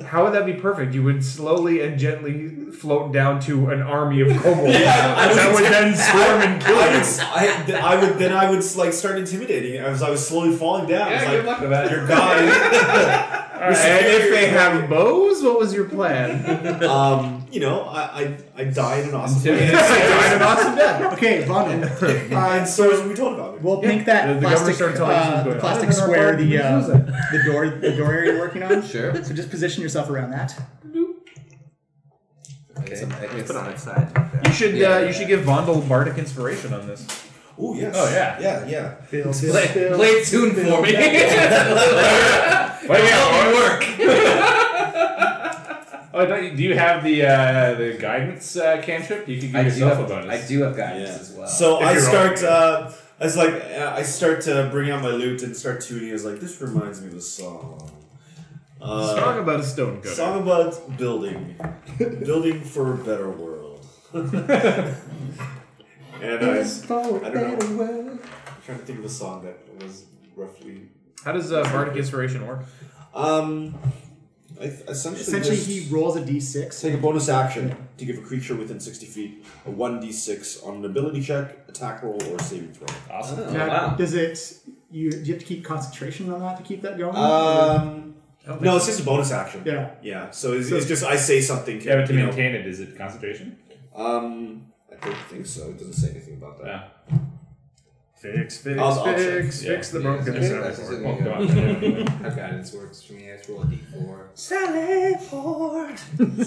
How would that be perfect? You would slowly and gently float down to an army of kobolds that would then swarm and kill
I
you.
would, I, th- I would then I would like start intimidating as I was slowly falling down.
Yeah,
It's
good
like,
luck with that.
Your guy.
And if they have bows, what was your plan?
um, you know, I, I I die in an awesome way.
okay, Bondo. Uh,
And so as we told about me.
we'll pink that
The- the government
plastic,
started telling us
uh,
what's going
the
on.
plastic
I don't know
square,
if
the
I
uh,
can use
the door, the door area you're working on.
Sure.
So just position yourself around that.
Okay. so I guess-
Put it on its side.
You should
Yeah,
uh,
yeah,
you should give Vondel bardic inspiration on this.
Oh yes.
Oh, yeah.
Yeah yeah.
Bill,
Play, play it soon for me.
Wait, wait,
Help me
oh,
work.
oh, don't you, do you have the uh, the guidance uh, cantrip? You can give
I do,
yourself
have,
a bonus.
I do have guidance
Yeah.
as well.
So
If
I
you're
start.
wrong.
Uh, I was like, uh, I start to bring out my lute and start tuning. I was like, this reminds me of a song. Uh,
Song about a stone cutter.
Song about building, building for a better world. and I, was- I don't know. I'm trying to think of a song that was roughly.
How does uh, bardic inspiration work?
Um, I th- essentially,
Essentially,
just
he rolls a d6.
take a bonus action to give a creature within 60 feet a 1d6 on an ability check, attack roll, or saving throw.
Awesome.
Oh,
Now,
wow.
Does it? You do you have to keep concentration on that to keep that going?
Um, no, it's just a bonus action.
Yeah.
Yeah. So it's, it's just I say something.
Yeah, but to
you know.
maintain it, is it concentration?
Um, I don't think so. It doesn't say anything about that.
Yeah.
Fix, fix,
I'll- I'll
fix,
check.
fix the
Yeah,
broken.
so that's just
Well,
gonna go-
come on.
How guidance works for me, I just roll a d4.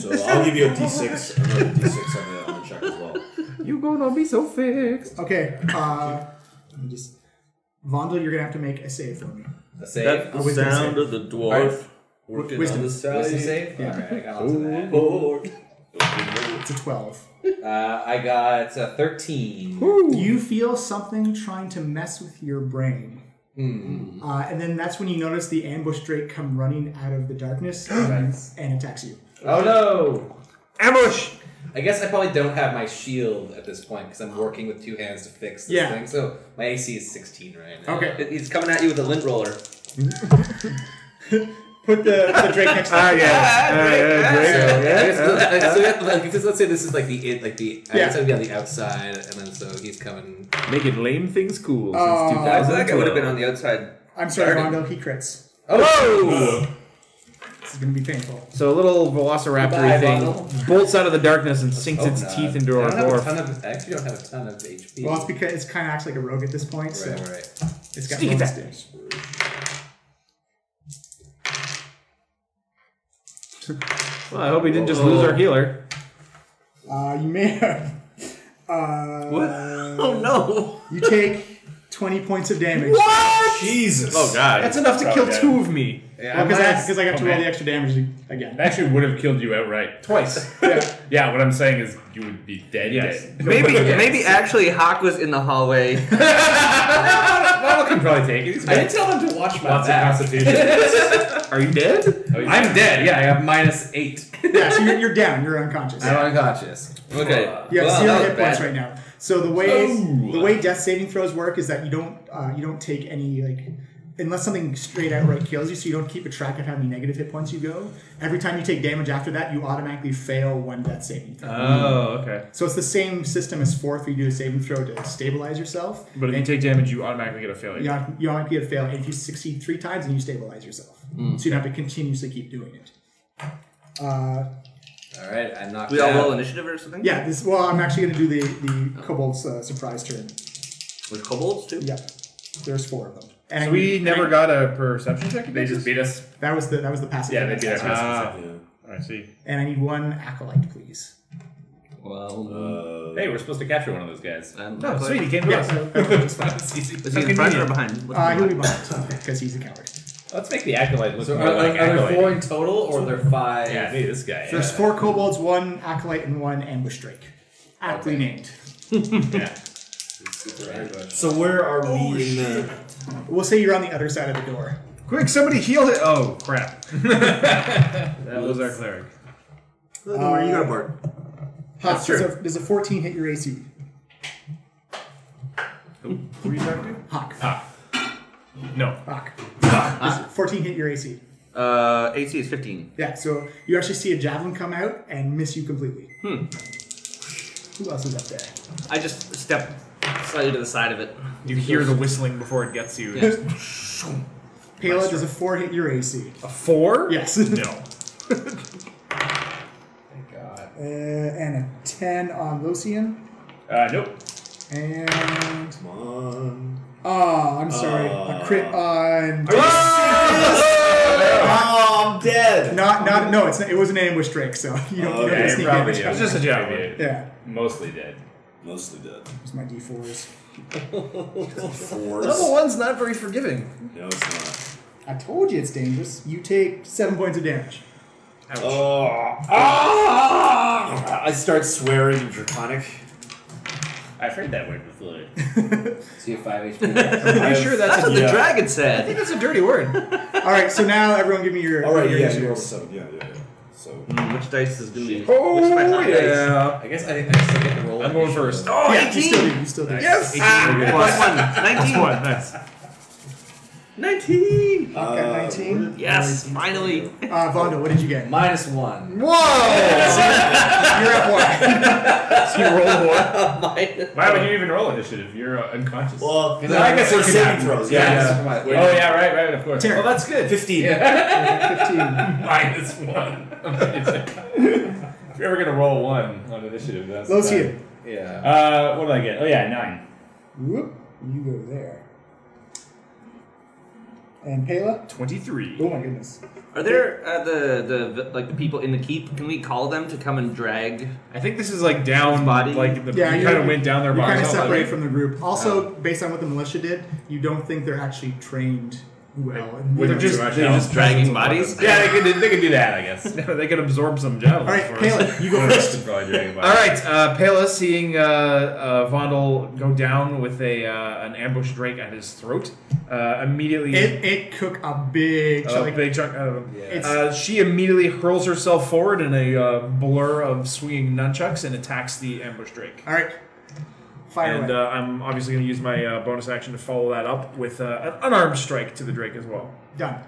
So I'll give you a d6, another d6 on the, on the check as well.
You gonna be so fixed.
okay. Uh, let me just. Vondel, you're gonna have to make a save for me.
A save.
That's the
wisdom
sound of the dwarf.
W-
working
wisdom.
on the
Wisdom
side.
save? Alright, I got onto that.
It's a twelve.
Uh, I got uh, 13.
You feel something trying to mess with your brain.
Hmm.
Uh, and then that's when you notice the ambush drake come running out of the darkness and, and attacks you.
Oh no! Ambush!
I guess I probably don't have my shield at this point because I'm working with two hands to fix this
Yeah.
thing. So my AC is 16 right now.
Okay.
He's coming at you with a lint roller.
Put the, the drake next to
Ah yeah. Ah, yeah,
So,
great.
I guess- I- so that- like, because let's say this is like the it, like the I guess
Yeah.
I'd be on the outside, and then so he's coming.
Making lame things cool
Oh.
since
I feel
2000.
like I would have been on the outside.
I'm sorry,
Darn it.
Rondo, he crits.
Whoa!
This is going to be painful.
So a little velociraptor
Goodbye,
thing
Ronald.
bolts out of the darkness and sinks
Oh,
its
God.
teeth into
I
our
don't have a
dwarf.
ton of. I actually don't have a ton of HP.
Well, it's because it's kind of acts like a rogue at this point, so
right, right.
it's got
Sneak
bonus
attack.
damage.
Well, I hope we didn't just lose
Oh.
our healer.
Uh, you may have. Uh,
Oh no!
You take 20 points of damage.
Jesus.
Oh God!
That's enough to
Probably
kill
dead.
two of me.
Yeah,
Because Uh, I, because I got to
Oh,
roll
man.
the extra damage again.
That actually would have killed you outright twice.
Yeah.
yeah, what I'm saying is you would be dead. Yes.
Maybe, maybe actually Hawk was in the hallway.
Well, I can probably take it. He's
I
got
didn't tell him to watch my
Lots of
back.
constitution.
Are you dead?
Oh, he's
I'm dead. Yeah, I have minus eight.
yeah, so you're, you're down. You're unconscious.
I'm unconscious.
Okay.
You have
Well,
zero
that was
hit points
bad.
right now. So the way
Oh.
the way death saving throws work is that you don't uh, you don't take any like unless something straight outright kills you, so you don't keep a track of how many negative hit points you go. Every time you take damage after that, you automatically fail one death saving
Uh.
throw.
Oh, okay.
so it's the same system as fourth, where you do a saving throw to stabilize yourself.
But if you take damage, you automatically get a failure.
You aren't- you automatically get a fail, and if you succeed three times, then you stabilize yourself. So you don't have to continuously keep doing it. Uh,
All right, I knocked.
We all
out.
roll initiative or something?
Yeah, this. Well, I'm actually going to do the the kobold's uh, surprise turn.
With kobolds too.
Yep. There's four of them.
So we never got a perception check.
They just beat us.
That was the that was the passive.
Yeah, they beat
Ah.
us.
defense.
I see.
And I need one acolyte, please.
Uh,
um,
Well,
hey, we're supposed to capture one of those guys.
No, so he came to us.
Is
he in front or
behind?
Uh, he'll be behind because he's a coward.
Let's make the acolyte look
So
more
are,
like
are there
acolyte.
four in total, or are there five?
Yeah, me, this guy.
There's four kobolds, one acolyte, and one ambush drake. Aptly named.
yeah.
So where are we in the?
We'll say you're on the other side of the door.
Quick, somebody heal it! Oh crap! that was our cleric.
Where you got Bart?
Huff, does a, does a 14 hit your AC?
Who are you talking
Hawk.
No.
Hawk. Does 14 hit your AC?
Uh, AC is 15.
Yeah, so you actually see a javelin come out and miss you completely.
Hmm.
Who else is up there?
I just step slightly to the side of it.
You hear the whistling before it gets you.
Yeah.
Pala, does a 4 hit your AC?
A four?
Yes.
No.
Uh, and a 10 on Lucian.
Uh, nope.
And.
Come on.
Oh, I'm sorry. a crit on.
Oh, I'm dead.
Not, not, no, it's not, it was an ambush drake, so you don't, you don't
Okay,
sneak
probably,
in.
yeah.
It's just a javelin.
Maybe it-
Yeah.
Mostly dead.
Mostly dead.
It's my d4s.
Fours.
Level one's not very forgiving.
No, it's
I told you it's dangerous. You take 7 points of damage.
not. Oh. Ah! I start swearing in Draconic.
I've heard that word before.
So you have five HP.
Are you sure that's,
That's what
a,
the
Yeah.
dragon
I think
said.
that's a dirty word.
All right, so now everyone give me your.
All right,
your
yeah,
initiatives.
you rolled a seven. Yeah, yeah, yeah. So
Hmm, Which dice is gonna be?
Oh,
which am I on dice?
yeah.
I guess I, I still get to roll.
I'm going first.
Oh,
Yeah, you still
18!
do. You still do.
Yes!
Plus one. 19.
One, nice.
19!
Hawk got 19.
Yes, finally.
Uh, Vondo, what did you get?
Minus one.
You're at one.
You roll one.
Why would you even roll initiative? You're uh, unconscious.
Well,
I guess
we're
it's
saving throws. Yeah,
Yeah.
yeah.
oh yeah, right, right, of course.
Terry.
Well, that's good.
Fifteen.
Fifteen.
Minus one. Amazing. if you're ever gonna roll one on initiative, that's the
Losian.
time.
Yeah.
Uh, what did I get? Oh yeah, nine.
Whoop. You go there. And Pela.
Twenty-three.
Oh my goodness.
Are there uh, the the like the people in the keep? Can we call them to come and drag? Um,
I think this is like down,
Body.
like the,
Yeah,
you
you're-
kind of went down there
You're
by
kind of
yourself,
separated
like,
from the group. Also, based on what the militia did, you don't think they're actually trained well. And
They're
you-
just,
all
they're
No.
just
Dragging bodies?
Yeah, they could, they could do that, I guess.
they could absorb some javelin.
right,
for us.
Pela, you go first.
All right, uh, Pela, seeing uh, uh, Vondel go down with a uh, an ambush drake at his throat, uh, immediately
It it cook a big
a
chunk.
big chunk out of him.
Yeah.
Uh, she immediately hurls herself forward in a uh, blur of swinging nunchucks and attacks the ambush drake.
All right, fire
And
away.
uh, I'm obviously going to use my uh, bonus action to follow that up with uh, an unarmed strike to the drake as well.
Done.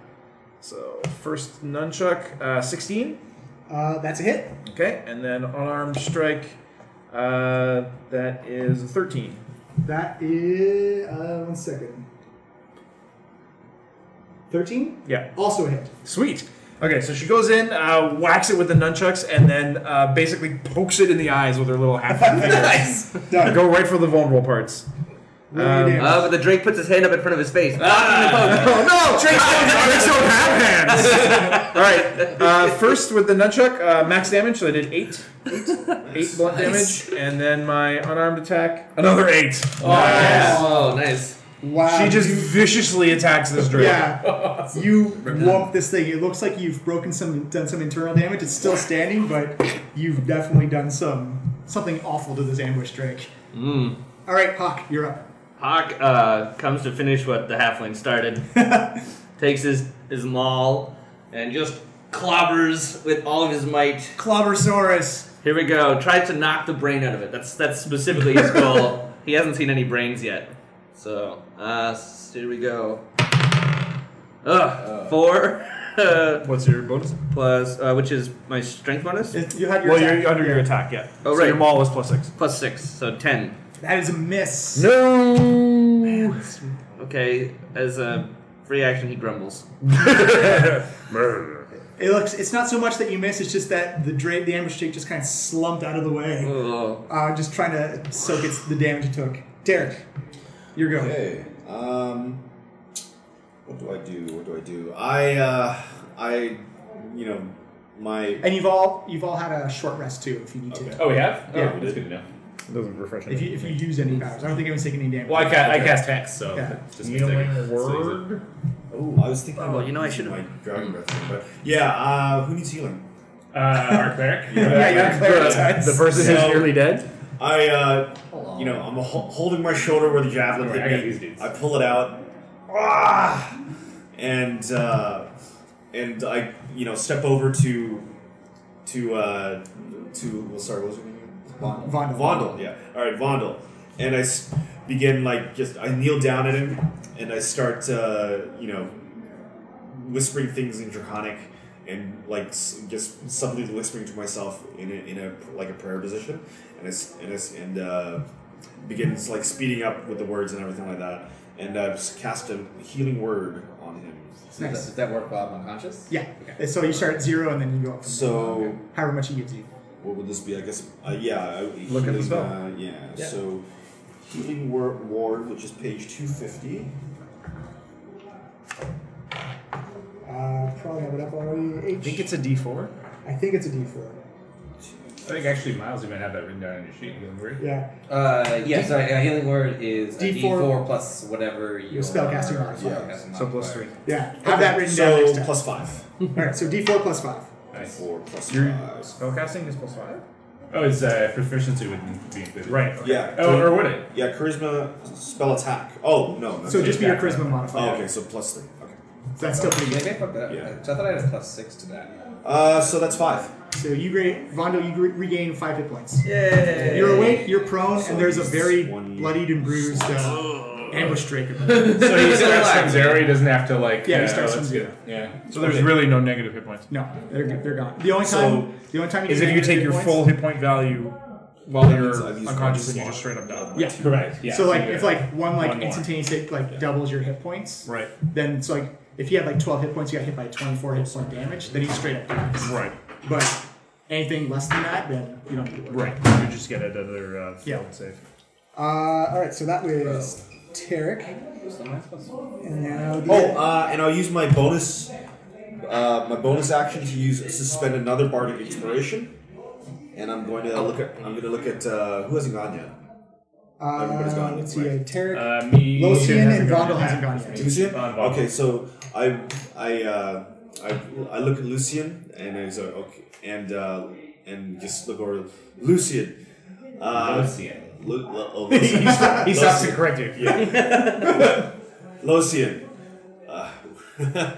So first nunchuck, uh, 16.
Uh, that's a hit.
Okay, and then unarmed strike. Uh, that is 13.
That is uh, one second. Thirteen.
Yeah.
Also a hit.
Sweet. Okay, so she goes in, uh, whacks it with the nunchucks, and then uh, basically pokes it in the eyes with her little half finger. nice.
Done.
Go right for the vulnerable parts.
Roll your
Um,
damage.
Uh, but the drake puts his hand up in front of his face.
Oh no! Drakes don't, drakes don't have hands. All right. Uh, first with the nunchuck, uh, max damage. So I did eight, eight blunt damage, and then my unarmed attack, another eight.
Oh, nice.
wow.
She just
you-
viciously attacks this drake.
Yeah, you whomped this thing. It looks like you've broken some, done some internal damage. It's still standing, but you've definitely done some something awful to this ambush drake.
Mm.
All right, Hawk, you're up.
Hawk uh, comes to finish what the halfling started, takes his his maul, and just clobbers with all of his might.
Clobbersaurus.
Here we go. Tries to knock the brain out of it. That's that's specifically his goal. he hasn't seen any brains yet, so uh, s- here we go. Ugh, four uh,
What's your bonus?
plus, uh, which is my strength bonus
It- You had your
Well,
attack.
you're under your attack, yeah.
Oh,
so
right.
Your maul is plus six.
plus six, so ten.
That is a miss.
No.
Okay, as a free action, he grumbles.
It looks. It's not so much that you miss. It's just that the dra- the ambush stick just kind of slumped out of the way, uh, just trying to soak its the damage it took. Derek, you're going.
Okay. Um, what do I do? What do I do? I, uh, I, you know, my.
And you've all you've all had a short rest too, if you need to.
Oh, we have? Oh,
Yeah,
that's good to know.
Doesn't refresh
If you if you use any
Mm.
powers, I don't think anyone's taking any damage.
Well, I, ca- I
Okay.
cast hex, so
Yeah.
it just
You
means
know
I
when
can
the
still use
word-
it.
Oh, I was thinking.
Oh,
about
you know, I
using
should've-
My dragon breath, thing, but yeah. Uh, who needs healing?
Uh, our cleric.
Yeah,
Yeah,
you're
the-
cleric.
the person who's nearly
dead.
I, uh, you know, I'm hol- holding my shoulder where the javelin
Don't worry,
hit
I got
me.
these dudes.
I pull it out, ah, and uh, and I, you know, step over to to uh, to well, sorry, what was her name? Vondel.
Vondel.
yeah. All right, Vondel. And I s- begin like just I kneel down at him and I start, uh, you know, whispering things in draconic and like s- just suddenly whispering to myself in a, in a like a prayer position and it's and it's and uh, begins like speeding up with the words and everything like that and uh, just cast a healing word on him
Nice.
Does that work while I'm unconscious?
Yeah. So you start at zero and then you go up. From
so
there, however much he gives you.
what would this be I guess uh, yeah I-
Look at the
healing,
spell.
uh, yeah.
Yeah.
so healing word ward which is page 250
Uh, probably have it up already. I think
it's a D4.
I think it's a D4.
I think actually, Miles, you might have that written down on your sheet. Don't worry.
Yeah.
Uh, yeah, sorry, a healing word is d
D4
D4, plus whatever your,
spellcasting modifier.
spellcasting
So plus
modifier.
Yeah. Have that written down next time.
plus five
All right. So D4 plus five.
Nice.
Four plus
Your
five.
spellcasting is plus five.
Oh, it's uh, proficiency wouldn't be included. Right.
Yeah.
Oh, or would it?
Yeah, charisma, spell attack. Oh no. no
So just be your
attack.
charisma modifier.
Oh, okay, so plus three. Okay.
So that's still pretty
Maybe
good.
I fucked that up.
Yeah.
So I thought I had a plus six to that.
Uh, so that's five.
So you re- Vondo, you re- regain five hit points.
Yay!
You're awake. You're prone,
So
and there's a
he's
very
one-
bloodied and bruised uh, ambush drake.
So he starts from zero. He doesn't have to like.
Yeah, he
uh,
starts
let's
from
get-
zero.
Yeah.
So there's really no negative hit points.
No, they're, they're gone. The only time,
So,
the only time you
Is
get
if you
negative
take
hit
your
points-
full hit point value while
That means
you're
I've used
unconscious
one
and you just
slot.
straight up die.
Yeah.
Correct. Yeah.
so like,
you
if
do it.
like one like
One more.
instantaneous hit like doubles your hit points,
Right.
then it's like if you had like 12 hit points, you got hit by 24 hit point damage, then you straight up dies.
Right.
But anything less than that, then you don't need to worry.
Right. You just get another uh,
Yeah.
failed save.
Uh, all right, so that was Tarek. And now the
Oh, uh, and I'll use my bonus, uh, my bonus action to use suspend another bardic inspiration, and I'm going to look at. I'm going to look at uh, who hasn't gone yet.
uh,
everybody's gone,
Let's see,
right.
uh, Tarek,
Uh, me.
Locian,
hasn't
and
gone
Vondel
yet.
hasn't gone yet.
Lucian.
On Vondel.
Okay, so I I uh, I, I look at Lucian and I say okay, and uh, and just look over Lucian. Uh,
Locian.
Lu- Lu- oh, Lucian.
He stops to
Lucian.
correct you.
Losian, uh,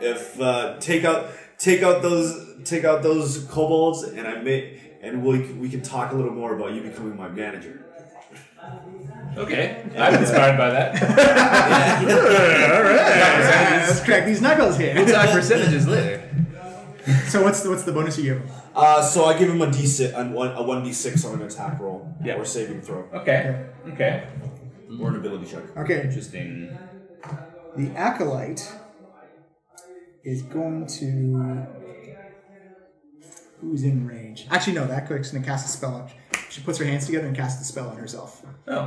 if uh, take out take out those take out those kobolds, and I may and we we can talk a little more about you becoming my manager.
Okay. I'm inspired by that.
Yeah, let's crack these knuckles here.
Talk percentages later.
so what's the, what's the bonus you give him?
Uh, so I give him a d six a one d six on an attack roll
Yeah.
or saving throw
Okay. Okay.
or an ability check.
Okay,
Interesting.
the acolyte is going to. Who's in range? Actually, no, the acolyte's going to cast a spell. on- She puts her hands together and casts a spell on herself.
Oh.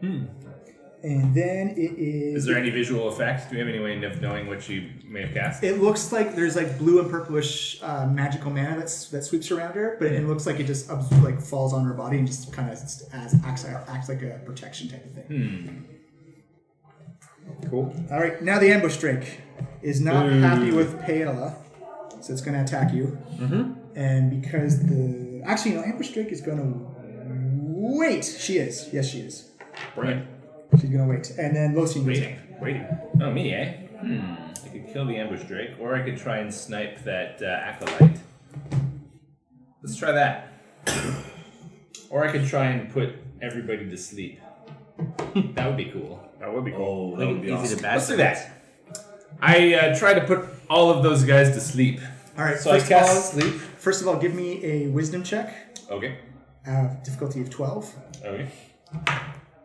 And then it is.
Is there any visual effect? Do we have any way of knowing what she may have cast?
It looks like there's like blue and purplish uh, magical mana that's that sweeps around her, but
Mm-hmm.
it looks like it just abs- like falls on her body and just kind of as acts, acts like a protection type of thing.
Cool.
Hmm.
All right, now the ambush drake is not happy with Paella, so it's going to attack you. Mm-hmm. And because the actually, no, ambush drake is going to wait. She is. Yes, she is.
Right.
She's going to wait, and then Losian goes
Waiting.
up.
Waiting. Oh, me, eh? Hmm. I could kill the ambush drake, or I could try and snipe that uh, acolyte. Let's try that. or I could try and put everybody to sleep. that would be cool.
That would be cool.
Oh, that would be awesome.
Let's do that. I uh, tried to put all of those guys to sleep.
All right,
So I
first, of all,
cast sleep.
first of all, give me a wisdom check,
Okay.
uh, difficulty of twelve.
Okay.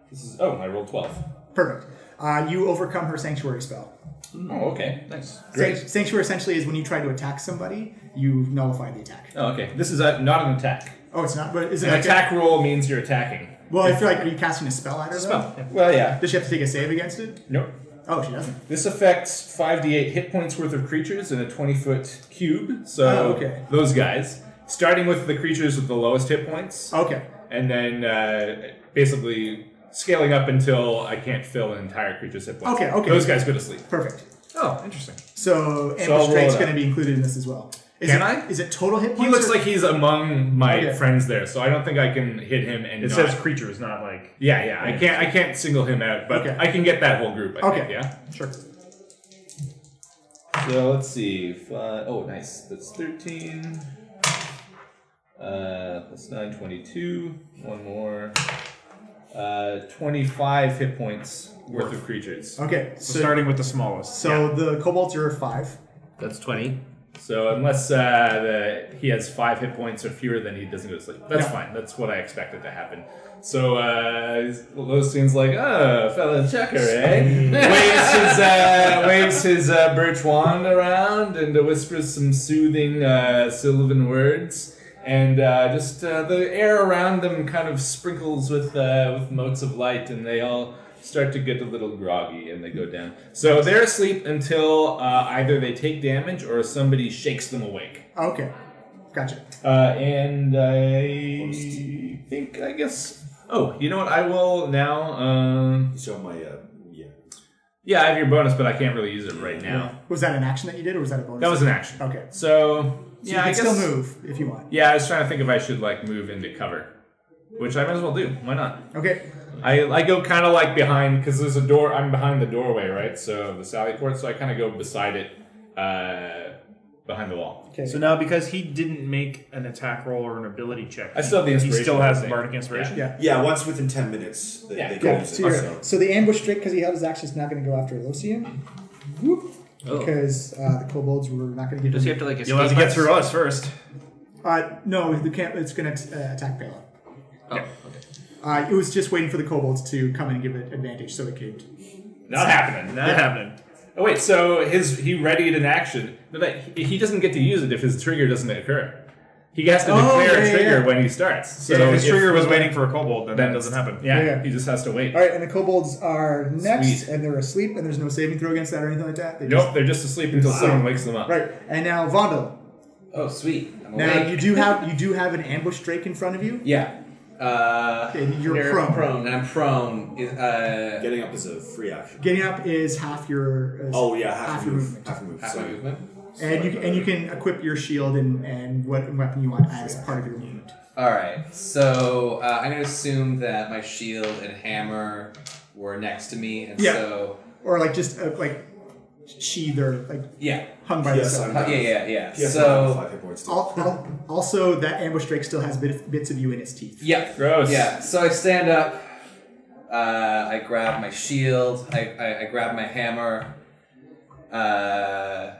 This is oh, I rolled twelve.
Perfect. Uh, you overcome her sanctuary spell.
Oh, okay. Nice.
Great. Sanctuary essentially is when you try to attack somebody, you nullify the attack.
Oh, okay. This is a, not an attack.
Oh, it's not. But is it
an
like a-
attack roll means you're attacking.
Well, I feel like are you casting a spell at her?
Spell.
Though?
Well, yeah.
Does she have to take a save against it?
Nope.
Oh, she doesn't.
This affects 5d8 hit points worth of creatures in a 20 foot cube. So
Oh, okay.
those guys, starting with the creatures with the lowest hit points.
Okay.
And then uh, basically scaling up until I can't fill an entire creature's hit points.
Okay, okay.
Those guys go to sleep.
Perfect.
Oh, interesting.
So
So I'll
ambush
roll
straight's
it
going to
up.
be included in this as well. Is
Can
it,
I?
Is it total hit
He
points?
looks
or-
like he's among my
Okay.
friends there, so I don't think I can hit him. And
It
not-
says creatures, not like.
Yeah, yeah. I can't. I can't single him out, but
Okay.
I can get that whole group. I
Okay.
Think, yeah.
Sure.
So let's see. Five, oh, nice. That's 13. Uh, that's 9, 22. One more. Uh, 25 hit points worth of creatures.
Okay,
So starting with the smallest.
So the kobolds are five.
That's 20. So unless uh, the, he has 5 hit points or fewer, then he doesn't go to sleep. That's
Yeah.
fine. That's what I expected to happen. So uh, Lostin's like, oh, fellow checker, eh? waves his uh, waves his uh, birch wand around and uh, whispers some soothing uh, Sylvan words, and uh, just uh, the air around them kind of sprinkles with uh, with motes of light, and they all start to get a little groggy and they go down. So they're asleep until uh, either they take damage or somebody shakes them awake.
Okay. Gotcha.
Uh, and I think I guess. Oh, you know what? I will now. Um,
Show my uh, yeah.
Yeah, I have your bonus, but I can't really use it right now.
Was that an action that you did, or was that a bonus?
That was an action.
Okay.
So
So
yeah,
you
I
can
guess.
still move if you want.
Yeah, I was trying to think if I should like move into cover, which I might as well do. Why not?
Okay.
I, I go kind of like behind because there's a door. I'm behind the doorway, right? So the sally port. So I kind of go beside it, uh, behind the wall.
So now, because he didn't make an attack roll or an ability check,
I still have the
He
inspiration
still has
thing.
the bardic inspiration.
Yeah.
Yeah, once within ten minutes, they,
Yeah,
they
Cool.
can use
So,
it.
you're-
So.
so the ambush trick, because he held his action, is not going to go after Elosian. Whoop.
Oh.
Because uh, the kobolds were not going to give
Does he
him-
have to like escape?
You'll have to get
us?
through us first.
Uh, no, the camp, it's going to uh, attack Pela.
Oh, okay.
Uh, it was just waiting for the kobolds to come in and give it advantage, so it caved.
Not happening. Not
happening.
Oh wait, so his he readied an action, but like, he doesn't get to use it if his trigger doesn't occur. He has to
Oh,
declare
yeah,
a
yeah,
trigger
yeah.
when he starts. So
So if his trigger was
waiting.
waiting for a kobold, then that doesn't happen.
Yeah,
Yeah.
he just has to wait.
All right, and the kobolds are next,
Sweet.
and they're asleep, and there's no saving throw against that or anything like that. They
Nope, they're just asleep until someone wakes them up.
Just, right, and now Vondel.
Oh, sweet. I'm
Now
awake.
you do have you do have an ambush drake in front of you.
Yeah. Uh,
And you're
they're
prone.
and I'm prone. Is- Uh,
Getting up is a free action.
Getting up is half your is
Oh yeah, half,
half
a
your
move,
movement.
half a move.
half
so-
my movement.
And you and you can equip your shield and, and what weapon you want as part of your movement.
All right. So uh, I'm gonna assume that my shield and hammer were next to me, and
Yeah.
so
Or like just uh, like sheath or like
yeah,
hung by
Yes,
the
I'm-
Uh, yeah, yeah, yeah.
Yes,
so
five hit points.
al Also, that ambush drake still has bit bits of you in its teeth.
yeah,
Gross.
Yeah. So I stand up. Uh, I grab my shield. I, I, I grab my hammer. Uh,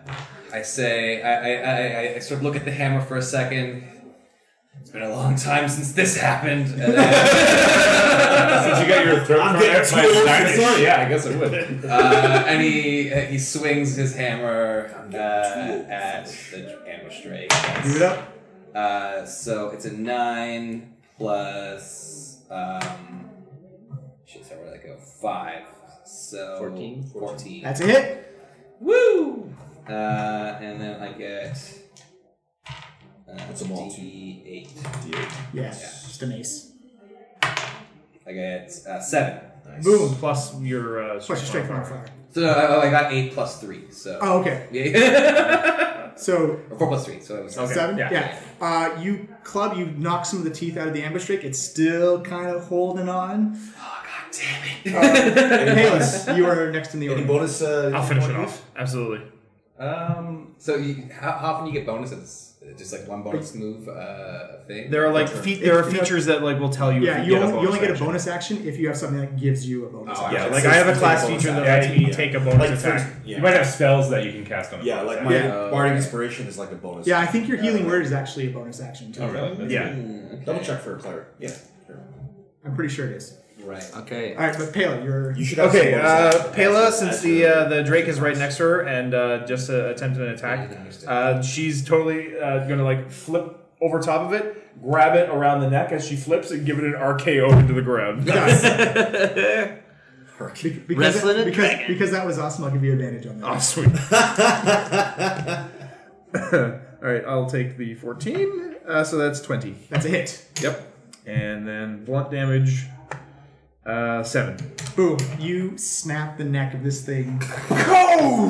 I say I, I, I, I sort of look at the hammer for a second. It's been a long time since this happened. And then-
Since you got your throat torn out by a dinosaur, yeah, I guess it would.
uh, and he uh, he swings his hammer uh, at the ambush drake.
Give it up.
Uh, so it's a nine plus. Um, shit, sorry, where did I go? Five. So
14?
14.
That's a hit.
Woo! Uh, and then I get. Uh, That's a D8.
Yeah, just an ace.
I get uh, seven.
Boom. Plus your uh,
Plus your strength modifier.
So oh, I, I got eight plus three. So.
Oh, okay.
Yeah.
So
or four plus three. So it was
Seven?
yeah.
Uh, you club, you knock some of the teeth out of the ambush trick. It's still kind of holding on.
Oh, God damn it.
Uh, Halas, you are next in the
Any
order.
bonus? Uh,
I'll finish it
bonus?
off. Absolutely.
Um. So you, how, how often you get bonuses? Just like one bonus move, uh, thing.
There are like fe- there are features that like will tell you.
Yeah,
if
you,
you, get
only,
a
you only get a
action.
bonus action if you have something that gives you a bonus.
Oh,
action.
Yeah,
Yeah,
like
so
I have a
it's
class
bonus
feature that
action.
lets me
Yeah.
take a bonus
Like, for
attack.
ex- yeah.
You might have spells that you can cast on.
Yeah, like
bonus
my
action.
Yeah.
bardic inspiration is like a bonus.
Yeah, I think your healing word is actually a bonus action too. Mm,
Oh really? That's
Yeah.
good.
Hmm, okay.
Double check for a cleric. Yeah.
I'm pretty sure it is.
Right. Okay.
All right, but Pale, you're
You should have
okay.
some bonus
Uh,
action. Pela, since the uh, the Drake is right next to her and uh, just uh, attempted an attack, uh, she's totally uh, gonna like flip over top of it, grab it around the neck as she flips, and give it an RKO into the ground.
be- because,
Wrestling a
because, because that was awesome. I'll give you advantage on that.
Oh, sweet. All right, I'll take the 14. Uh, so that's 20.
That's a hit.
Yep. And then blunt damage, uh, 7.
Boom! You snap the neck of this thing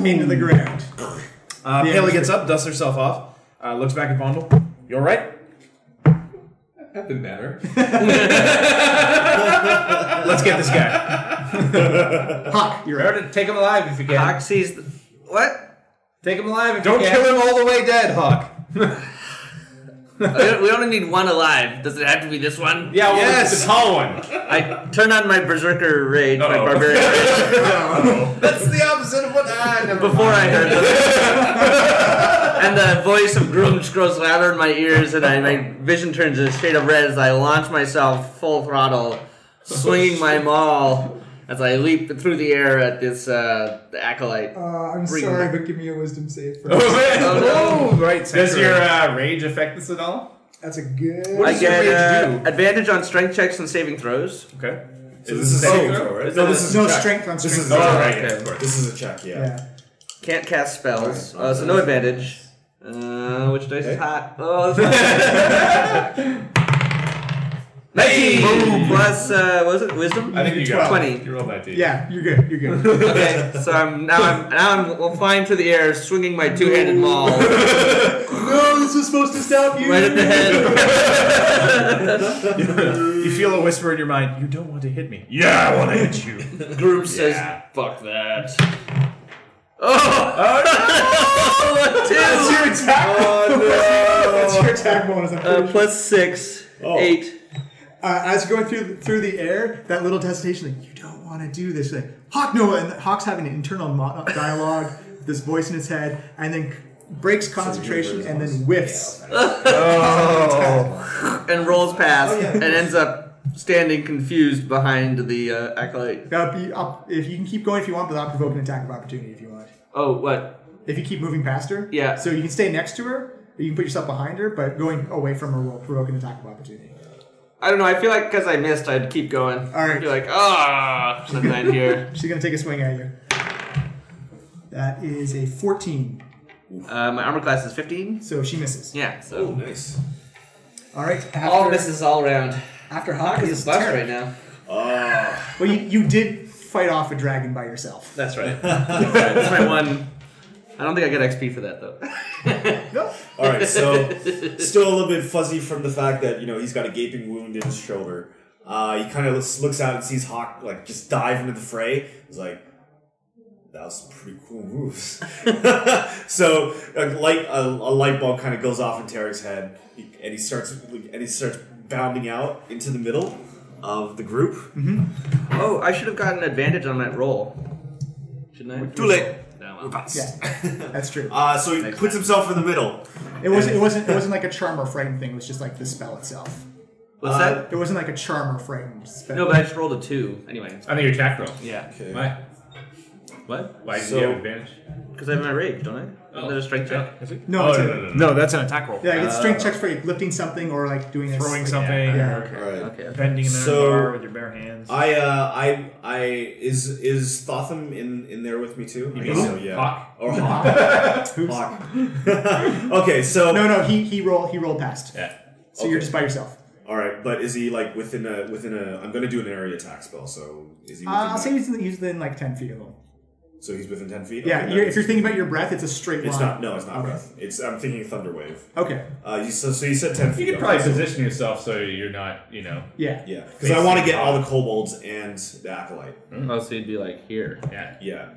into the ground.
Uh,
The
Paley
atmosphere.
gets up, dusts herself off, uh, looks back at Vondel. You alright?
I've been better.
Let's get this guy.
Hawk, you're
Remember to take him alive if you can. Hawk
sees the, what?
Take him alive if
Don't
you can.
kill him all the way dead, Hawk.
we we only need one alive. Does it have to be this one?
Yeah, well, Yes. it's the tall one.
I turn on my berserker rage, my barbarian rage.
That's the opposite of what I never
Before I heard this. and the voice of Grunge grows louder in my ears, and I, my vision turns a shade of red as I launch myself full throttle, swinging my maul as I leap through the air at this uh, the acolyte.
Uh, I'm
Bring
sorry,
it.
but give me a wisdom save. First.
Oh, no.
right.
Does your uh, rage affect this at all?
That's a good.
I get uh, advantage on strength checks and saving throws.
Okay.
So this
Oh.
is a saving throw, right?
No, this is No, strength on
This
strength.
is a
Oh,
check.
okay, of course.
This is a check. Yeah.
Yeah.
Can't cast spells, uh, so no advantage. Uh, which dice is hot? Oh, that's not- Nineteen. Boom. Plus, uh, what was it wisdom?
I think you got it.
twenty.
You rolled that, dude.
Yeah, you're good. You're good.
okay, so I'm now I'm now I'm well, flying through the air, swinging my two-handed maul right
no, this was supposed to stop you.
at the head.
you feel a whisper in your mind, you don't want to hit me.
Yeah, I wanna
hit you.
Group says, "Fuck that." Oh, no! What two?
That's your attack. That's your attack bonus. I'm pretty
Uh, plus six, eight.
uh, as you're going through through the air, that little hesitation, like you don't want to do this. Like Hawk, no, and Hawk's having an internal mo- uh, dialogue, this voice in his head, and then breaks concentration and then whiffs.
and rolls past and ends up standing confused behind the uh, acolyte.
That'd be up if you can keep going if you want, but I'll provoke an attack of opportunity if you want.
Oh, what?
If you keep moving past her,
Yeah.
So you can stay next to her, or you can put yourself behind her, but going away from her will provoke an attack of opportunity.
I don't know. I feel like because I missed, I'd keep going. All
right.
Be like, ah, since I'm here.
She's gonna take a swing at you. That is a 14,
Uh, my armor class is 15.
so she misses.
Yeah. So
nice.
All right. After,
All misses all around.
After
Hawk
Hawk
is a
is
buff
Terra.
right now.
Ah.
Well, you, you did fight off a dragon by yourself.
That's right. That's my one. I don't think I get XP for that though.
All right, so still a little bit fuzzy from the fact that you know he's got a gaping wound in his shoulder. Uh, he kind of looks, looks out and sees Hawk like just dive into the fray. He's like, "That was some pretty cool moves." so a light a, a light bulb kind of goes off in Tarek's head, he, and he starts and he starts bounding out into the middle of the group.
Oh, I should have gotten advantage on that roll. Shouldn't I?
Too late.
No, well.
Yeah, that's true.
Uh, so he puts himself in the middle.
It wasn't. It wasn't. It wasn't like a charm or frightened thing. It was just like the spell itself.
What's that?
It wasn't like a charm or frightened spell.
Uh, No, but I just rolled a two. Anyway.
On the attack roll.
Yeah.
Okay.
Why?
What?
Why did
So-
you have advantage?
Because I have my rage, don't I? Isn't that a strength check?
Is it?
No,
Oh,
it's
no,
a-
no, no, no.
No, that's an attack roll.
Yeah, you get strength checks for like, lifting something or like doing a-
Throwing
like-
something
Yeah.
or
Right.
Okay.
bending an
So-
bar with your bare hands.
I uh I I is is Thotham in in there with me too? I guess so, yeah.
Hawk?
Or Hawk. Hawk. okay, so
No, no. He he rolled. He rolled past.
Yeah.
So you're
Okay.
just by yourself.
all right, but is he like within a within a I'm going to do an area attack spell, so is he within
Uh, I'll say
that-
he's in- he's within like ten feet of him.
So he's within 10 feet.
Yeah.
Okay,
You're,
that-
if you're thinking about your breath, it's a straight
it's
line.
not no, it's not
Okay.
breath. It's I'm thinking thunder wave.
Okay.
Uh you so, so you said 10 feet.
You could
okay,
probably position yourself so you're not, you know.
Yeah.
so- Yeah, cuz I want to get all the kobolds and the acolyte.
Oh, so you'd be like here.
Yeah.
Yeah.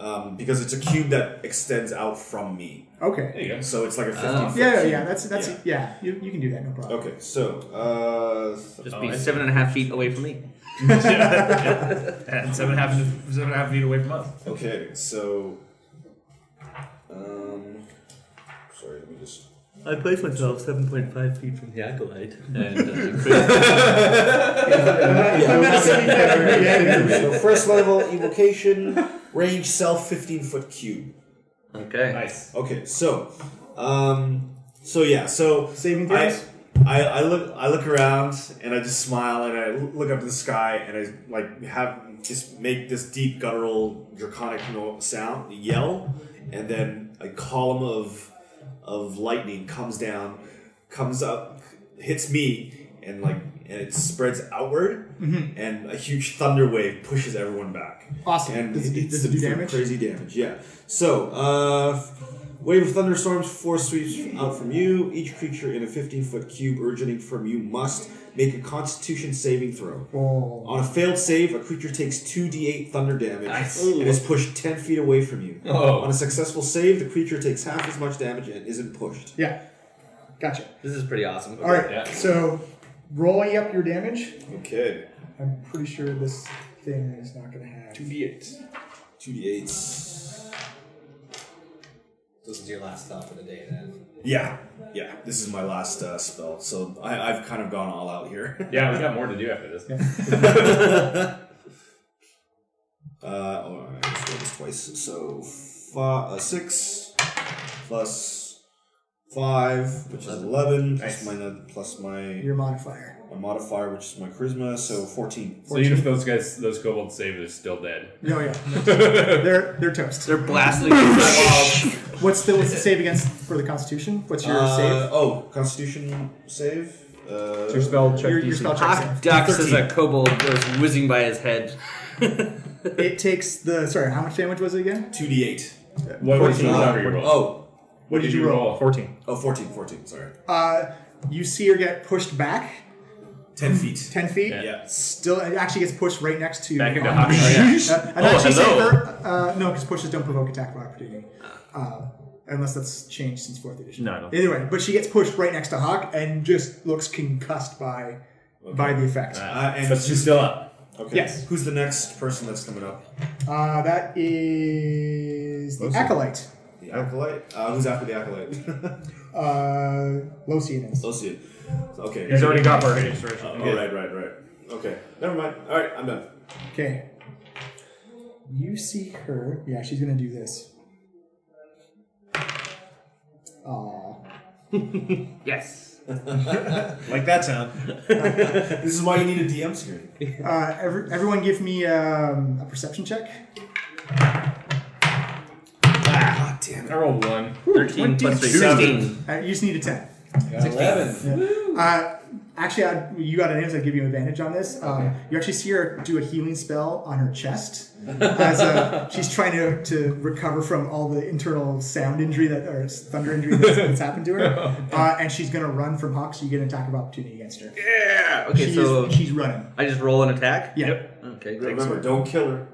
Um, because it's a cube that extends out from me.
Okay.
There you go.
So it's like a 15 foot
Yeah, yeah,
cube.
yeah. That's that's yeah. you, you can do that. No problem.
Okay, so uh,
Just be seven and a half feet away from me.
and seven and a half, seven and a half feet away from us.
okay, so um, sorry, let me just
I place myself 7.5 feet from the acolyte.
uh,
And,
so first level evocation, range self 15 foot cube.
Okay.
Nice. Okay, so, um, so yeah, so saving
throws?
I, I look I look around and I just smile and I look up to the sky and I like have just make this deep guttural draconic no- sound yell and then a column of of lightning comes down comes up hits me and like and it spreads outward
Mhm.
and a huge thunder wave pushes everyone back
Awesome.
and
Does it-
it's
does it do
some
damage?
crazy damage yeah so uh Wave of thunderstorms, four sweeps out from you. Each creature in a 15 foot cube originating from you must make a constitution saving throw.
Oh.
On a failed save, a creature takes 2d8 thunder damage
Nice.
and is pushed 10 feet away from you.
Oh.
On a successful save, the creature takes half as much damage and isn't pushed.
Yeah. Gotcha.
This is pretty awesome.
All right. So roll you up your damage.
Okay.
I'm pretty sure this thing is not going to have
2d8. 2d8.
This is your last thought for the day then.
Yeah. Yeah. This is my last uh, spell, so I, I've kind of gone all out here.
Yeah, we got more to do after this.
Uh, all right, let's go this twice. So five, uh, six plus five, which is eleven, plus my nu- plus my
your modifier.
my modifier, which is my charisma, so fourteen.
So even if those guys, those kobolds save, they're still dead.
No, yeah. they're they're toast. They're blasting.
Oh,
what's the what's the save against for the Constitution? What's your
Uh,
save?
Oh, Constitution save. Uh,
It's your spell check Ah, Your- your DC. spell check
Hawk
save.
ducks as a
13.
kobold goes whizzing by his head.
it takes the sorry. How much damage was it again?
Two d eight.
What was the number you rolled?
Oh,
What did you roll?
14. Oh, 14, 14, sorry.
Uh, you see her get pushed back.
10 feet.
10 feet?
Yeah.
Still, it actually gets pushed right next to.
Back into
um,
Hawkeye, yeah.
Uh, and
Oh,
actually,
hello.
save her. Uh, no, because pushes don't provoke attack of opportunity. Uh, unless that's changed since 4th edition.
No, I don't think
Either way, but she gets pushed right next to Hawk and just looks concussed by by the effect.
Uh, and
But she's still up.
Okay.
Yes.
Who's the next person that's coming up?
Uh, that is the
Those-
Acolyte.
The Acolyte? Uh, who's after the Acolyte?
Uh, Locian is.
Locian. Okay.
He's already got
Oh,
Bardic Inspiration.
oh, right, right, right. Okay. Never mind. All right, I'm done.
Okay. You see her. Yeah, she's gonna do this. Aw.
yes.
like that sound. this is why you need a DM screen.
Uh, every, everyone give me um, a perception check.
Ah, damn
I rolled one.
13
plus three.
Uh, you just need a 10.
Got 11.
Yeah. Uh, actually, I, you got an answer. I'll give you an advantage on this. Um, You actually see her do a healing spell on her chest as uh she's trying to, to recover from all the internal sound injury that or thunder injury that's, that's happened to her. Uh, and she's going to run from Hawk, so you get an attack of opportunity against her.
Yeah. Okay,
She
so
is- she's running.
I just roll an attack.
Yeah.
Okay.
Remember,
don't kill her.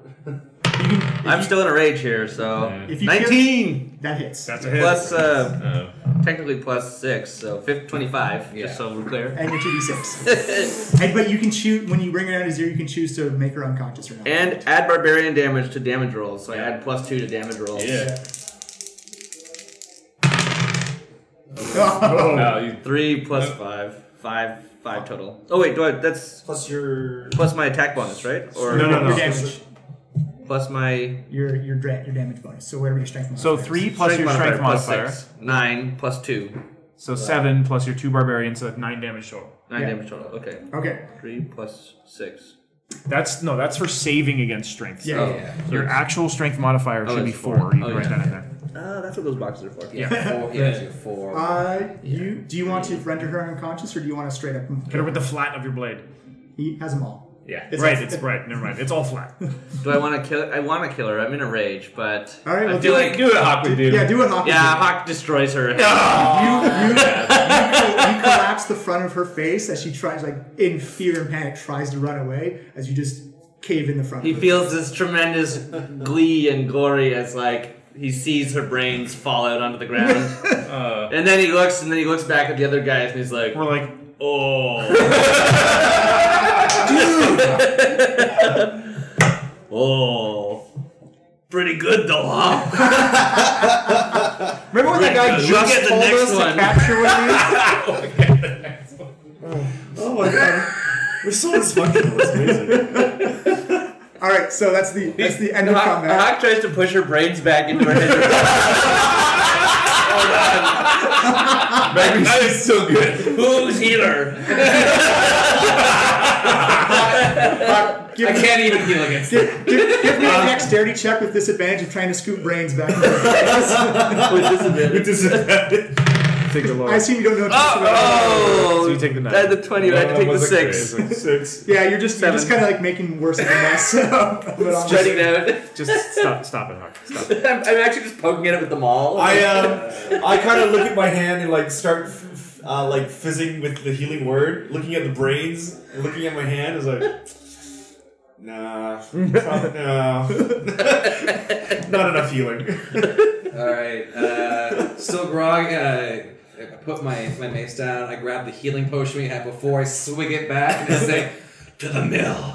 I'm still in a rage here, so
If you
nineteen.
that hits. That's a hit.
Plus, uh, technically plus six, so fif- twenty-five. Just so we're clear.
And your 2d6. and, but you can choose, when you bring her down to zero, you can choose to make her unconscious or not.
And add barbarian damage to damage rolls, so I add plus two to damage rolls.
Yeah.
Oh. No, you-
Three plus five. Five. Five total. Oh wait, do I, that's
plus your
plus my attack bonus, right?
No, no, no. Your damage.
Plus my
Your your, dra- your damage bonus. So whatever your strength modifier
So
is.
three
Plus your
Strength
strength modifier.
modifier plus six. Nine plus two.
So seven plus your two barbarian, so nine damage total.
Nine damage total. Okay.
Okay.
Three plus six.
That's no, that's for saving against strength.
Yeah, yeah, yeah.
Your actual strength modifier
Oh,
should be
it's
four.
four.
You
Oh,
can write
yeah.
that in there.
Uh, that's what those boxes are for.
Yeah. Yeah. Four- yeah, you
four.
Uh, you do you want to render her unconscious or do you want to straight up hit
her with the flat of your blade?
He has them all.
Yeah,
right. It's right. Never mind. It's all flat.
Do I want to kill? I want to kill her. I'm in a rage, but
All right,
I
well,
feel
do
like
it- do what Hawk would do. Yeah, do what Hawk would
Yeah,
do.
Hawk destroys her.
You, you, you collapse the front of her face as she tries, like in fear and panic, tries to run away as you just cave in the front.
He
of her.
feels this tremendous glee and glory as like he sees her brains fall out onto the ground, and then he looks, and then he looks back at the other guys, and he's like,
"We're like,
oh, oh, pretty good though, huh?
Remember when that guy
We'll get
just
the
told
next
us
one.
to capture with you?
Oh my god. We're so dysfunctional. It's amazing.
All right, so that's the that's the end of
Hawk,
combat.
Hawk tries to push her brains back into her head.
That guy is so good. Who's healer?
Give
I
me,
can't even heal against it.
give, give, give me a dexterity check with disadvantage of trying to scoop brains back.
With disadvantage.
Take the lower.
I assume you don't know just
Oh,
So you take the nine.
I had the 20, but I had to take the 6.
Six.
Yeah, you're just you're just kind of like making worse of a mess. of it all.
Shutting down.
Just stop, stop it, Hawk. Stop it.
I'm, I'm actually just poking at it with the maul.
I um, I kind of look at my hand and like start f- f- uh, like fizzing with the healing word, looking at the brains, and looking at my hand is like, nah, prob- no, not enough healing.
All right. Uh, still grog. Uh, I put my, my mace down. I grab the healing potion we had before. I swing it back and I say, "To the mill."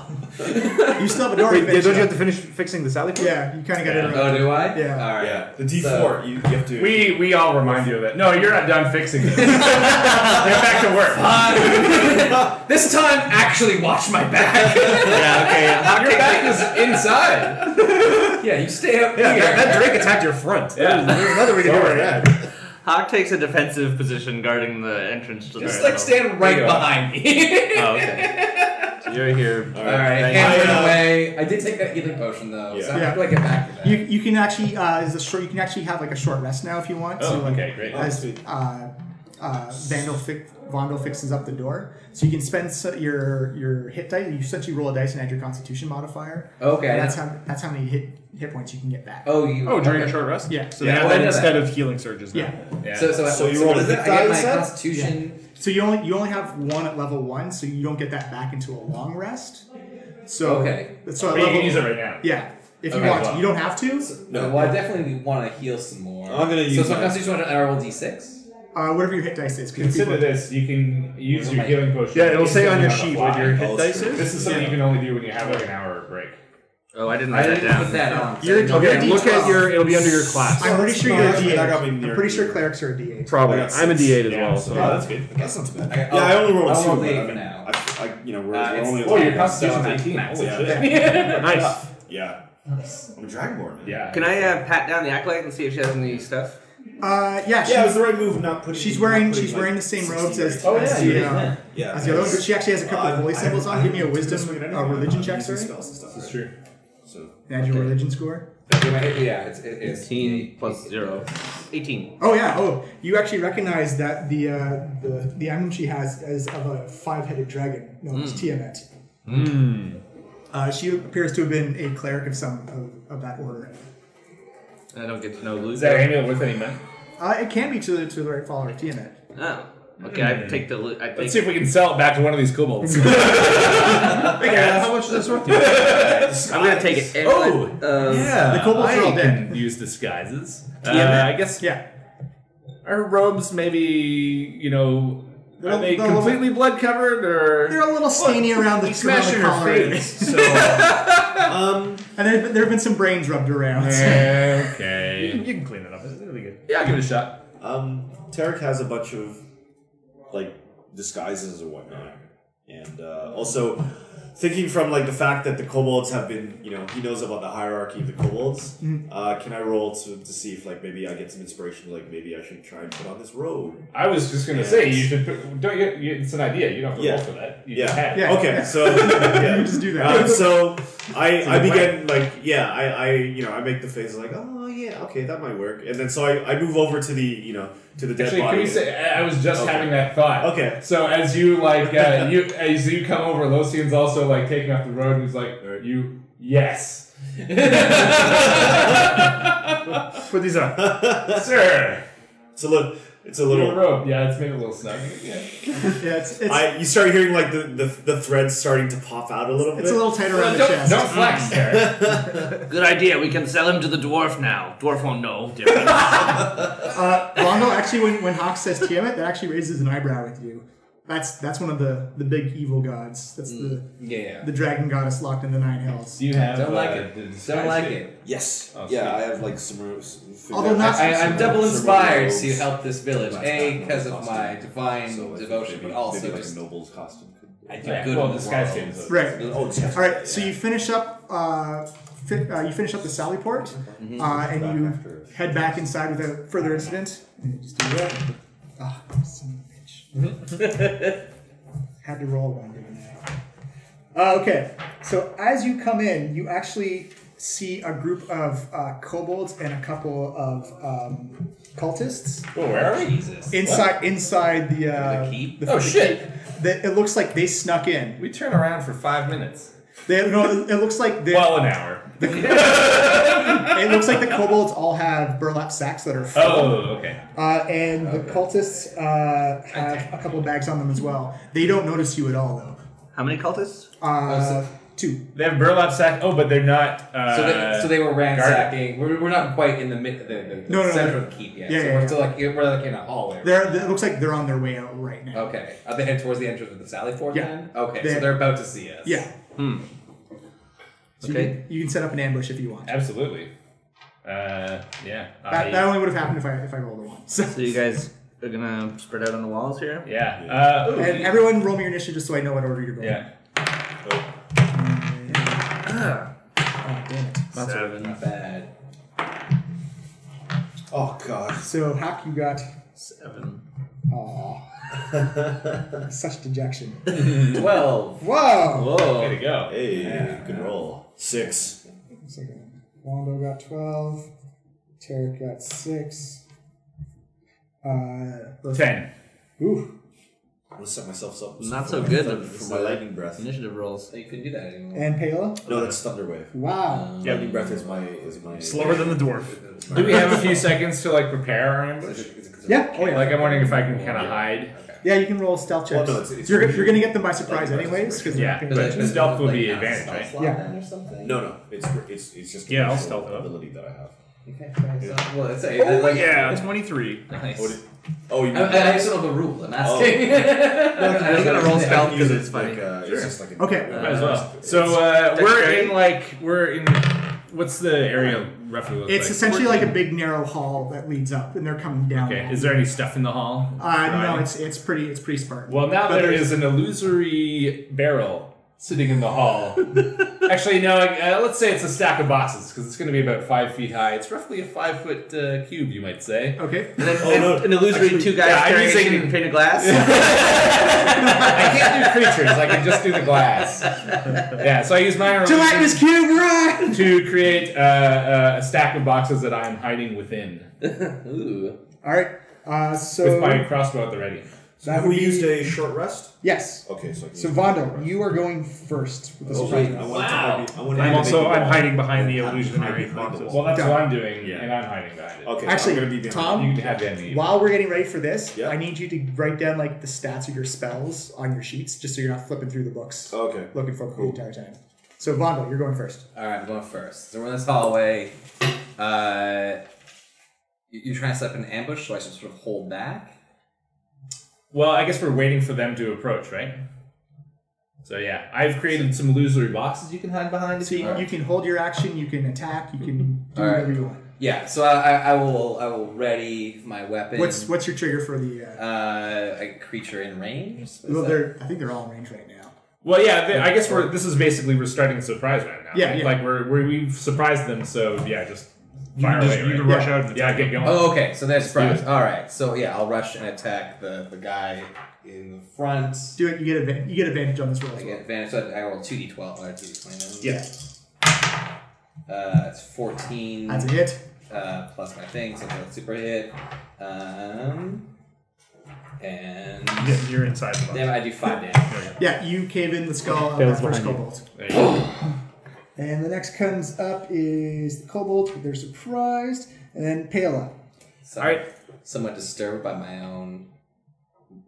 You still have a door. to
Wait, yeah,
finish
don't you have
up.
to finish fixing the Sally point?
Yeah, you kind of got it.
Oh, do I?
Yeah.
All right.
Yeah, the D
So-
four. you, you have to.
We we all remind you of that. No, you're not done fixing this. Get back to work.
This time, actually watch my back.
yeah, okay. Hawk
Your
takes-
back is inside. Yeah, you stay up
Yeah,
here.
that, that Drake attacked your front.
Yeah.
There's another way to do it.
Hawk takes a defensive position guarding the entrance to the
Just like stand right
There you go.
behind me.
Oh, okay. So you're here.
All right,
I,
and
uh,
run away. I did take that healing potion though, so
Yeah.
I'm
Yeah.
gonna get back to that.
You, you can actually uh, is a short. You can actually have like a short rest now if you want.
Oh,
so, like,
okay, great.
As uh, uh, Vandal fi- Vondel fixes up the door, so you can spend s your your hit dice. You essentially roll a dice and add your Constitution modifier.
Okay.
And that's how that's how many hit hit points you can get back.
oh, you.
Oh, during
okay.
a short rest?
Yeah.
So
Yeah,
they
I
have
didn't
that
know
instead
that.
of healing surges now.
Yeah.
Yeah.
So, so, I-
So you
so
roll
what is
a
it? I
hit die,
get
you
my
said?
constitution.
So you only you only have one at level one, so you don't get that back into a long rest. So
Okay.
So at
But you
level
can use it right now.
yeah, if you
Okay,
want, to.
well.
you don't have to.
No, well, I definitely want to heal some more.
I'm gonna use
So, so my
my-
constitution and I roll d6.
Uh, whatever your hit dice is. 'cause
Consider
people-
this: you can use your
Right.
healing potion.
Yeah, it'll say on your
the
sheet
fly.
what your hit
Oh,
dice
true.
is.
This is something you can only do when you have like an hour break.
Oh, I didn't
I
write that
didn't put
down.
that on.
You're,
so I
okay,
don't-
look at your. It'll be under your class.
I'm pretty sure you're a
That
D8.
got me
I'm
near
pretty sure
D8.
clearics are a D8.
Probably.
I got
I'm a
six.
D8 as
Yeah,
well.
so-
So.
Oh, that's good. That's not too bad.
Okay,
yeah, I only rolled
I'll
two.
roll
but
the
I
eight
mean,
now.
I, I, you know, we're,
Uh,
we're
it's-
only.
Oh, your
Yeah, so
constitution's
I'm at
18.
max
Holy
health.
shit!
nice.
Yeah. I'm a dragonborn. Man.
Yeah.
Can I uh, pat down the acolyte and see if she has any stuff?
Uh, yeah,
Yeah, it was
she's,
the right move. Not putting.
she's
not
wearing
putting,
she's
like,
wearing the same
60
robes as,
right.
as the uh,
Oh, Yeah.
as the other one, but she actually has a couple
Uh,
of holy
I-
symbols
I-
on. Give me a
I-
wisdom,
I-
uh, religion check,
using
sir,
Spells and stuff,
That's
right?
true.
So
and your religion score.
Yeah, it's, it, it's
18 plus 0. 18.
Oh yeah. Oh, you actually recognize that the uh, the the emblem she has is of a five-headed dragon known as Tiamat. Uh, she appears to have been a cleric of some of, of that order.
I don't get to know
Is
loot.
that amulet worth any money?
Uh, it can be to the, to the right follower of Tiamat.
Oh. Okay, I take the loot. I take
Let's see if we can sell it back to one of these kobolds.
How much is this worth?
I'm gonna take it.
Oh,
uh,
yeah.
The kobolds
I
are all dead.
can use disguises. Uh,
Yeah.
I guess
Yeah.
our robes maybe you know
They're-
are they
they're-
completely blood covered or
They're a little stainy around the,
we
around
smashed
the
in her
collar.
face? So
Um,
And there, there have been some brains rubbed around.
okay.
You can clean it up. It's really good.
Yeah, I'll give it a shot.
um, Tarek has a bunch of like disguises or whatnot, and uh, also thinking from like the fact that the kobolds have been, you know, he knows about the hierarchy of the kobolds.
Mm-hmm.
Uh, can I roll to, to see if like maybe I get some inspiration? Like maybe I should try and put on this robe.
I was just gonna
Yes.
say you should put, don't you, you it's an idea you don't have to
Yeah.
roll for that you
Yeah.
just have it.
Yeah.
Okay, so yeah.
You just do that.
Um, so I, I
a
begin like yeah I, I you know I make the face like oh yeah okay that might work and then so I, I move over to the you know to the dead
Actually,
body
can we say? I I was just
Okay.
having that thought.
Okay.
So as you like, uh, you as you come over, Losian's also like taking off the road, and he's like, "You yes,
Put these on.
sir."
it's a little it's a
Little
little
robe. Yeah, it's maybe a little snug. Yeah.
Yeah, it's, it's,
I you start hearing like the, the the threads starting to pop out a little bit
it's a little tight around the
Don't,
chest.
don't flex, Derek.
Good idea. We can sell him to the dwarf now. Dwarf won't know. Darren.
Uh, Rondo, actually, when, when Hawk says Tiamat, that actually raises an eyebrow with you. That's that's one of the the big evil gods. That's the
yeah.
the dragon goddess locked in the nine hells.
Do you have?
Don't like
uh,
it.
the
Don't
disguise
like
suit?
it.
Yes.
Oh,
yeah,
sweet.
I have like some roots.
Although not-
I, I'm double
Some
inspired
robes.
to help this village.
Last
A,
time,
because
no
of
costume.
my divine
So, like,
devotion,
maybe-
but also
maybe, like
just
a noble's costume.
I do
Yeah,
good.
well,
in the
disguise
world.
suit.
Right.
Oh, yeah.
All right. So you finish up. Uh, fi- uh, you finish up the Sallyport, uh, and you head back inside without further incident. And you Just do that. Ah, son of a bitch. Had to roll one doing that. Uh, okay. So as you come in, you actually see a group of uh, kobolds and a couple of um, cultists.
Well, Oh, where are we?
Jesus.
Inside, inside the, uh, the
keep?
Oh,
the
shit.
keep. That it looks like they snuck in.
We turn around for five minutes.
They, no, it looks like they.
Well, an hour.
it looks like the kobolds all have burlap sacks that are full.
Oh, okay.
Uh, and the cultists uh, have a couple of bags on them as well. They don't notice you at all, though.
How many cultists?
Oh,
Uh, two.
They have burlap sack. Oh, but they're not. Uh,
So they, so they were
guarded.
ransacking. We're, we're not quite in the, mid, the, the
No, no, no.
center of the keep yet.
Yeah,
so
yeah,
we're
yeah.
still like we're like in a hallway. Oh.
They're, they- it looks like they're on their way out right now.
Okay. Are they headed towards the entrance of the Sally Fort
Yeah.
then? Okay,
They-
so they're about to see us.
Yeah.
Hmm.
So you,
Okay. Ah,
can, you can set up an ambush if you want.
Absolutely. Uh, yeah. I-
That, that only would have happened if I if I rolled a one. So,
So you guys are gonna spread out on the walls here?
yeah. Uh, ooh,
and everyone, roll me your initiative just so I know what order you're going.
yeah.
Oh, damn it.
Seven.
Not bad.
Oh god.
So Hack, you got
Seven.
aw, such dejection.
Twelve.
Whoa.
Way
Whoa.
to go.
Hey, good roll. Six.
One second. Wando got 12. Tarek got 6. Uh,
Ten.
ooh.
I'm gonna set myself up.
Not
for
so
my-
good
for my
for-
lightning breath.
Initiative rolls.
So Oh, you couldn't do that anymore.
And Payla?
No, that's thunder wave.
Wow.
Um,
Lightning breath is my is my
Slower than the dwarf.
Do we have a few seconds to like prepare our ambush?
Yeah.
Oh, Like I'm wondering if I can kind of hide.
Yeah, you can roll stealth
Well,
checks.
no, it's- it's
you're
usually-
you're going to get them by surprise anyways. Cause they're
Yeah,
not gonna
but
get you.
stealth would
would
be advantage, right?
Yeah.
Or something?
No, no, it's it's it's just
Yeah, I'll
the
stealth it up.
ability that I have.
Okay, so- Well, it's a, oh, like,
Yeah, 23.
Nice.
What did- Oh, you Oh.
I, I just don't know the rule.
Oh.
I'm asking.
I'm gonna roll
I
stealth
can
because
use it
it's funny.
Like, uh, it's just like an-
Okay.
Might as well. So uh, we're
Dexterity?
in like we're in. What's the area roughly look
It's
like?
essentially like a big narrow hall that leads up, and they're coming down.
Okay. Is there any stuff in the hall?
uh, no, it's it's pretty it's pretty spartan.
Well, now there is an illusory barrel sitting in the hall. Actually, no. Uh, let's say it's a stack of boxes because it's going to be about five feet high. It's roughly a five foot uh, cube, you might say.
Okay.
And then
Oh, no.
an illusory two guys
yeah, I'm
carrying
using-
a shooting pane of glass.
I can't do creatures. I can just do the glass. Yeah. So I use my own
Gelatinous cube, run!
to create uh, uh, a stack of boxes that I am hiding within
Ooh.
All right. Uh, so
with my crossbow at the ready.
So
that
have
would
we
be-
used a short rest.
yes.
Okay, so I can
So
use my short
Vondo,
rest.
you are going first with the
Oh,
surprise
wait, I
round.
wanted to
Wow.
hide be- I wanted to
I'm
be
also
the
I'm
ball.
hiding behind the
I'm hiding
illusionary
behind the
boxes.
ball.
Well, that's what I'm
Done.
doing,
Yeah.
and I'm hiding behind it.
Okay,
Actually,
I'm gonna be behind.
Tom,
You can have that. in the-
while we're getting ready for this,
Yeah.
I need you to write down like the stats of your spells on your sheets, just so you're not flipping through the books
Okay.
looking for them the entire time. So Vondo, you're going first.
All right, I'm going first. So we're in this hallway. Uh, you- you're trying to set up an ambush, so I should sort of hold back.
Well, I guess we're waiting for them to approach, right? So yeah, I've created some illusory boxes you can hide behind. if
So you,
want.
you can hold your action, you can attack, you can do
All right.
whatever you want.
Yeah, so I, I, I will I will ready my weapon.
What's what's your trigger for the? Uh,
uh, a creature in range? Is
well,
that-
they're I think they're all in range right now.
Well, yeah, th- I guess we're. This is basically we're starting a surprise round now.
Yeah,
right?
yeah.
like we're, we're we've surprised them, so yeah, just
You
fire
can, just,
away.
you
right?
can rush
yeah.
out and
Yeah,
attack.
get going.
Oh, okay. So that's
do
surprise. All right. So yeah, I'll rush and attack the, the guy in the front.
Do it. You get advan- you get advantage on this roll
I
as
get
well.
advantage. So I roll two d twelve or two d twenty.
Yeah,
Uh, it's fourteen.
that's a hit.
uh, plus my thing, so that's super hit. Um, and
Yeah, you're inside the box.
damn, it, I do five damage.
Yeah, you cave in the skull of
Fails
that first
behind
kobold.
There you go.
And the next comes up is the kobold. They're surprised, and then Pela.
So
All right.
Somewhat disturbed by my own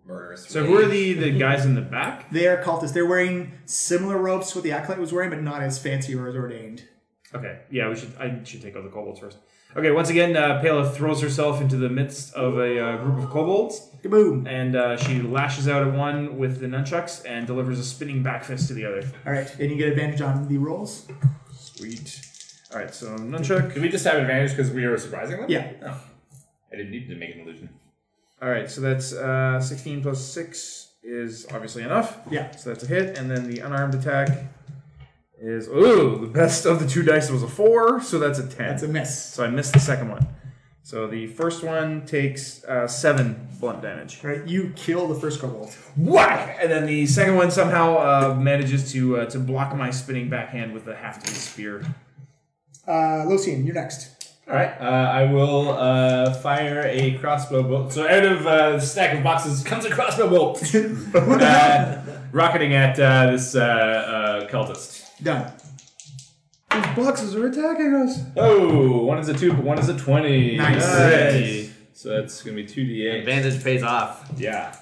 murderous.
So
rage.
who are the, the guys in the back?
They are cultists. They're wearing similar robes to what the acolyte was wearing, but not as fancy or as ordained.
Okay. Yeah, we should. I should take out the kobolds first.
Okay, once again, uh, Pela throws herself into the midst of a uh, group of kobolds.
Kaboom!
And uh, she lashes out at one with the nunchucks and delivers a spinning back fist to the other.
All right, and you get advantage on the rolls.
Sweet. All right, so nunchuck.
Did we just have advantage because we were surprising them?
Yeah.
Oh. I didn't need to make an illusion.
All right, so that's uh, 16 plus 6 is obviously enough.
Yeah.
So that's a hit. And then the unarmed attack is, ooh, the best of the two dice was a 4, so that's a 10.
That's a miss.
So I missed the second one. So the first one takes uh, 7 blunt damage.
All right, you kill the first kobold.
Whack! And then the second one somehow uh, manages to uh, to block my spinning backhand with the half spear.
Uh, Losian, you're next.
All right, uh, I will uh, fire a crossbow bolt. So out of uh, the stack of boxes comes a crossbow bolt, uh, rocketing at uh, this uh, uh, cultist.
Done.
These boxes are attacking us.
Oh, one is a two, but one is a twenty.
Nice.
Alrighty. So that's gonna be two d eight.
Advantage pays off.
Yeah.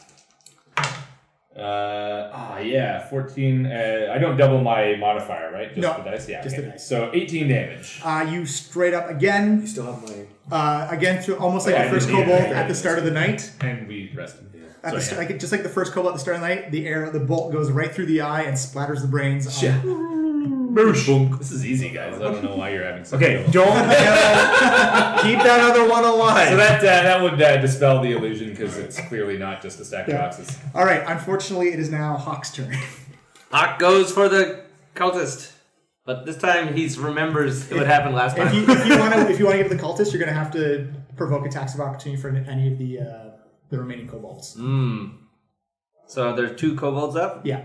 Uh, ah, yeah, 14. Uh, I don't double my modifier, right? Just
No,
the dice? Yeah.
just
okay.
the dice.
So 18 damage.
Uh, you straight up again. You
still have my.
Uh, again, through almost
Oh,
like
yeah,
the
I
first
didn't-
kobold
yeah, yeah,
at the start of the night.
And we rested. Yeah. So,
At the
yeah.
st- like, just like the first kobold at the start of the night, the arrow, the bolt goes right through the eye and splatters the brains. on-
Yeah. This is easy, guys. I don't know why you're having such
Okay,
trouble.
don't keep that other one alive.
So that uh, that would uh, dispel the illusion because it's clearly not just a stack
Yeah.
of boxes.
All right. Unfortunately, it is now Hawk's turn.
Hawk goes for the cultist, but this time he remembers what happened last
if
time.
you if you want to if you want to get to the cultist, you're going to have to provoke attacks of opportunity for any of the uh, the remaining kobolds.
Hmm. So there's two kobolds up.
Yeah.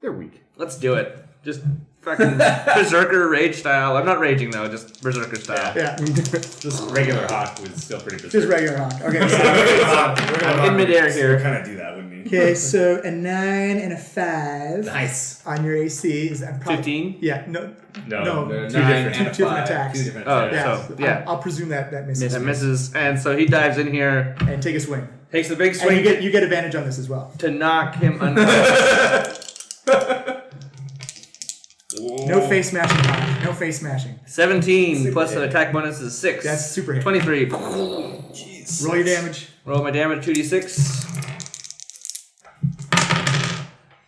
They're weak.
Let's do it. Just fucking berserker rage style. I'm not raging though. Just berserker style.
Yeah.
Just regular hawk was still pretty
Just regular Hawk. Okay. So,
I'm in midair here.
kind of do that, wouldn't we?
okay. So a nine and a five.
Nice.
On your AC is I'm probably-
15?
Yeah. No.
No,
No.
no,
two
nine and
different, two
a
different
five.
attacks.
Two different
Oh,
attacks.
so,
I'll-
yeah.
I'll, presume that that misses.
That misses, and so he dives in here,
And take a swing.
takes the big
And you
swing
get you get advantage on this as well.
to knock him unconscious.
No face smashing. Hawk. No face smashing.
17 plus an attack bonus is 6.
That's super hit.
23.
Roll your damage.
Roll my damage 2d6.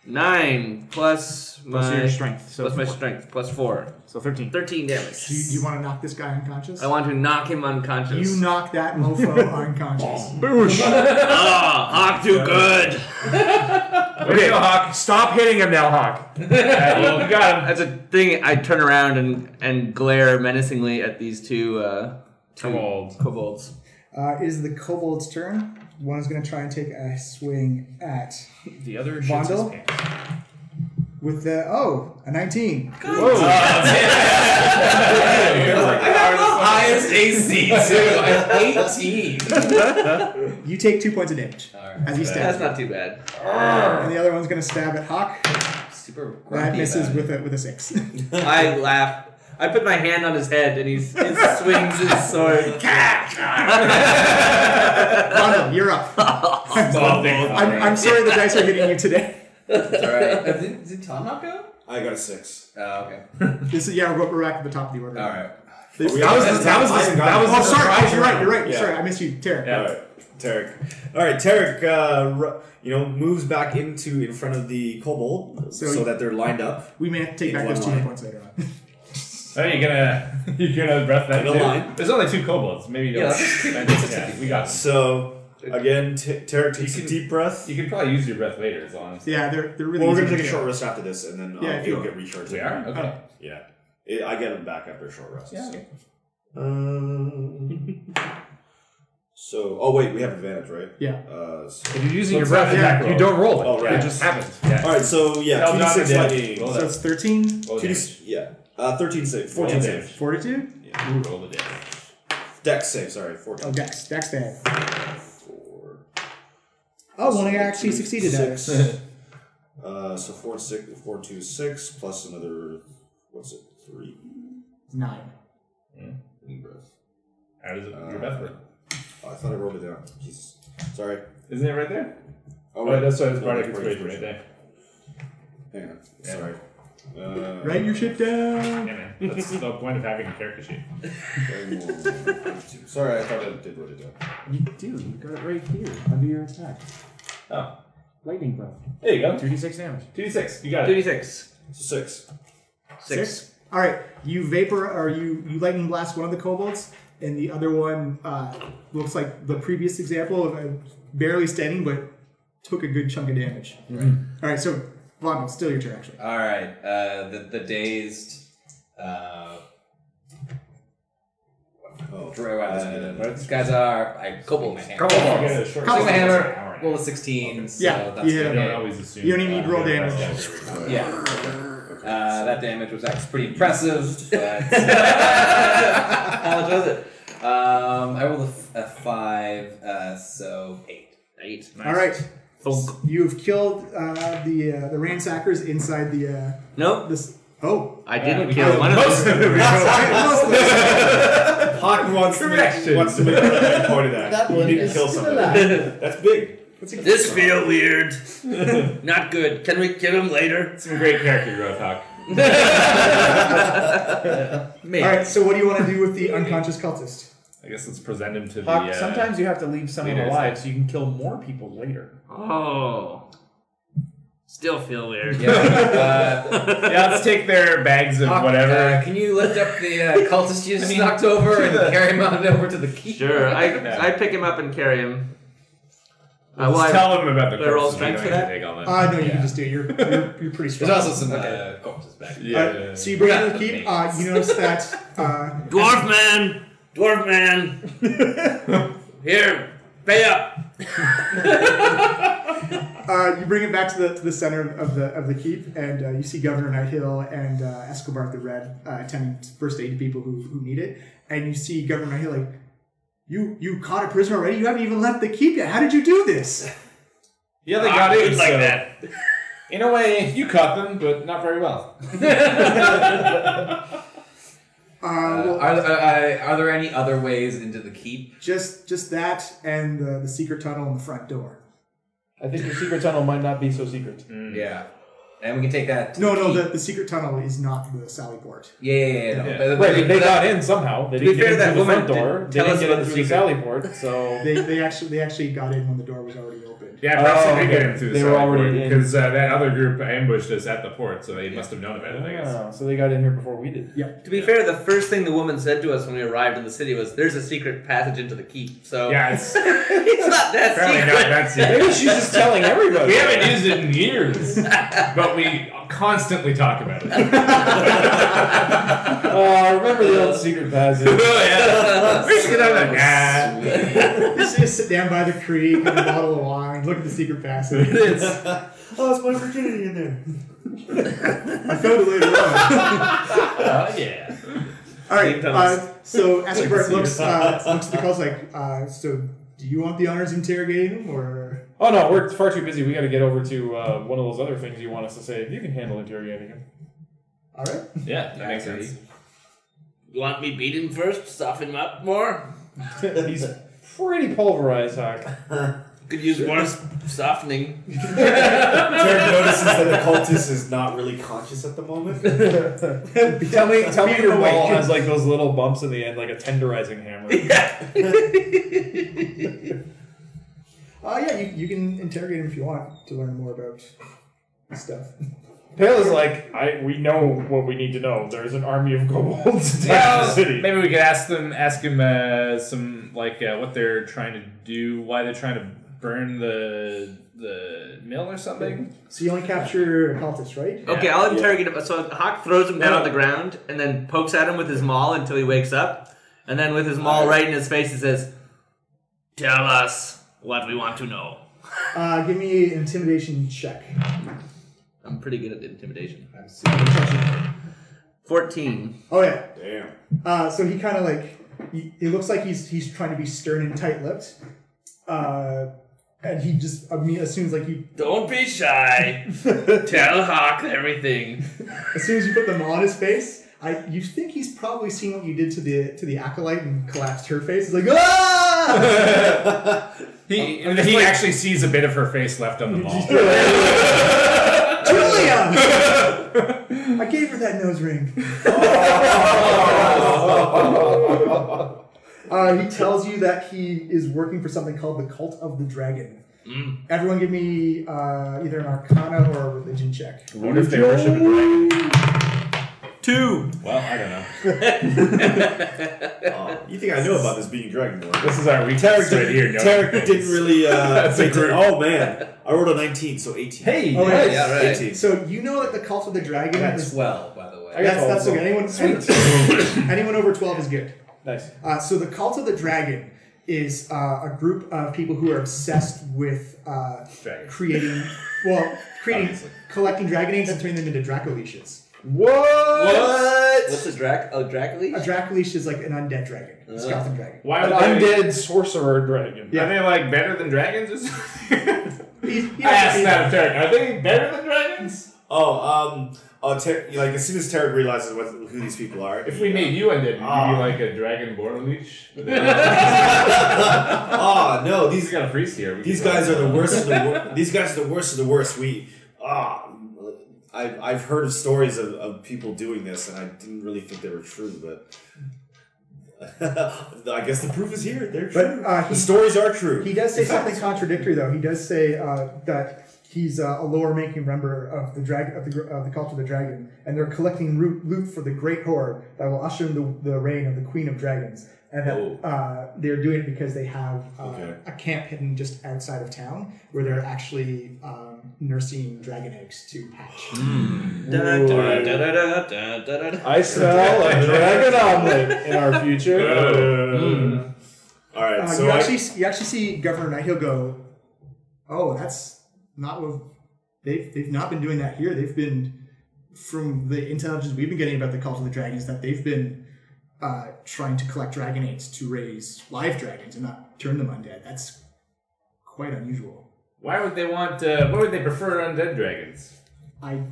9 plus my
Plus your strength, so
plus my
four.
strength plus 4.
So 13.
13 damage.
Do you, do you want to knock this guy unconscious?
I want to knock him unconscious.
You knock that mofo unconscious.
Ah, Hawk do good.
Okay, Hawk, stop hitting him now, Hawk.
well, Uh, got him.
That's a thing. I turn around and and glare menacingly at these two uh, two
Kobold.
kobolds.
Uh, it is the kobold's turn. One is going to try and take a swing at
The other shits his
Bondo
pants.
with the oh a 19.
Highest AC, too. I'm 18.
You take two points of damage as you
That's
stab.
not too bad.
And the other one's going to stab at Hawk.
Super
That
grumpy
misses
about it.
with a with a six.
I laugh. I put my hand on his head and he's, he swings his sword.
Bondo, you're up. I'm, I'm sorry the dice are hitting you today.
It's alright. Uh, Did, did Tom not go?
I got a six.
Oh, okay.
This is yeah. We're, we're back at the top of the order.
Alright.
This-
We are-
that was
oh, sorry.
surprise
You're right. You're right.
Yeah.
Sorry, I missed you, Tara.
All right, Tarek. All right, Tarek. Uh, ru- you know, moves back into in front of the kobold
So
so,
you-
that they're lined up.
We may have to take
In
back
one
those two
line.
hit points later on.
Are you gonna you gonna breath that
In a
too?
line.
There's only two kobolds. Maybe you don't. yeah, we got. Them.
So again, t- Tarek takes
can-
a deep breath.
You can probably use your breath later, as long as
Yeah, they're they're really.
well,
easy
we're gonna
to
take a
kill.
short rest after this, and then
Yeah,
yeah,
if you
it'll
are.
get recharged.
we are. Okay.
Yeah, It- I get him back after a short rest.
Yeah,
so.
okay.
Um, so, oh wait, we have advantage, right?
Yeah.
Uh, so-
If you're using
Let's
your breath
have
attack,
attack
you
roll.
don't roll it.
Oh, right.
It just happens.
All right, so yeah,
Tell
two d six
Dominic
lightning.
Roll
So
that.
it's 13,
Roll
Two d
damage.
s- yeah, uh, thirteen save, fourteen
damage.
save,
fortitude.
Roll the damage.
dex save. Sorry, fourteen.
Oh, Dex. Dex stab.
Four.
Oh, well, I actually succeeded at it.
Six. uh, so four, six, four, two, six, plus another. What's it? Three.
Nine.
In breath.
How does it, your
Uh,
breath work?
Oh, I thought I wrote it down. Jesus. Sorry.
Isn't it right there?
Oh,
Oh, that's why it's
No,
bardic
that's
inspiration
right.
right there.
Hang on. Sorry. Uh,
Write your shit down.
Yeah, man. That's the point of having a character sheet.
Sorry, I thought I did what it did.
You do. You got it right here under your attack.
Oh.
Lightning bolt.
There you go.
2d6 damage.
2d6. You got it.
2d6.
Six.
Six. All right, you vapor or you you lightning blast one of the kobolds, and the other one uh, looks like the previous example of uh, barely standing but took a good chunk of damage. All right, so Vondel, still your turn actually.
All right. Uh, the the dazed. Uh, oh, uh, these guys are. I couple my hammer.
Kobolds. Kobolds.
Kobolds. Swing my hammer.
Kobolds.
Roll a sixteen. So
Yeah,
That's
yeah.
gonna
You
be-
don't always assume. You only need roll damage.
Yeah. Uh, that damage was actually pretty impressive. But how much was it? Um, I rolled a, f- a five, uh, so eight. Eight.
All right, you have killed uh, the uh, the ransackers inside the. Uh,
Nope.
This. Oh.
I didn't kill one of them.
Hawk wants to, wants to make a point of that.
That
you
one
need to
is
kill
still
somebody.
alive.
That's big.
This feel weird. Not good. Can we kill him later?
Some great character growth, Hawk.
All right, so what do you want to do with the unconscious cultist?
I guess let's present him to the.
Hawk,
uh,
sometimes you have to leave someone
leaders.
alive so you can kill more people later.
Oh. Still feel weird.
Yeah,
uh,
yeah, let's take their bags of
Hawk,
whatever.
uh, can you lift up the uh, cultist you
I
just
mean,
knocked over
to
and
the-
carry him on over to the key?
Sure, I, I pick him up and carry him.
Let's tell him about the
do I roll
corpses, we
strength
don't
for
need
that.
to take all that.
Uh, no, you can just do it. You're, you're, you're pretty strong.
There's also some uh, corpses back. there.
All right, so you bring in the keep. Uh, you notice that. Uh,
Dwarf man! Dwarf man! Here, pay up!
uh, you bring it back to the to the center of the of the keep, and uh, you see Governor Nighthill and uh, Escobar the Red uh, attending first aid to people who, who need it. And you see Governor Nighthill like, you you caught a prisoner already. You haven't even left the keep yet. How did you do this?
Yeah, they got in. so- In a way, you caught them, but not very well.
Uh, are, th- uh, are there any other ways into the keep?
Just just that, and the, the secret tunnel and the front door.
I think your secret tunnel might not be so secret.
Yeah. And we can take that. to
No,
the
no,
keep.
the, the secret tunnel is not the Sally Port.
Yeah, yeah, yeah. no. But-
Right, they
but- but-
got in somehow. They
To be
didn't
fair,
get in
that
through the front
woman
door.
didn't
They
tell
didn't
us
get
about
in
the
through the
secret.
sally port, so
They, they actually they actually got in when the door was already opened.
Yeah, perhaps
Oh,
they did
okay.
get him through the
They were already in.
because uh, that other group ambushed us at the port, so they must have known about it. I guess.
Ah, so they got in here before we did.
Yeah.
To be fair, the first thing the woman said to us when we arrived in the city was, "There's a secret passage into the keep." So
Yeah, it's-
it's not that
Apparently
secret.
not that secret. Maybe she's just telling everybody. We haven't used it in years, but we constantly talk about it.
Oh, remember the old secret passage?
yeah. We should get on that. Nah.
Just just sit down by the creek with a bottle of wine, look at the secret passage.
Oh, it's my virginity in there.
I found it later on.
Oh, yeah.
All right.
Same
Uh, so
times.
Escobar
Like the
looks
secret
uh,
tunnels.
looks at the calls like, uh, so do you want the honors interrogating him or?
Oh no, we're far too busy. We got to get over to uh, one of those other things you want us to say. You can handle interrogating him.
All right.
Yeah, that makes sense.
You want me beat him first, soften him up more?
He's pretty pulverized, Hawk.
Could use more s- softening.
Jared notices that the cultist is not really conscious at the moment.
tell me, tell me
Beat
your
him
wall
awake.
has like those little bumps in the end, like a tenderizing hammer.
Uh, yeah, you, you can interrogate him if you want to learn more about stuff.
Pale is like, I we know what we need to know. There's an army of kobolds attacking the
Well,
city.
maybe we could ask them, ask him uh, some like uh, what they're trying to do, why they're trying to burn the the mill or something.
So you only capture a cultist, right?
Oh.
Okay, I'll interrogate him. So Hawk throws him down on the ground and then pokes at him with his maul until he wakes up, and then with his maul right in his face, he says, "Tell us what we want to know."
Uh, give me an intimidation check.
I'm pretty good at intimidation. Fourteen.
Oh yeah.
Damn.
Uh, so he kind of like he, it looks like he's he's trying to be stern and tight-lipped, uh, and he just I mean, as soon as like you
Don't be shy. Tell Hawk everything.
as soon as you put them on his face, I you think he's probably seen what you did to the to the acolyte and collapsed her face. He's like ah.
He Um, and he actually sees a bit of her face left on the wall.
Julia. I gave her that nose ring. uh, he tells you that he is working for something called the Cult of the Dragon. Everyone, give me uh, either an Arcana or a religion check.
I wonder if they worship a dragon.
Two.
Well, I don't know.
Uh, you think I know about this being Dragonborn?
This is our weakness right here, no
Tarek
offense.
didn't really. Uh,
That's a
make it-
group.
oh man, I rolled a 19, so 18.
Oh,
yeah,
wait.
right. 18.
So you know that the Cult of the Dragon
I got
is
12, by the way.
I got
That's, that's
12.
okay. Anyone, anyone over twelve is good.
Nice.
Uh, so the Cult of the Dragon is uh, a group of people who are obsessed with uh, creating, well, creating, collecting dragon eggs and turning them into dracoliches.
What? What? What's a drac? A
A
dracleash?
dracoliche is like an undead dragon,
Uh-huh.
a skeleton dragon.
An undead sorcerer dragon.
Yeah.
Are they like better than dragons? or something?
He's- he
I asked
doesn't-
that of Tarek. Are they better than dragons?
Oh, um, uh, Ter- like as soon as Tarek realizes what who these people are,
If we made you undead, would you be
Ah.
like a dragonborn leash?
Ah, no, these
He's got a priest here. We
These
could-
guys are the worst of the wor- these guys are the worst of the worst. We ah, I've I've heard of stories of, of people doing this, and I didn't really think they were true, but I guess the proof is here. They're
But,
true.
uh, he-
the stories are true.
He does say something contradictory, though. He does say uh, that he's uh, a lower ranking member of the drag of the, gr- of the cult of the dragon, and they're collecting root, loot for the great horde that will usher in the, the reign of the queen of dragons. And
Oh.
that uh, they're doing it because they have uh,
Okay.
a camp hidden just outside of town where they're actually um, nursing dragon eggs to hatch.
Hmm.
I smell a dragon omelet in our future.
All right,
Uh,
so
you
I-
actually s- you actually see Governor Nightingale go, "Oh, that's not what they've they've not been doing that here. They've been from the intelligence we've been getting about the cult of the dragons that they've been uh, trying to collect dragon eggs to raise live dragons and not turn them undead. That's quite unusual.
Why would they want? Uh, why would they prefer undead dragons?
I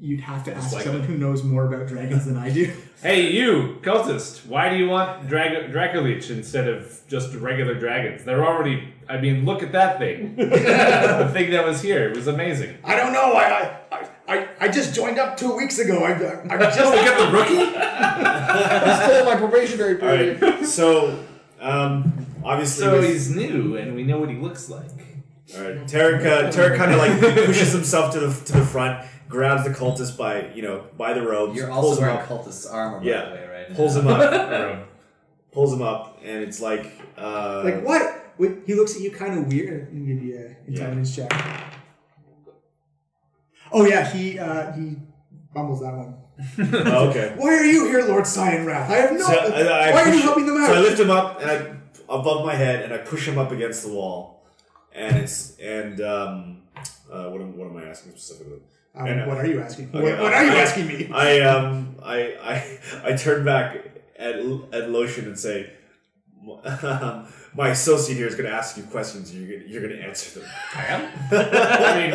you'd have to
It's
ask
like-
someone who knows more about dragons than I do.
Hey, you cultist! Why do you want drag- Dracolich instead of just regular dragons? They're already. I mean, look at that thing. the thing that was here it was amazing.
I don't know. I I, I, I just joined up two weeks ago. I, I, I
Oh, we
just
got the rookie.
I'm still in my probationary
all
period.
right, so um, obviously
So
with-
he's new, and we know what he looks like.
All right, Tarek, uh, Tarek kind of like pushes himself to the to the front, grabs the cultist by you know by the robes.
You're
pulls
also
him
wearing
up.
cultist's armor, by
Yeah,
the way, right?
pulls him up,
Um,
pulls him up, and it's like uh,
like what? Wait, He looks at you kind of weird. Let me give you an intelligence check. Oh yeah, he uh, he bumbles that one.
oh, okay.
Why are you here, Lord Cyan Wrath? I have no.
So I, I
why are you
push-
helping them out?
So I lift him up and I above my head and I push him up against the wall, and it's and um, uh, what am what am I asking specifically?
Um,
And, uh,
what are you asking?
okay, uh,
what, what are you
I-
asking me?
I um I I I turn back at at Lotion and say, my associate here is going to ask you questions. You're gonna, you're going to answer them.
I am. I mean,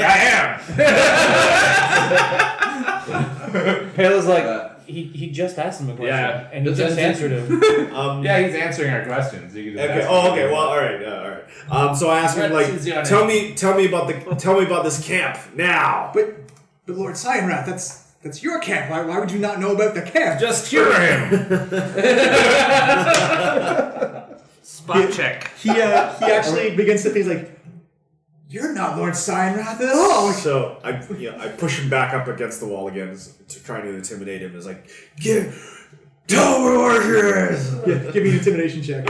I
Pale is like,
Uh,
He, he just asked him a question,
Yeah.
and he
Does that
just
answer-
answered him.
Um,
am. yeah, he's answering our questions. You can just
Okay.
ask him.
Oh, okay. Well, all right. Yeah, all right. Um, so I asked him like,
Questions, Yana.
tell me, tell me about the, tell me about this camp now.
But but Lord Cyan Wrath, that's that's your camp. Why, why would you not know about the camp?
just humor him.
Spot check.
he uh, he actually begins to think he's like, you're not Lord Cyan Wrath at all.
So I, yeah, I push him back up against the wall again, s- to trying to intimidate him. It's like, get, tell me where she is.
Yeah, give me an intimidation check.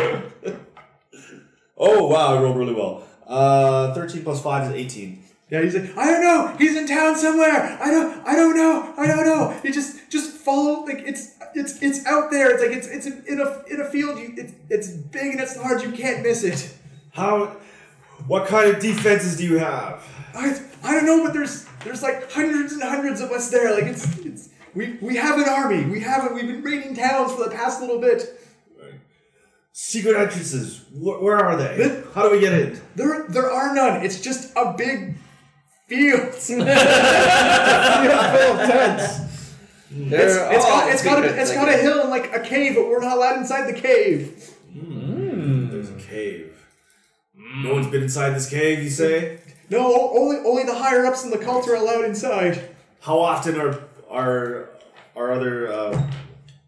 Oh wow, I rolled really well. Uh, thirteen plus five is eighteen.
Yeah, he's like, I don't know. He's in town somewhere. I don't. I don't know. I don't know. You just just follow. Like it's it's it's out there. It's like it's it's in a in a field. You it's it's big and it's large. You can't miss it.
How? What kind of defenses do you have?
I, I don't know, but there's there's like hundreds and hundreds of us there. Like it's it's we we have an army. We have it. We've been raiding towns for the past little bit.
Secret entrances. Wh- where are they? How do we get in?
There there are none. It's just a big field. it's,
Full of tents.
it's
They're all
got it's got a,
secret,
it's
like-
got a hill and like a cave, but we're not allowed inside the cave.
There's a cave. No one's been inside this cave, you say?
No, only only the higher ups in the cult are allowed inside.
How often are are are other uh,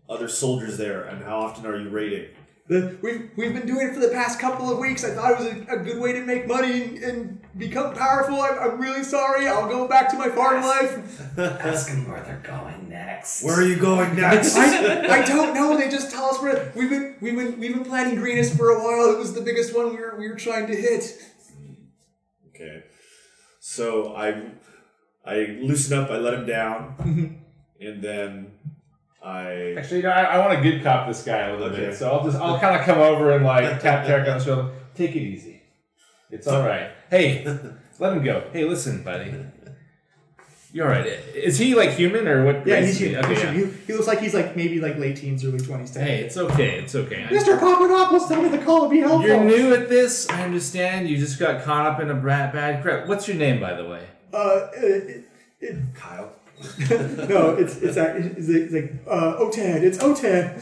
other soldiers there, and how often are you raiding?
We've, we've been doing it for the past couple of weeks. I thought it was a, a good way to make money and, and become powerful. I'm, I'm really sorry. I'll go back to my farm life.
Ask them where they're going next.
Where are you going next?
I, I don't know. They just tell us where we've been. We've been we've been planning Greenest for a while. It was the biggest one we were we were trying to hit.
Okay. So I I loosen up, I let him down, and then I
Actually, you know, I, I want to good cop this guy a little
Okay.
bit, so I'll just I'll kind of come over and like tap Jack on the shoulder. Take it easy. It's all right. Hey, let him go. Hey, listen, buddy. You're all right. Is he like human or what?
Yeah,
race
he's
is he?
human.
Okay,
He's
yeah.
human. He, he looks like he's like maybe like late teens, early twenties.
Hey, it's okay. It's okay.
Mr. Papadopoulos, tell me the call would be helpful.
You're new at this. I understand. You just got caught up in a brat bad crap. What's your name, by the way?
Uh, uh, it, it,
Kyle.
no, it's it's, act- it's, it's like uh, Otan. It's Otan.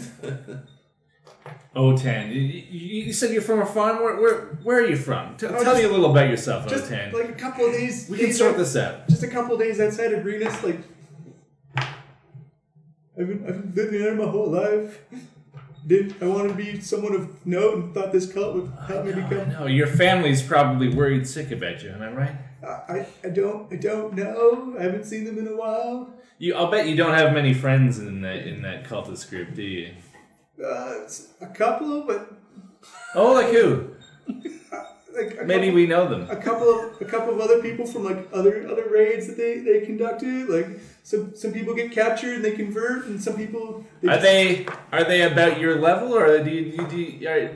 Otan. You, you, you said you're from a farm. Where where, where are you from? T- tell
Oh, just-
me a little about yourself,
Just
Otan.
like a couple of days.
we can
days
sort
out-
this out.
Just a couple of days outside of Greenest, like I've been, I've been living there my whole life. Did I want to be someone of note and thought this cult would help me become?
No, your family's probably worried sick about you. Am I right?
I, I don't I don't know. I haven't seen them in a while.
You, I'll bet you don't have many friends in that in that cultist group, do you?
Uh, it's a couple, but
Oh, like who?
like a
Maybe we know them.
a couple of a couple of other people from like other other raids that they they conducted. Like some some people get captured and they convert, and some people they
Are
just-
they are they about your level, or do you, do you, do you- are,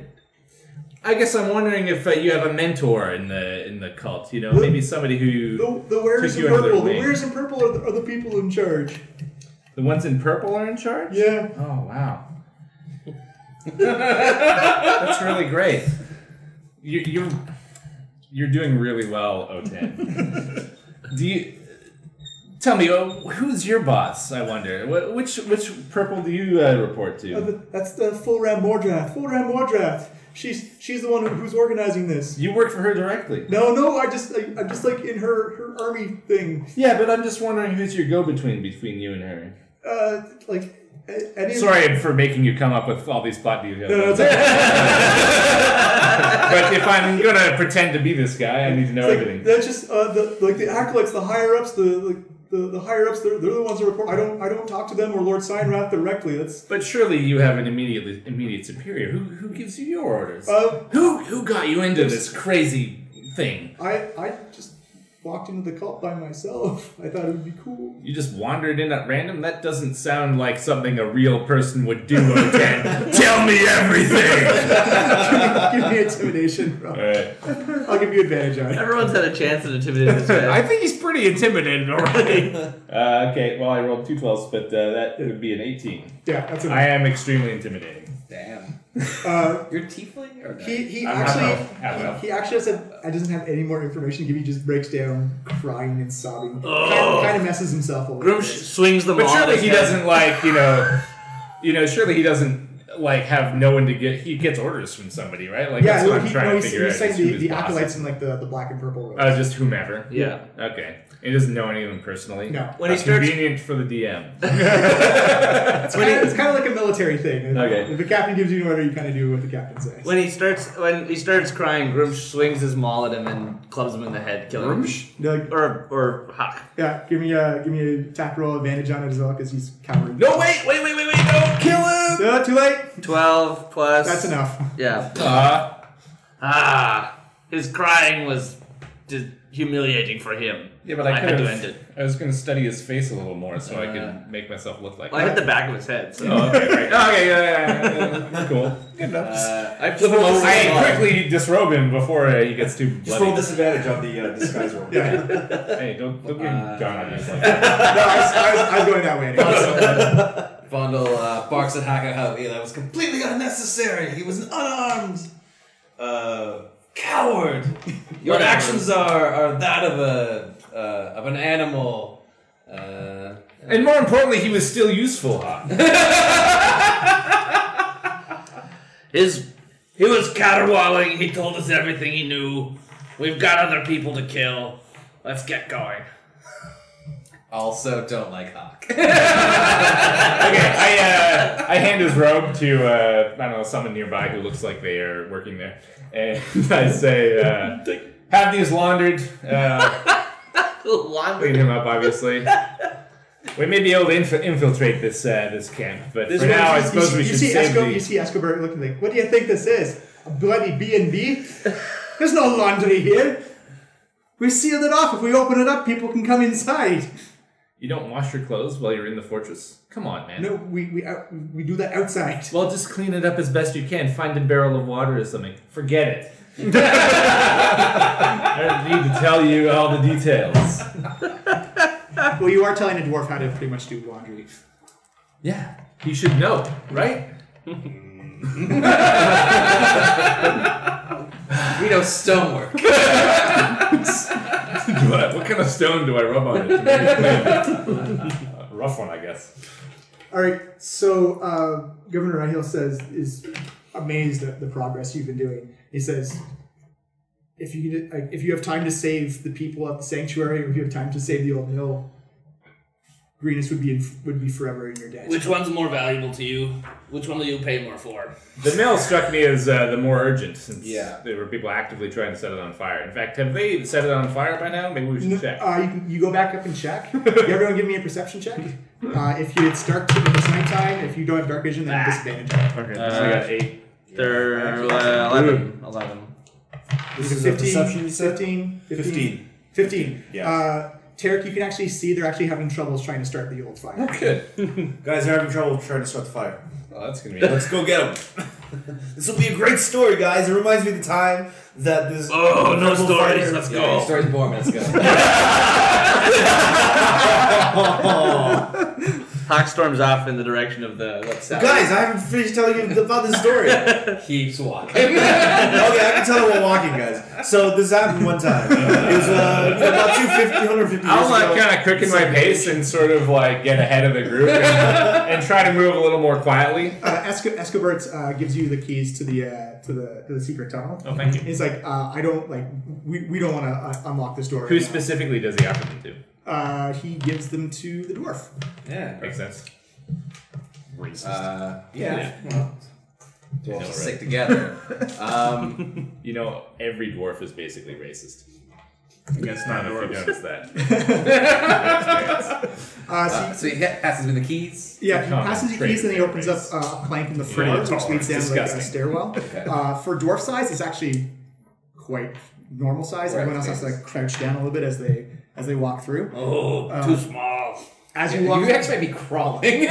I guess I'm wondering if uh, you have a mentor in the in the cult. You know, maybe somebody who
the the wearers
took
in
you under their
purple. The
wing.
wearers in purple are the, are the people in charge.
The ones in purple are in charge.
Yeah.
Oh wow. That's really great. You, you're you're doing really well, Otan. do you tell me uh, who's your boss? I wonder. Wh- Which which purple do you uh, report
Uh,
to?
the- That's the full round Mordrath. Full round Mordrath. She's she's the one who- who's organizing this.
You work for her directly.
No, no, I just I, I'm just like in her her army thing.
Yeah, but I'm just wondering who's your go-between between you and her.
Uh, like. I, I didn't-
Sorry for making you come up with all these plot details.
No, no, it's
but if I'm gonna pretend to be this guy, I need to know
It's like-
everything.
That's just uh, the like the acolytes, the higher ups, the like the, the higher ups. They're, they're the ones that report. I don't I don't talk to them or Lord Seinrath directly. That's
But surely you have an immediately immediate superior. Who who gives you your orders?
Uh,
who who got you into this crazy thing?
I I just walked into the cult by myself. I thought it would be cool.
You just wandered in at random? That doesn't sound like something a real person would do, Otan. Tell me everything!
give me intimidation, bro.
Alright.
I'll give you advantage on it.
Everyone's had a chance at intimidating this guy.
I think he's pretty intimidated already. uh, okay, well, I rolled two 12s, but uh, that would be an 18.
Yeah, that's enough.
I am extremely intimidating.
Damn.
Uh,
You're tiefling or no?
he he
I'm half elf, half
actually
elf.
he, he actually said I doesn't have any more information to give. you." He just breaks down, crying and sobbing.
Oh.
Kind of messes himself a little.
Groom
bit.
sh- swings the
But
maul at
surely
his
he
head.
doesn't like you know, you know. Surely he doesn't like have no one to get. He gets orders from somebody, right? Like that's
yeah, he,
what I'm
he-
trying
no,
to
he's,
figure
he's
out.
saying
is who
the,
his
the
boss
acolytes
is.
and like the, the black and purple. robes.
Oh, just whomever.
Yeah.
Okay. He doesn't know any of them personally.
No.
When
When he
That's
starts-
convenient for the DM.
It's kind, of, it's kind of like a military thing.
Okay.
If the captain gives you an order, you kind of do what the captain says.
When he starts, when he starts crying, Groom swings his maul at him and clubs him in the head, killing him.
You're like,
Or or Huck.
yeah, give me a give me a attack roll advantage on it as well because he's cowering.
No, wait, wait, wait, wait, wait! Don't kill him.
No, too late.
Twelve plus.
That's enough.
Yeah.
Ah.
Ah. His crying was just humiliating for him.
Yeah, but I,
had
could've-
to end it. Uh,
I was going to study his face a little more so I could make myself look like.
Well, I hit
that.
the back of his head. So.
Oh, okay, right. Okay, yeah, yeah, yeah, yeah. cool. Good enough.
Uh,
I,
flip him over the line.
quickly disrobe him before uh, he gets too bloody.
Just roll disadvantage on the uh, disguise roll.
Hey, don't, don't get
Uh,
John on this.
no, I was, I was, I was going that way. Anyway.
Vondel uh, barks at Haka how yeah, that was completely unnecessary. He was an unarmed uh, coward. Your
Whatever.
actions are, are that of a uh, of an animal. Uh,
And more importantly, he was still useful. Huh?
His he was caterwauling. He told us everything he knew. We've got other people to kill. Let's get going.
Also, don't like Hawk.
okay, I uh, I hand his robe to uh, I don't know someone nearby who looks like they are working there, and I say, uh, "Have these laundered." Uh,
Laundry.
clean him up, obviously. We may be able to inf- infiltrate this uh, this camp, but
This
for
one-
now, I
you
suppose
see-
we
you
should
see
save
Esco- You
the.
see Escobar looking like, what do you think this is? A bloody B and B? There's no laundry here. We sealed it off. If we open it up, people can come inside.
You don't wash your clothes while you're in the fortress. Come on, man.
No, we we out, we do that outside.
Well, just clean it up as best you can. Find a barrel of water or something. Forget it. I don't need to tell you all the details.
well, you are telling a dwarf how to pretty much do laundry.
Yeah, he should know, right?
we know stonework.
Do I- what kind of stone do I rub on it? to make it clean? A rough one, I guess.
All right. So uh, Governor Hill says is amazed at the progress you've been doing. He says, if you like, if you have time to save the people at the sanctuary, or if you have time to save the old mill, Greenus would be in, would be forever in your debt.
Which one's more valuable to you? Which one will you pay more for?
The mill struck me as uh, the more urgent since
Yeah.
there were people actively trying to set it on fire. In fact, have they set it on fire by now? Maybe we should check.
Uh, you, can- you go back up and check. Everyone, give me a perception check. Uh, if you it's dark, if it's nighttime. If you don't have dark vision, then disadvantage.
Okay,
so I got
eight.
They're uh, eleven. Eleven.
This is 15, 15, 15.
15.
15.
Yeah.
Uh, Tarek, you can actually see they're actually having troubles trying to start the old fire.
Good. Guys are having trouble trying to start the fire.
Well,
Oh,
that's gonna
be-
Let's go get them. this will be a great story, guys. It reminds me of the time that this.
Oh, no
incredible
stories.
fire-
Let's Yeah, go. stories
boring. Let's go.
Hawk storms off in the direction of the what's that?
Guys, I haven't finished telling you about this story.
keeps walking.
okay, I can tell it while walking, guys. So this happened one time. It was uh, about 250, 150 years
I'll
ago.
like kind of quicken my pace and sort of like get ahead of the group and, and try to move a little more quietly.
Uh, Esco- Escobar uh, gives you the keys to the uh, to the to the secret tunnel.
Oh, thank you.
He's like, uh, I don't like. We, we don't want to uh, unlock this door.
Who
right now.
specifically does he offer them to?
Uh, he gives them to the dwarf.
Yeah,
makes sense. Racist.
Uh, yeah.
Well,
Dwarves will stick together. Um,
you know, every dwarf is basically racist. That's not if you notice that.
Uh, so
Uh, so he ha- passes me the keys.
Yeah, he passes you keys and he opens up uh, a plank in the
Pretty
floor,
tall.
which leads down like a
Disgusting.
stairwell. Uh, for dwarf size, it's actually quite normal size.
Right,
Everyone else has to like crouch down a little bit as they as they walk through.
Oh,
Um,
too small.
As you
Yeah,
walk,
you actually might be crawling.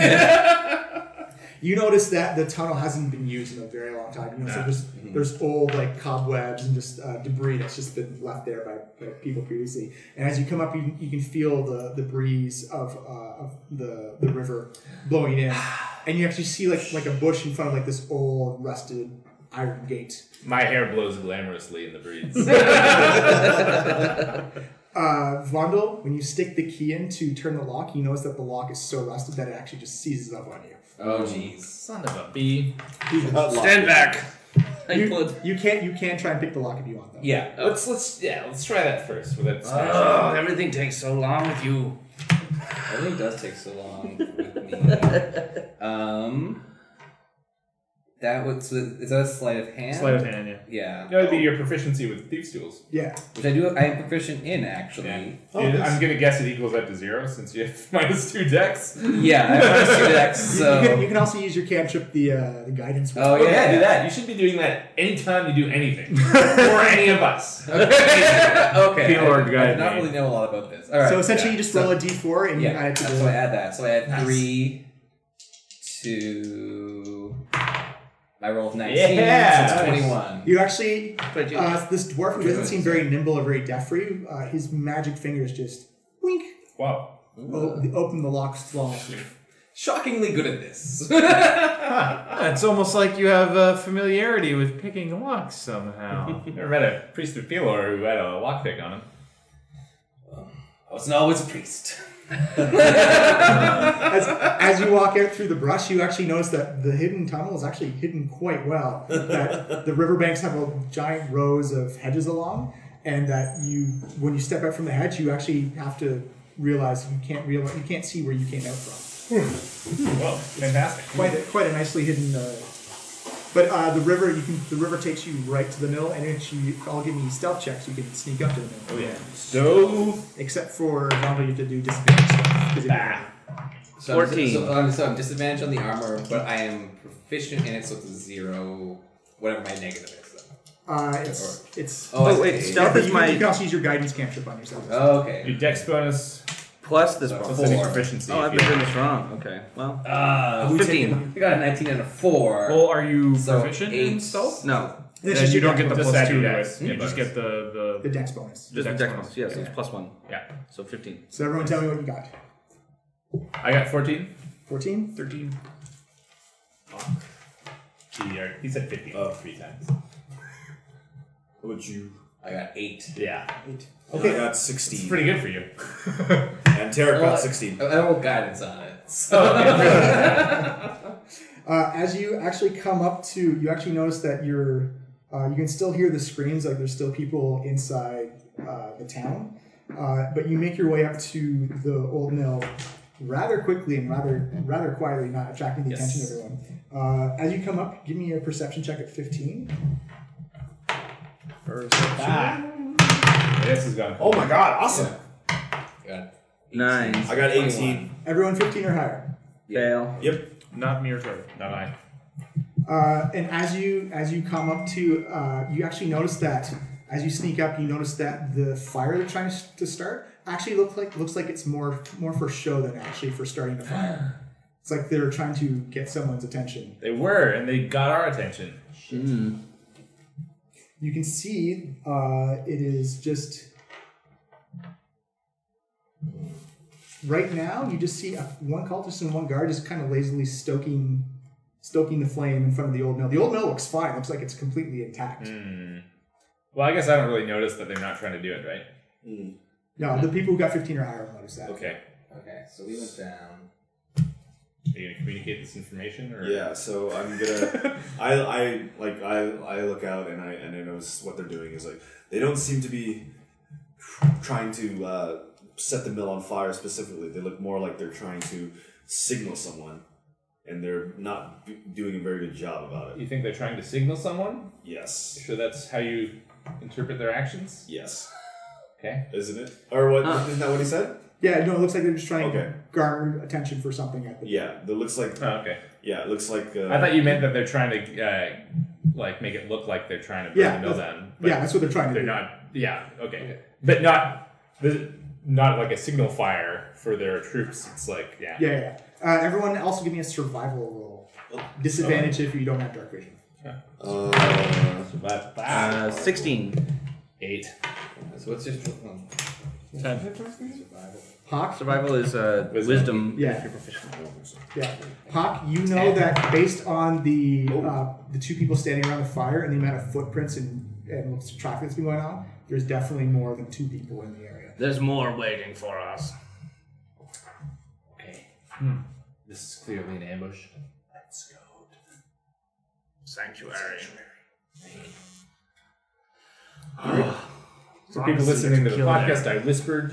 you notice that the tunnel hasn't been used in a very long time. You know, so there's there's old like cobwebs and just uh, debris that's just been left there by, by people previously. And as you come up, you, you can feel the, the breeze of, uh, of the the river blowing in, and you actually see like like a bush in front of like this old rusted iron gate.
My hair blows glamorously in the breeze.
Uh, Vondel, when you stick the key in to turn the lock, you notice that the lock is so rusted that it actually just seizes up on you.
Oh, jeez.
Son of a bee.
Stand back.
You, you can't. You can try and pick the lock if you want, though.
Yeah, let's let's yeah let's try that first. With that
Oh, everything takes so long with you.
Everything does take so long with me. Um, that was is that a sleight of hand?
Sleight of hand, yeah.
Yeah.
That would be your proficiency with thieves' tools.
Yeah.
Which I do. I am proficient in actually.
Yeah, I'm gonna guess it equals up to zero since you have minus two decks.
Yeah, I have minus two decks,
You- you, can, you can also use your cantrip, the uh, the guidance.
Oh,
wheel.
yeah, do that. You should be doing that anytime you do anything, or any of us.
Okay. okay.
People are
I, I do
guiding
not
me.
really know a lot about this. All right.
so essentially,
yeah.
you just
So-
roll a d4 and you
yeah,
add it to
that's
the.
why I add that. So I add
Nice.
three, two. I rolled nineteen.
Yeah,
so it's
nice.
twenty-one.
You actually,
But you-
uh, this dwarf who doesn't
Good.
seem very nimble or very deft for you, uh, his magic fingers just wink.
Wow.
O- open the lock flawlessly.
Shockingly good at this.
It's almost like you have uh, familiarity with picking locks somehow.
Never met a priest of Pelor who had a lockpick on him.
I wasn't always a priest.
as, as you walk out through the brush, you actually notice that the hidden tunnel is actually hidden quite well. That the riverbanks have a giant rows of hedges along, and that you, when you step out from the hedge, you actually have to realize you can't realize you can't see where you came out from.
well, fantastic!
Quite a, quite a nicely hidden. Uh, but uh, the river, you can the river takes you right to the mill, and it's you all give me stealth checks. You can sneak up to the mill.
Oh yeah. So
except for Ronald, you have to do disadvantage stuff. 'cause if you-
So I'm, so, I'm, so I'm disadvantaged on the armor, but I am proficient in it, so it's a zero, whatever my negative is. Though.
Uh, it's it's.
Oh, Oh, wait, I see. stealth
but
is
you,
my-
You can also use your guidance cantrip on yourself.
Oh, okay.
Your dex bonus
plus this
plus any proficiency
Oh,
if
I've
you
been
have
doing this
it.
wrong. Okay, well,
Uh,
I'm
who
15.
taken-
I got a 19 and a
Oh,
four.
Well, are you
So,
proficient in
eight.
stealth?
No.
Then you don't get the
Just
plus
add
two
your
to it.
dex.
You
Hmm.
just get the the
The dex bonus.
Just the dex bonus. Yes,
Yeah.
it's plus one.
Yeah.
So 15.
So everyone, tell me what you got.
I got fourteen.
Fourteen.
Thirteen. He, are- he said fifteen.
Oh, three times. What would you?
I got eight.
Yeah.
Eight.
Okay.
I got 16.
It's pretty good for you.
and Tarek
Well,
got 16.
I, I rolled guidance on it. So.
Uh, as you actually come up to, you actually notice that you're, uh, you can still hear the screams, like there's still people inside uh, the town. Uh, but you make your way up to the old mill rather quickly and rather rather quietly, not attracting the attention of everyone. Uh, as you come up, give me a perception check at 15.
This is gone.
Oh my god, awesome.
Nine.
I got 18.
Everyone 15 or higher.
Fail.
Yep.
Not me or Tarek. Not I.
Uh, and as you as you come up to, uh, you actually notice that as you sneak up, you notice that the fire they're trying to start actually look like looks like it's more more for show than actually for starting the fire. It's like they're trying to get someone's attention.
They were, and they got our attention.
You can see uh, it is just right now. You just see a, one cultist and one guard just kind of lazily stoking stoking the flame in front of the old mill. The old mill looks fine. Looks like it's completely intact.
Well, I guess I don't really notice that they're not trying to do it, right?
No, the people who got 15 or higher will notice that.
Okay.
Okay, so we went down.
Are you gonna communicate this information, or
Yeah, so I'm gonna. I, I like I, I look out and I and I notice what they're doing is like they don't seem to be trying to uh, set the mill on fire specifically. They look more like they're trying to signal someone, and they're not b- doing a very good job about it.
you think they're trying to signal someone?
Yes,
So that's how you interpret their actions.
yes,
Okay.
isn't it? Or what? Isn't that what he said?
Yeah, no, it looks like they're just trying
Okay.
to garner attention for something at the
Yeah, it looks like.
Oh, okay.
Yeah, it looks like. Uh,
I thought you meant that they're trying to, uh, like, make it look like they're trying to burn
Yeah,
the mill
that's-
down.
yeah, that's what they're trying to
They're
do.
not. Yeah. Okay. But not. The, not like a signal fire for their troops. It's like yeah.
Yeah, yeah. yeah. Uh, everyone also give me a survival roll.
Oh,
Disadvantage if you don't have dark vision.
Uh,
Uh, 16.
Eight.
So what's your oh, survival?
Hawk,
Survival is uh, wisdom.
Yeah.
If you're proficient.
yeah. Hawk, you know that based on the
Oh.
uh, the two people standing around the fire and the amount of footprints and and looks of traffic that's been going on, there's definitely more than two people in the area.
There's more waiting for us.
Okay. This is clearly an ambush. Let's go.
Sanctuary.
For people listening to the podcast, I whispered.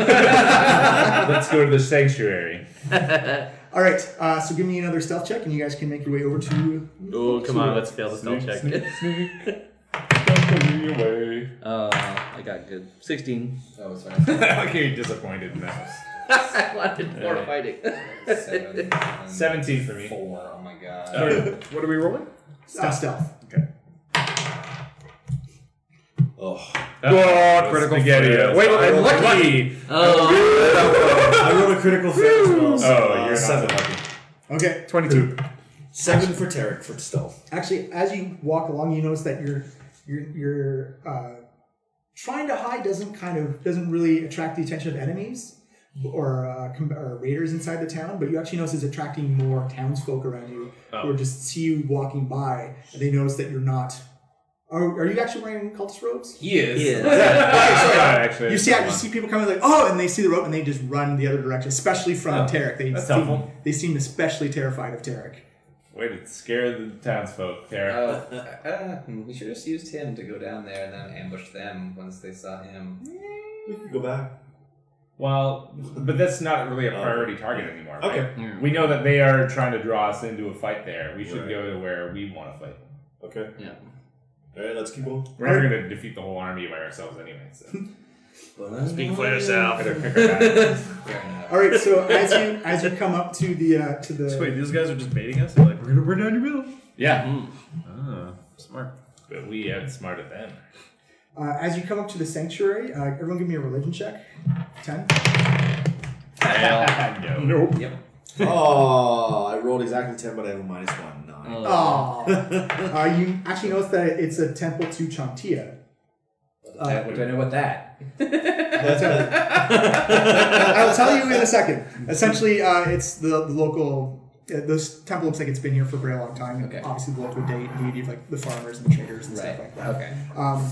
Let's go to the sanctuary.
All right, uh, so give me another stealth check, and you guys can make your way over to. uh,
Oh, come on, let's fail the spell check.
Uh, I got good. 16. Oh, it's fine.
I like how you're disappointed in that.
I wanted more
Alright.
fighting. Seven.
Seventeen for me.
Four. Oh my god.
what are we rolling?
Uh, stealth.
oh,
Oh, critical failure. Wait,
I
I'm
rolled
lucky.
I rolled a critical fail as well. so,
Oh,
uh,
you're not
seven.
Okay.
Twenty-two.
Seven for Tarek for stealth.
actually as you walk along you notice that your your your uh, trying to hide doesn't kind of doesn't really attract the attention of enemies or, uh, com- or raiders inside the town but you actually notice it's attracting more townsfolk around you who are just see you walking by and they notice that you're not are, are you actually wearing cultist robes
He is. He is.
Yeah, actually,
you see you see people coming like oh and they see the rope and they just run the other direction especially from
Oh,
Tarek they
that's
seem,
helpful.
they seem especially terrified of Tarek
Way to scare the townsfolk there.
Oh, I don't know. Hmm, We should have just used him to go down there and then ambush them once they saw him.
We can go back.
Well, but that's not really a priority target anymore. right?
Okay. Yeah.
We know that they are trying to draw us into a fight there. We should
Right.
go to where we want to fight.
Okay.
Yeah.
All right, let's keep going.
We're never going to defeat the whole army by ourselves anyway. So.
Speak for yourself.
Better pick our battles.
All right, so as you as you come up to the uh, to the
So wait, these guys are just baiting us? They're like, we're gonna burn down your middle.
Yeah.
Oh, smart.
But we outsmarted them.
uh, as you come up to the sanctuary, uh, everyone give me a religion check. Ten.
Hell no.
Yep.
oh, I rolled exactly 10, but I have a minus 1. Nine.
Oh. uh, you actually notice that it's a temple to Chantia.
Uh, what do I know about that?
I'll tell you in a second. Essentially, uh, it's the, the local. Uh, this temple looks like it's been here for a very long time. Okay. Obviously, the local de- deity of like the farmers and traders and stuff
Right.
like that.
Okay.
Um,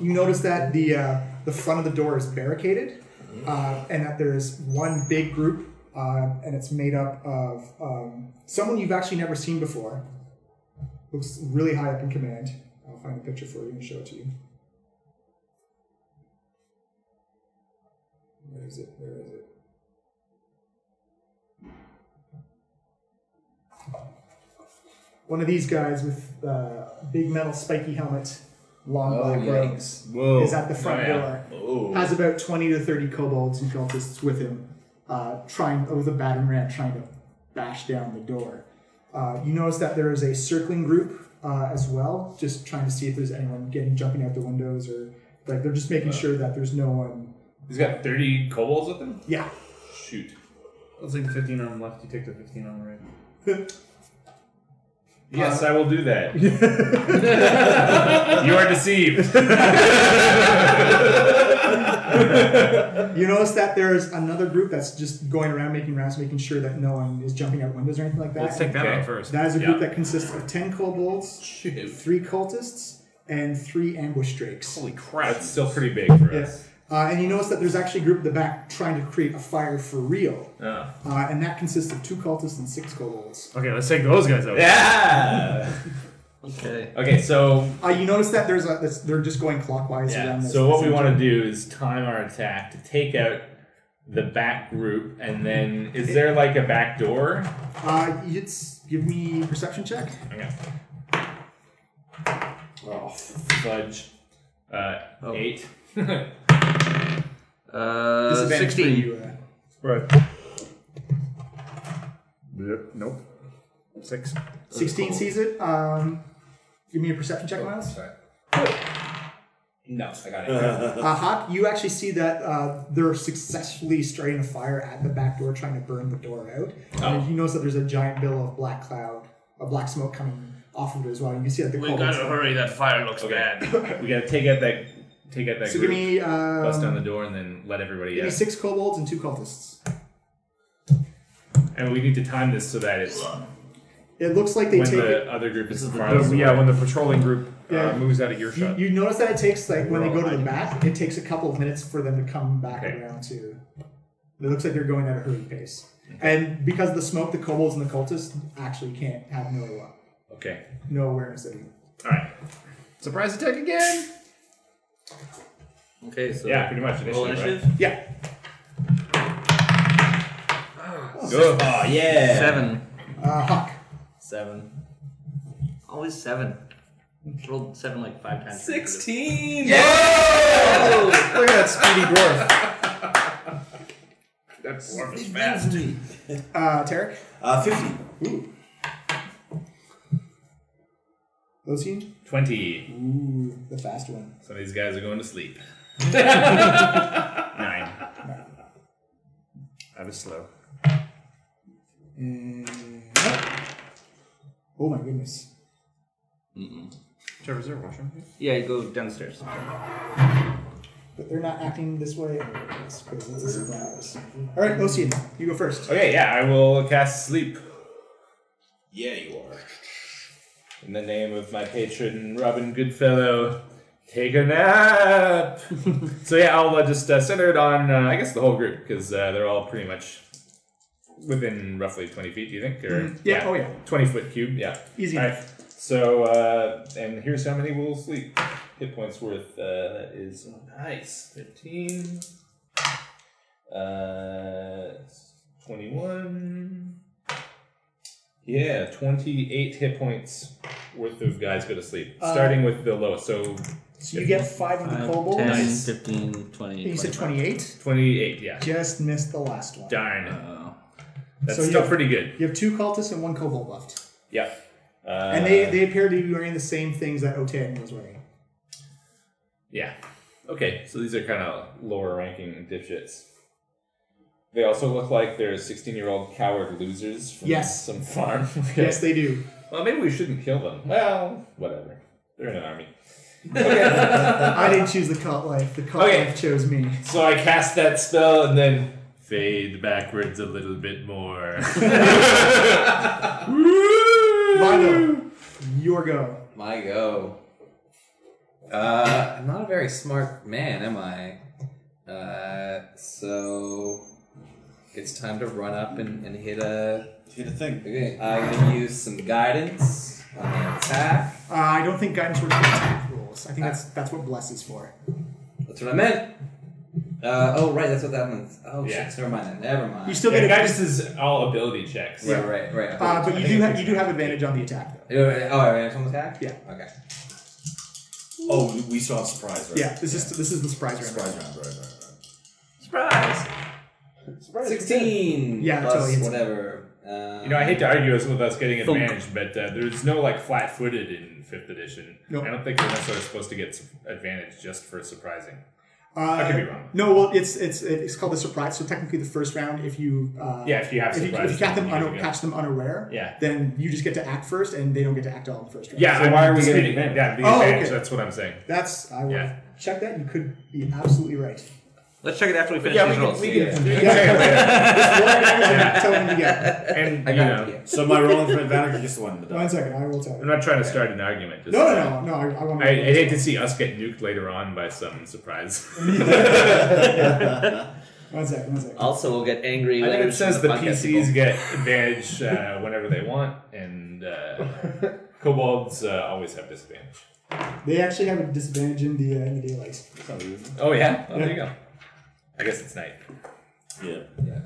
you notice that the uh, the front of the door is barricaded,
Mm-hmm.
uh, and that there is one big group, uh, and it's made up of um, someone you've actually never seen before. Looks really high up in command. I'll find a picture for you and show it to you.
Where is it? Where is it?
One of these guys with uh, big metal spiky helmet, long
Oh,
black
yikes.
robes,
Whoa.
is at the front
Oh, yeah.
door.
Oh.
Has about twenty to thirty kobolds and cultists with him, uh, trying with a battering ram trying to bash down the door. Uh, you notice that there is a circling group uh, as well, just trying to see if there's anyone getting jumping out the windows or like they're just making sure that there's no one.
He's got 30 kobolds with him?
Yeah.
Shoot.
Let's take the 15 on the left, you take the 15 on the right.
Yes,
Uh-huh.
I will do that. you are deceived.
You notice that there's another group that's just going around making rounds, making sure that no one is jumping out windows or anything like that.
Let's take that Okay. out first.
That is a group
Yeah.
that consists of ten kobolds, three cultists, and three ambush drakes. Holy
crap! That's still pretty big for us.
Yes. Uh, and you notice that there's actually a group at the back trying to create a fire for real.
Ah.
Uh, and that consists of two cultists and six kobolds.
Okay, let's take those guys out.
Yeah.
okay.
Okay, so
Uh, you notice that there's a that's, they're just going clockwise around. This,
So what we
this
want to
engine.
do is time our attack to take out the back group, and then is there like a back door?
Uh, it's give me perception check.
Okay. Oh, fudge. Uh,
Oh.
Eight.
Uh,
Disadvantage for
16.
you, uh,
Right. Yep. Nope. Six.
Uh,
16 sees it. Um, give me a perception check, Miles.
Oh, No, I got it.
Uh, Hawk, you actually see that uh, they're successfully starting a fire at the back door, trying to burn the door out.
Oh.
And you notice that there's a giant billow of black cloud, a black smoke coming off of it as well. You can see that the
We
cold
gotta
is-
hurry. That fire looks bad.
We gotta take out that take out that
So
group.
give me, um,
bust down the door and then let everybody
Give me
out.
six kobolds and two cultists.
And we need to time this so that it's
It looks like they
when
take
the
it.
other group is the farthest
The, yeah,
away.
when the patrolling group
Yeah.
uh, moves out of your
You,
shot.
you notice that it takes like when they go to the back, it takes a couple of minutes for them to come back around to. It looks like they're going at a hurried pace, and because of the smoke, the kobolds and the cultists actually can't have no uh,
Okay.
no awareness of you.
All right.
Surprise attack again.
Okay, so
Yeah, pretty much.
Roll
Initiative,
initiative.
Yeah.
Go.
Oh, yeah.
Seven.
Uh, Hawk.
Seven.
Always seven. Rolled seven like five times.
Sixteen.
Look at that speedy dwarf.
That dwarf is
Uh, Tarek.
Uh, 50.
Ooh. Losine?
Twenty.
Ooh, the fast one.
Some of these guys are going to sleep. Nine.
I was slow.
And... Oh my goodness.
Trevor, is there a washroom here?
Yeah, go downstairs.
But they're not acting this way. It's crazy. It's a surprise. All right, Losine, you go first.
Okay, yeah, I will cast sleep.
Yeah, you are.
In the name of my patron, Robin Goodfellow, take a nap. so yeah, I'll uh, just uh, center it on, uh, I guess, the whole group because uh, they're all pretty much within roughly twenty feet. Do you think? Or
Mhm. Yeah, oh, yeah.
twenty foot cube. Yeah,
Easy.
All right. So uh, and here's how many will sleep. oh, Hit points worth. Uh, that is nice. Fifteen. Uh, 21. Yeah, 28 hit points worth of guys go to sleep.
Uh,
starting with the lowest. So,
So you get five of the kobolds.
15, 20.
You said 28?
28, yeah.
Just missed the last one.
Darn. That's
So you
still
have-
pretty good.
You have two cultists and one kobold left.
Yeah. Uh,
and they, they appear to be wearing the same things that Otan was wearing.
Yeah. Okay, so these are kind of lower ranking dipshits. They also look like they're 16 year old coward losers from
Yes.
some farm.
Yes, they do.
Well, maybe we shouldn't kill them. Well, whatever. They're in an army.
I didn't choose the cult life. The cult life chose me.
So I cast that spell and then fade backwards a little bit more.
Mondo, your go.
My go. Uh, I'm not a very smart man, am I? Uh, so it's time to run up and, and hit a hit a thing. Okay, I'm gonna use some guidance on the attack.
Uh, I don't think guidance works with attack rules. I think that's that's what bless is for.
That's what I meant. Uh, oh right, that's what that means. Oh shit, never mind. Never mind.
You still get Yeah,
guidance is all ability checks.
Right, right, right.
Uh, but you do have you do have advantage on the attack though.
Oh, advantage on the attack.
Yeah.
Okay.
Oh, we saw a surprise, right?
Yeah, this is this is the surprise round.
Surprise round, right, right, right.
Surprise! Sixteen.
Yeah,
plus
totally, it's-
Whatever. Uh,
You know, I hate to argue us with us getting
Thunk.
advantage, but uh, there's no like flat footed in fifth edition.
Nope.
I don't think you're necessarily supposed to get s- advantage just for surprising.
Uh,
I could be wrong.
No, well, it's it's it's called the surprise. So technically, the first round, if you uh,
Yeah, if you have
if you,
surprise,
if you catch them
then you
un-
get-
catch them unaware,
Yeah.
then you just get to act first, and they don't get to act at all in the first round.
Yeah,
So
I'm
why are we
disputing
getting advantage?
that? The
Oh,
advantage,
okay.
that's what I'm saying.
That's I will
Yeah.
check that. You could be absolutely right.
Let's check it after we finish
Yeah,
these
we can-
rolls.
we can-
Yeah. Yeah. Tell me you get.
And,
I
you
got
know,
So my rolling for advantage is just one. The
One second, I will tell you.
I'm not trying to start an argument. Just
No, no, no, no. I, I want
I, I hate to see us get nuked later on by some surprise.
One second, one second.
Also, we'll get angry.
I think it
letters from
says the,
podcast
PCs
people.
get advantage uh, whenever they want, and uh, kobolds uh, always have disadvantage.
They actually have a disadvantage in the uh, in the daylight.
Oh yeah, oh, there
Yeah.
you go. I guess it's night.
Yeah.
Yeah.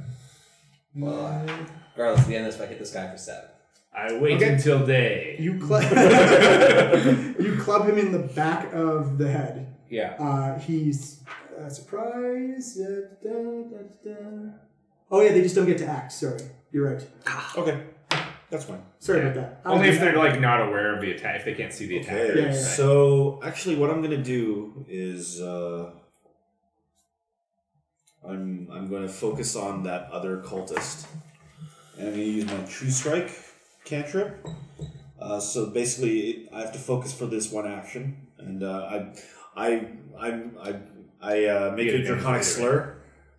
Well, uh, regardless, we end this by hit this guy for seven.
I wait
Okay.
until day.
You club you club him in the back of the head.
Yeah.
Uh, he's uh, surprise. da, da, da, da. Oh yeah, they just don't get to act. Sorry, you're right.
Okay, that's fine.
Sorry about that. I
Only
was-
if they're like not aware of the attack, if they can't see the attack.
Okay,
yeah.
so actually, what I'm gonna do is uh, I'm I'm gonna focus on that other cultist, and I'm gonna use my True Strike cantrip. Uh, so basically, I have to focus for this one action, and uh, I I I'm, I I uh, make
You get
a draconic
advantage
slur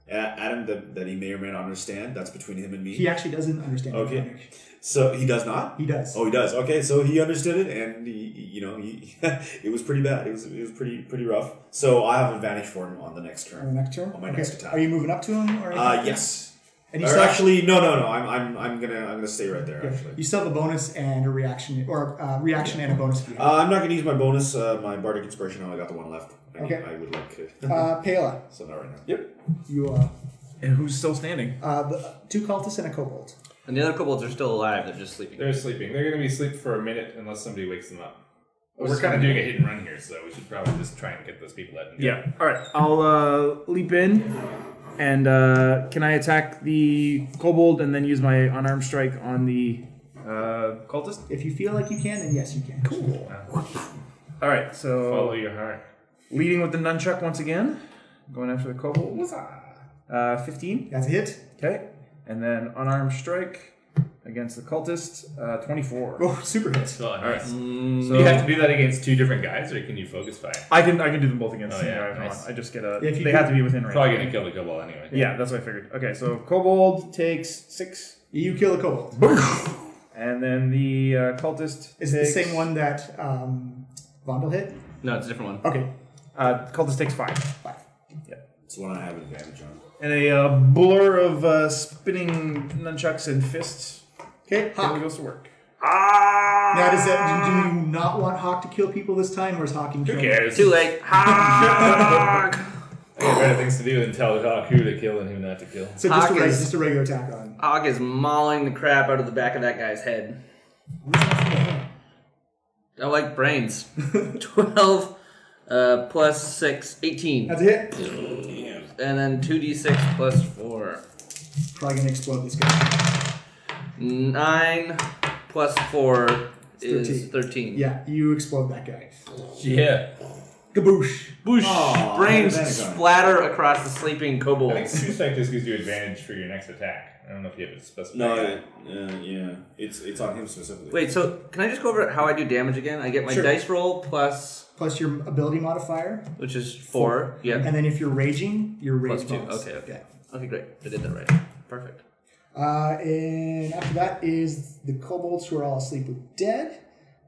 at, at him that, that he may or may not understand. That's between him and me.
He actually doesn't understand.
Okay. So he does not.
He does.
Oh, he does. Okay, so he understood it, and he, he- you know, he, it was pretty bad. It was it was pretty pretty rough. So I have advantage for him on the next turn.
On the next turn.
On my
okay.
next attack.
Are you moving up to him or?
Uh,
anything?
yes.
And you
Or
still
actually, no, no, no. I'm, I'm, I'm gonna I'm gonna stay right there.
Yeah.
Actually,
You still have a bonus and a reaction, or uh, reaction and a bonus. if you have.
uh, I'm not gonna use my bonus. Uh, my bardic inspiration. I only got the one left. I, need-
Okay.
I would like to.
Uh, Pela,
so not right now. Yep.
you uh,
And who's still standing?
uh, the, two cultists and a kobold.
And the other kobolds are still alive. They're just sleeping.
They're sleeping. They're going to be asleep for a minute unless somebody wakes them up.
Oh,
We're
so-
kind of doing a hit and run here, so we should probably just try and get those people out. and do
Yeah. All right. I'll uh, leap in, and uh, can I attack the kobold and then use my unarmed strike on the uh, cultist? Uh,
If you feel like you can, then yes, you can. Cool.
All right. So
Follow your heart.
Leading with the nunchuck once again, going after the kobold. Uh, Fifteen.
That's a hit.
Okay. And then unarmed strike against the cultist. Uh, Twenty-four.
Oh, super hit.
All right.
So-
So you have to do that against two different guys, or can you focus fire?
I can I can do them both against.
Oh,
the
yeah,
guy if I
nice.
want. I just get a.
If you
they
do-
have to be within range.
Probably going to kill the kobold anyway.
Yeah, that's what I figured. Okay, so kobold takes six,
You kill the kobold.
and then the uh, cultist
Is it the
takes,
same one that um, Vondel hit?
No, it's a different one.
Okay.
Uh, cultist takes five,
It's the one I have advantage on.
and a uh, blur of uh, spinning nunchucks and fists.
Okay,
Hawk
Hawk.
goes to work.
Ah!
Now, does that, do you not want Hawk to kill people this time, or is Hawking
Who
killing?
cares?
Too late. Ha!
I got better things to do than tell Hawk who to kill and who not to kill.
So just a,
Hawk
reg-
is-
just a regular attack on.
Og is mauling the crap out of the back of that guy's head. I like brains. 12 uh, plus 6, 18.
That's a hit.
And then 2d6 plus 4.
Probably gonna explode this guy.
9 plus 4 is 13.
Yeah, you explode that guy.
Yeah.
Kaboosh.
Boosh.
Aw,
brains
that's a gun.
splatter across the sleeping kobold.
I think Suicide just gives you advantage for your next attack. I don't know if you have it specified.
No, it, uh, yeah, it's it's on him specifically.
Wait, so can I just go over how I do damage again? I get my
Sure.
dice roll plus,
Plus your ability modifier.
which is 4. Yeah.
And then if you're raging, your
plus
rage
2.
bonus.
Okay, okay. Okay, great. I did that right. Perfect.
Uh, and after that is the kobolds who are all asleep with dead,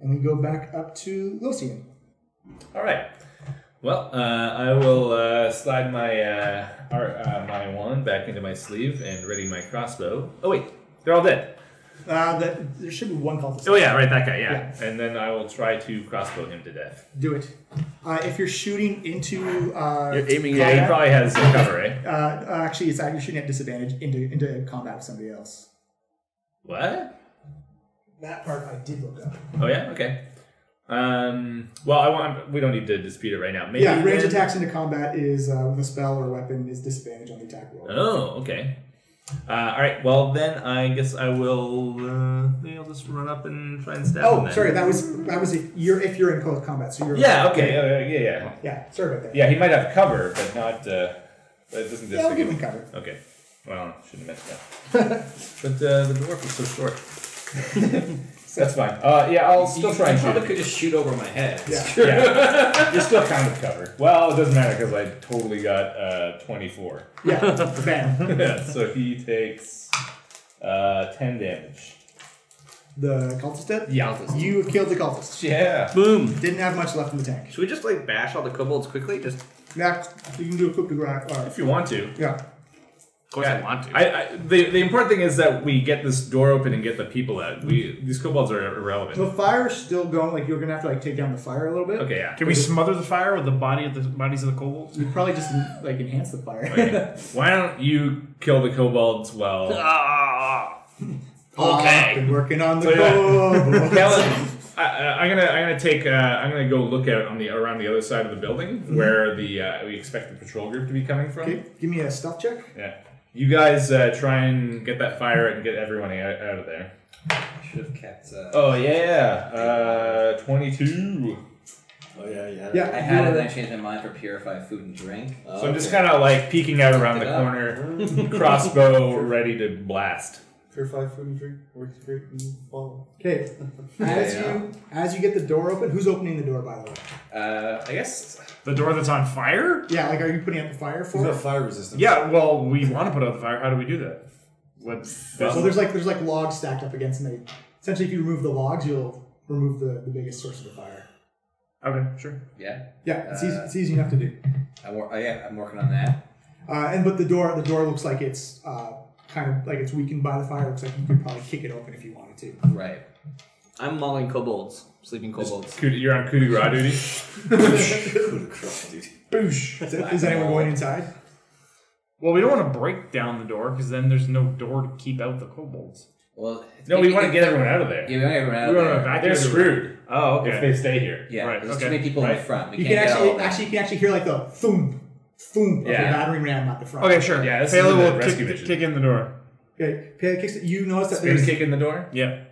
and we go back up to Lucian.
All right. Well, uh, I will uh, slide my uh, ar- uh, my wand back into my sleeve and ready my crossbow. Oh wait, they're all dead.
Uh, that there should be one cultist.
Oh yeah, right, that guy. Yeah. And then I will try to crossbow him to death.
Do it. Uh, if you're shooting into, uh,
You're aiming-
combat-
yeah, he probably has some cover, right?
Uh, actually, it's you're shooting at disadvantage into into combat with somebody else.
What?
That part I did look up.
Oh yeah. Okay. Um, well, I want. We don't need to dispute it right now. Maybe
yeah, range
then-
attacks into combat is uh, with a spell or weapon is disadvantage on the attack roll.
Oh, okay. Uh, all right. Well, then I guess I will. Uh, maybe I'll just run up and try and stab him.
Oh,
then.
sorry, that was that was if you're if you're in close combat, so you're
Yeah. Okay. oh, yeah. Yeah. yeah.
Yeah, sorry about that.
Yeah, he might have cover, but not. Uh, but it doesn't.
Yeah, I'll give
disfigure-
him cover.
Okay. Well, shouldn't have meant that. but uh, the dwarf is so short. That's fine. Uh, yeah, I'll still
you
try and
probably
shoot.
could just shoot over my head.
Yeah. yeah. You're still kind of covered. Well, it doesn't matter because I totally got uh, 24.
Yeah, bam.
yeah. So he takes uh, 10 damage.
The cultist dead?
Yeah, I'll just-
You killed the cultist.
Yeah.
Boom.
Didn't have much left in the tank.
Should we just like bash all the kobolds quickly? Just of
Max, you can do a quick grab. All right.
If you want to.
Yeah.
course I want to.
I, I, the, the important thing is that we get this door open and get the people out. We These kobolds are irrelevant.
The fire's still going. Like you're gonna have to like take down the fire a little bit.
Okay, yeah.
Can we smother the fire with the body of the bodies of the kobolds?
You probably just like enhance the fire.
Okay. Why don't you kill the kobolds while.
Ah, been working on the
So, yeah.
kobolds.
Kellen, uh, I, I, I'm gonna I'm gonna take uh, I'm gonna go look out on the around the other side of the building
Mm-hmm.
where the uh, we expect the patrol group to be coming from.
Okay, give me a stealth check.
Yeah, you guys uh, try and get that fire and get everyone out, out of there.
Should have kept. Uh,
Oh yeah, uh, twenty two.
Oh yeah, yeah.
Yeah,
I had it,
you're-
and I changed my mind for purify food and drink. Uh,
So I'm just kind of like peeking out around the
Picked it up.
corner, crossbow ready to blast.
Purify food and drink works great when you follow.
Okay. As you as you get the door open, who's opening the door by the way?
Uh, I guess.
The door that's on fire?
Yeah, like are you putting out the fire
He's
for
got
it?
fire resistance.
Yeah. Well, we want to put out the fire. How do we do that? What?
So there's like there's like logs stacked up against, and they essentially if you remove the logs, you'll remove the, the biggest source of the fire.
okay. Sure.
Yeah.
Yeah, it's easy,
Uh,
it's easy enough to do.
I'm, wor- oh, yeah, I'm working on that.
Uh, and but the door the door looks like it's uh, kind of like it's weakened by the fire. Looks like you could probably kick it open if you wanted to.
Right.
I'm mauling kobolds, sleeping kobolds.
Coup- You're on coup de grace duty.
Boosh! Is, it- is anyone going inside?
Well, we don't want to break down the door because then there's no door to keep out the kobolds.
Well.
No, we want to get everyone out of
Yeah,
there.
we want everyone out
We
of
want to evacuate.
there.
Uh, They're
everyone.
screwed
Oh, okay.
if they stay here.
Yeah,
Right,
there's
okay.
too many people in
Right.
the front. We
You can
can't get all of
actually
them.
actually you can actually hear like the thump thump of
Yeah.
the battering ram at the front.
Okay, sure.
Yeah, this is
Taylor
the
will
rescue
kick,
mission.
kick in the door.
Okay. Pale kicks it. You notice that
Space
there's
kick in the door.
Yeah.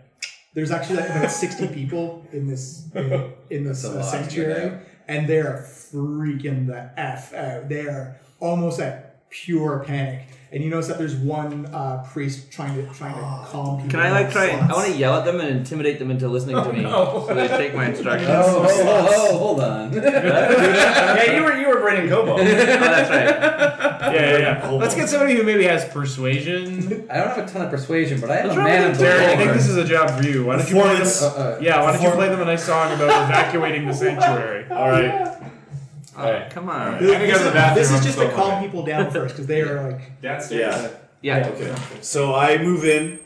there's actually like about sixty people in this in, in this
That's a
uh,
lot to get out.
sanctuary, and they're freaking the f out. They're almost at pure panic. And you notice that there's one uh, priest trying to trying to calm people.
Can I like
down.
try? I want to yell at them and intimidate them into listening to me,
Oh,
so they take my instructions.
Oh, oh, oh, hold on.
yeah, you were you were braiding kobolds.
Oh, that's right.
Yeah, yeah, yeah. Let's get somebody who maybe has persuasion.
I don't have a ton of persuasion, but I have a
wrong
man of
with
the
you?
Derek, I think
Lord.
this is a job for you. Why don't you play
Performance.
them? Yeah, why don't you play them a nice song about evacuating the sanctuary? All right.
Oh, come on.
This,
I can go to the bathroom,
this is
I'm
just
so
to calm
hungry.
people down first because they are like
Downstairs.
Yeah.
Yeah.
Okay. So I move in,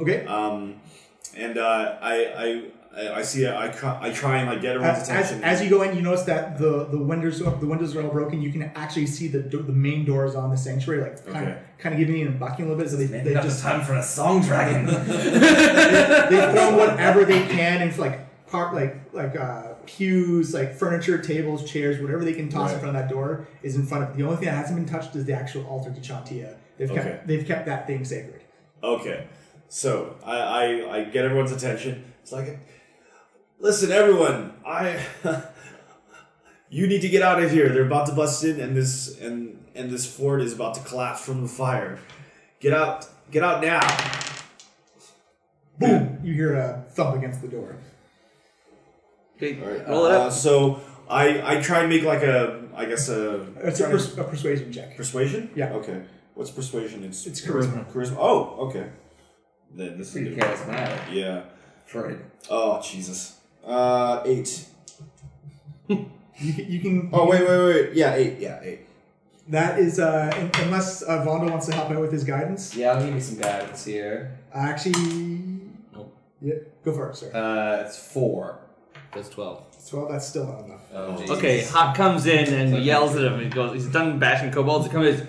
okay.
um, and uh, I I, I see. I, ca- I try and like get everyone's
As, as,
attention.
as you go in, you notice that the, the windows are, the windows are all broken. You can actually see the do- the main doors on the sanctuary, like kind
Okay.
of kind of giving you and bucking a little bit. So they
Maybe
they
not
just
the time for a song dragon.
they, they throw whatever they can and like part like like uh, pews, like furniture, tables, chairs, whatever they can toss in
Right.
front of that door is in front of. The only thing that hasn't been touched is the actual altar to Chantia. They've
Okay.
kept they've kept that thing sacred.
Okay, so I, I I get everyone's attention. It's like, listen, everyone, I you need to get out of here. They're about to bust in, and this and and this fort is about to collapse from the fire. Get out! Get out now!
Boom! You hear a thump against the door.
Okay,
roll it up.
Uh, so I I try and make like a I guess a
It's a, pers- a persuasion check.
persuasion.
Yeah.
Okay. What's persuasion? It's
It's charisma.
Charisma. Oh, okay. Then this
Pretty
is good.
charismatic.
Yeah.
Freud.
Oh Jesus. Uh, eight.
You, you can.
Oh wait, wait, wait. Yeah, eight. Yeah, eight.
That is uh, un- unless uh, Vondo wants to help out with his guidance.
Yeah, I'll give you some guidance here.
Actually, yeah, go for it, sir.
Uh, it's four. That's twelve.
Twelve. That's still not enough.
Oh, Jesus.
Okay, Hot comes in and yells at him. He goes, he's done bashing kobolds. He comes in,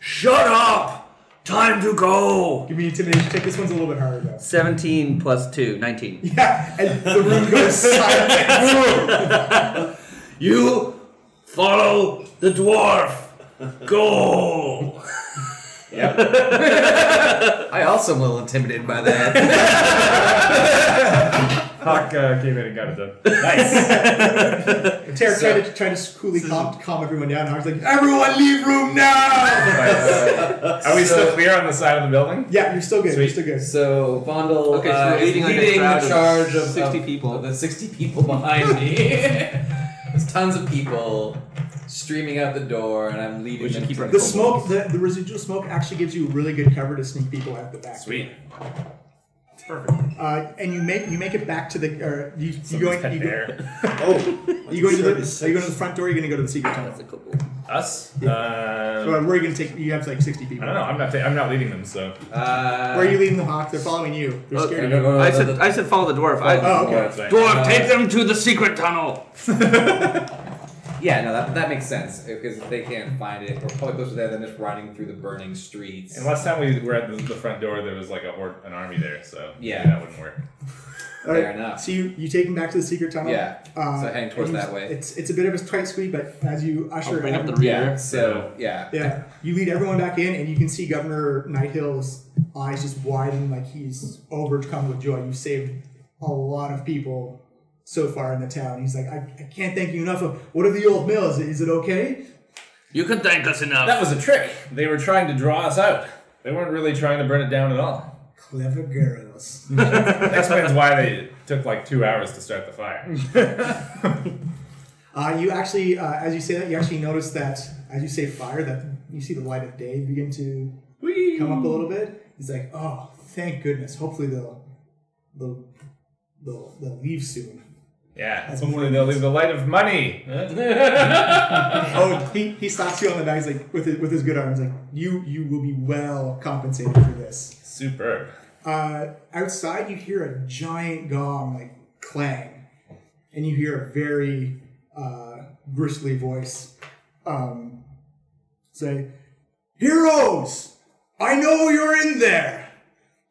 shut up! Time to go!
Give me intimidation check. This one's a little bit harder though.
17 plus 2, 19.
Yeah, and the room goes silent.
you follow the dwarf! Go!
I also am a little intimidated by that.
Hawk uh, came in and got it done.
Tara tried to try to coolly calm, calm everyone down. I was like, everyone leave room now.
Are we still clear on the side of the building?
yeah, you're still good. You're still good.
So Vondel
Okay, so we're
uh, is
leading, like, a
leading
crowd
the
of
charge of
60
of
people.
The sixty people behind me. There's tons of people streaming out the door, and I'm leading. them to
The smoke, the, the residual smoke, actually gives you really good cover to sneak people out the back.
Sweet.
Uh, and you make you make it back to the. Or you, you go. in-
pet
You go,
oh,
you go to the. Are you going to the front door? or You're going to go to the secret tunnel.
Us?
So
Um,
where are you going to take? You have like 60
I
people.
don't know. I'm not. Ta- I'm not leading them. So.
Uh,
Where are you leading the hawk? They're following you. They're scared of you.
I said, I said follow the dwarf. I,
Oh, okay.
that's right.
Dwarf, take them to the secret tunnel!
Yeah, no, that, that makes sense because if they can't find it, we're probably closer there than just running through the burning streets.
And last time we were at the, the front door, there was like a horde, an army there. So maybe
Yeah.
that wouldn't work.
All right.
Fair enough.
So you, you take him back to the secret tunnel.
Yeah.
Uh,
So heading towards
and you-
that way.
It's it's a bit of a tight squeeze, but as you usher,
I'll bring up the
every-
rear.
Yeah. So yeah.
Yeah, you lead everyone back in, and you can see Governor Nighthill's eyes just widen, like he's overcome with joy. You saved a lot of people so far in the town. He's like, I, I can't thank you enough. Of, what are the old mill? Is it, is it okay?
You can thank us enough.
That was a trick. They were trying to draw us out.
They weren't really trying to burn it down at all.
Clever girls.
That explains why they took like two hours to start the fire.
Uh, you actually, uh, as you say that, you actually notice that as you say fire, that you see the light of day begin to come up a little bit. He's like, oh, thank goodness. Hopefully they'll they'll they'll, they'll leave soon.
Yeah. Hopefully they'll leave the light of money.
Oh, he, he slaps you on the back. He's like, with his, with his good arm, he's like, you you will be well compensated for this.
Superb.
Uh, outside, you hear a giant gong like clang, and you hear a very uh, bristly voice um, say, "Heroes, I know you're in there.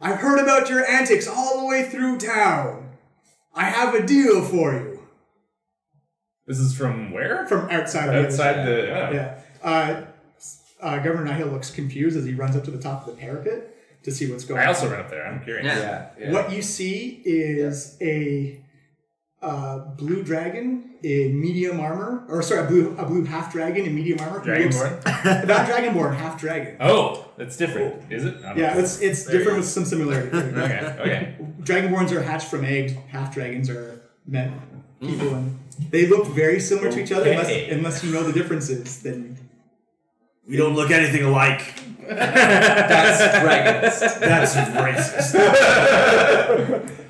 I've heard about your antics all the way through town. I have a deal for you."
This is from where?
From outside of the other
Outside the. oh. Yeah.
Yeah. Uh, uh, Governor Nihil looks confused as he runs up to the top of the parapet to see what's going
I
on.
also ran up there. I'm curious.
Yeah. yeah.
What you see is a uh, blue dragon in medium armor, or sorry, a blue a blue half dragon in medium armor. who looks-
Dragonborn?
not dragonborn, half dragon.
Oh, that's different. Is it? I don't
Yeah,
know.
it's it's
Oh. There you
different
go.
with some similarity.
Okay. Okay.
Dragonborns are hatched from eggs. Half dragons are men, people, and they look very similar to each other unless,
Okay.
unless you know the differences. Then
We don't look anything alike.
That's dragonist.
That's racist.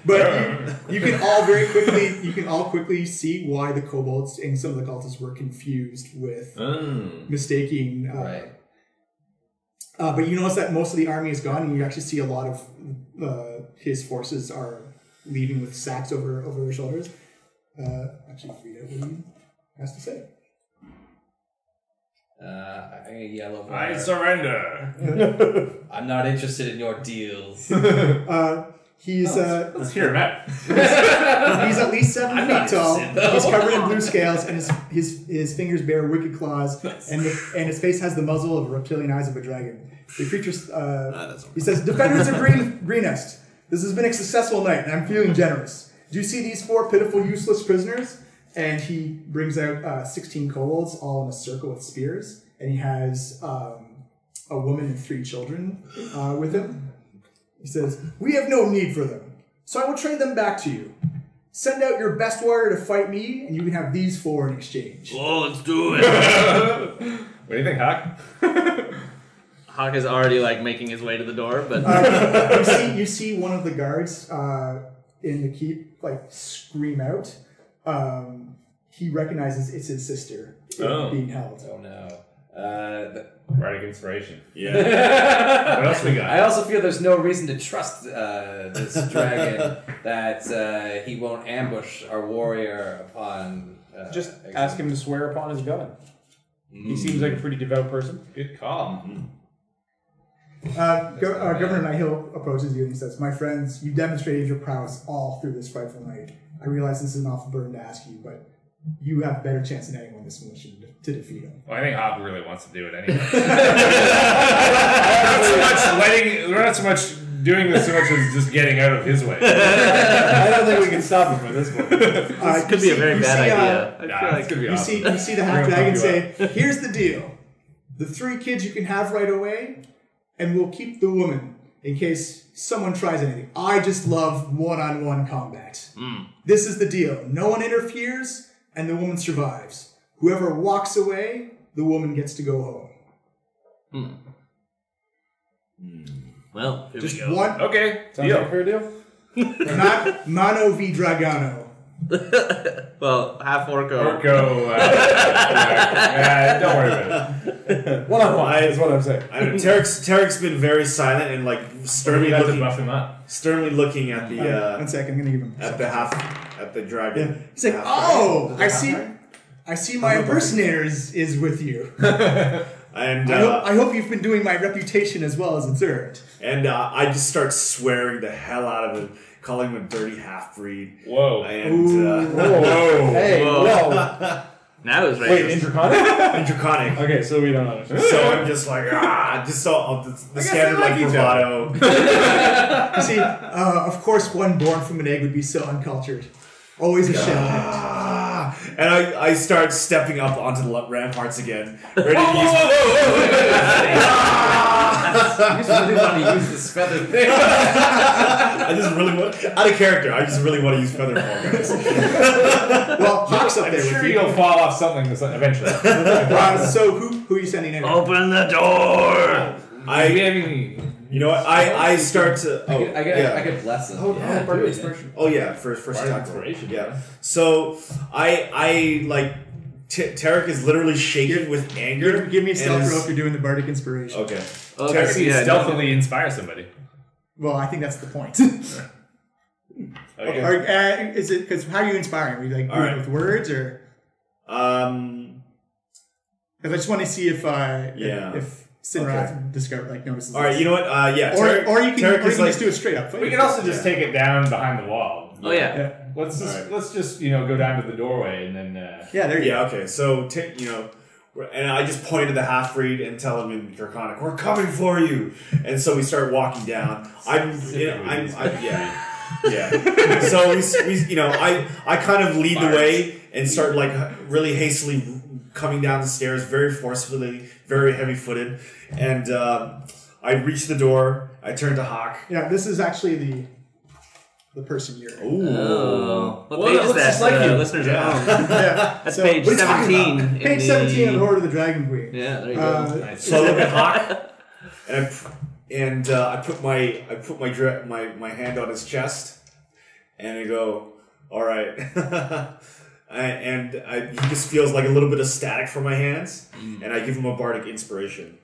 But you, you can all very quickly you can all quickly see why the kobolds and some of the cultists were confused with mistaking. Uh,
Mm. Right.
uh, but you notice that most of the army is gone, and you actually see a lot of uh, his forces are leading with sacks over over their shoulders. Uh, actually, Rita, what do you has to say?
Uh, I'm gonna yell over.
I surrender.
I'm not interested in your deals.
Uh, he's
Oh,
uh,
let's- let's hear him out.
he's at least 7
I'm
feet
not
tall.
interested, though.
He's covered in blue scales, and his his, his fingers bear wicked claws, and the, and his face has the muzzle of reptilian eyes of a dragon. The creature. Uh,
Ah,
he says, "Defenders of Green Greenest, this has been a successful night, and I'm feeling generous. Do you see these four pitiful, useless prisoners?" And he brings out uh, sixteen kobolds, all in a circle with spears, and he has um, a woman and three children uh, with him. He says, We have no need for them, so I will trade them back to you. Send out your best warrior to fight me, and you can have these four in exchange.
Oh, let's do it.
what do you think, Hawk?
Hawk is already like making his way to the door, but
Uh, you, see, you see one of the guards uh, in the keep like scream out. Um, he recognizes it's his sister
Oh.
being held.
Oh no. Uh, th-
Bardic inspiration.
Yeah.
what else we got?
I also feel there's no reason to trust uh, this dragon that uh, he won't ambush our warrior upon. Uh,
Just ask him to swear upon his gun. He seems like a pretty devout person.
Good call. Mm-hmm.
Uh, Go- uh, Governor Nihil approaches you and he says, My friends, you demonstrated your prowess all through this frightful night. I realize this is an awful burden to ask you, but you have a better chance than anyone this mission to defeat him.
Well, I think Hawk really wants to do it anyway. not so much letting, not so much doing this, so much as just getting out of his way.
I
don't think we can stop him at this point.
Uh,
could
you
be a very
you
bad
see,
idea.
uh,
I
Nah,
feel
it's gonna be
you
awesome.
see, you see the
We're
half
gonna
dragon
fuck you
say, "Here's the deal: the three kids you can have right away, and we'll keep the woman in case someone tries anything." I just love one-on-one combat. This is the deal: no one interferes, and the woman survives. Whoever walks away, the woman gets to go home.
well, here
Just
we go.
one.
Okay,
Sounds like a fair deal.
Not mano v dragano.
Well, half orco.
Orco. Uh, uh, don't worry about it.
One on one is what I'm saying.
I don't know. Tarek's, Tarek's been very silent and like sternly
You have to
looking,
buff him up.
sternly looking at the
Uh,
uh,
one second, I'm gonna give him.
at the half at the dragon.
He's like,
half
"Oh,
dragon.
I see, I see. My impersonator is, is with you."
And
I, hope,
uh,
I hope you've been doing my reputation as well as it's earned.
and uh, I just start swearing the hell out of him, calling him a dirty half breed.
Whoa.
And uh,
Whoa. Hey, whoa.
Now is right.
Wait, in Draconic?
and draconic.
okay, so we don't understand.
So I'm just like ah, just so uh, the, the standard like bravado.
You see, uh, of course, one born from an egg would be so uncultured. Always a shellhead.
Ah, and I, I start stepping up onto the ramparts again, ready to
Whoa, whoa,
use.
whoa, whoa, whoa, wait,
Ah.
wait, wait. You really want to use this feather thing.
I just really want out of character. I just really want to use feather fall, guys.
Well, Hawk's up
I'm
there
sure
with you.
you'll fall off something this- eventually.
Uh, so who who are you sending in?
Oh,
Open the door.
Do we
I,
have any-
you know, what? I I start to.
I
Oh,
could, I could,
yeah.
I could bless him.
Oh,
yeah,
oh,
do it,
Oh yeah, first first
Bardic
attack roll.
inspiration,
Yeah.
yeah.
So I I like T- Tarek is literally shaking with anger.
Give, give me a
and
stealth
is-
roll if you're doing the bardic inspiration.
Okay.
Oh,
Okay,
Tarek
so
can
yeah,
stealthily inspire somebody.
Well, I think that's the point.
Okay.
or, uh, is it because how are you inspiring? Are you like doing
All
it
right.
with words or?
Um.
Because I just want to see if uh,
Yeah.
if, if Sinrath discover like notices.
All right. You know what? Uh. Yeah.
or,
Tarek,
or you can, or
Tarek
you
is
can
like,
just do it straight up.
We can also just take it down behind the wall.
Oh yeah.
Yeah,
Let's just
Alright.
let's just you know go down to the doorway and then uh,
yeah there you go.
Yeah. Okay. So t- you know. we're- And I just point to the half breed and tell him in Draconic, "We're coming for you!" And so we start walking down. I'm, you know, I'm, I'm, yeah. Yeah. so we, we, you know, I, I kind of lead the way and start like really hastily coming down the stairs, very forcefully, very heavy footed, and um, I reach the door. I turn to Hawk.
Yeah, this is actually the the person you're.
Ooh.
Oh, what
Well,
page
that
is
looks
that?
just like
uh,
you.
Listeners at
Yeah.
home.
Yeah.
That's
So-
page
What are you talking
seventeen. in
Page
the-
17 of the Horde of the Dragon Queen.
Yeah, there you go.
Uh,
So I look at Hawk, and I, p- and uh, I put my I put my, dra- my my hand on his chest, and I go, "All right." I, and I, he just feels like a little bit of static from my
Mm.
hands, and I give him a bardic inspiration.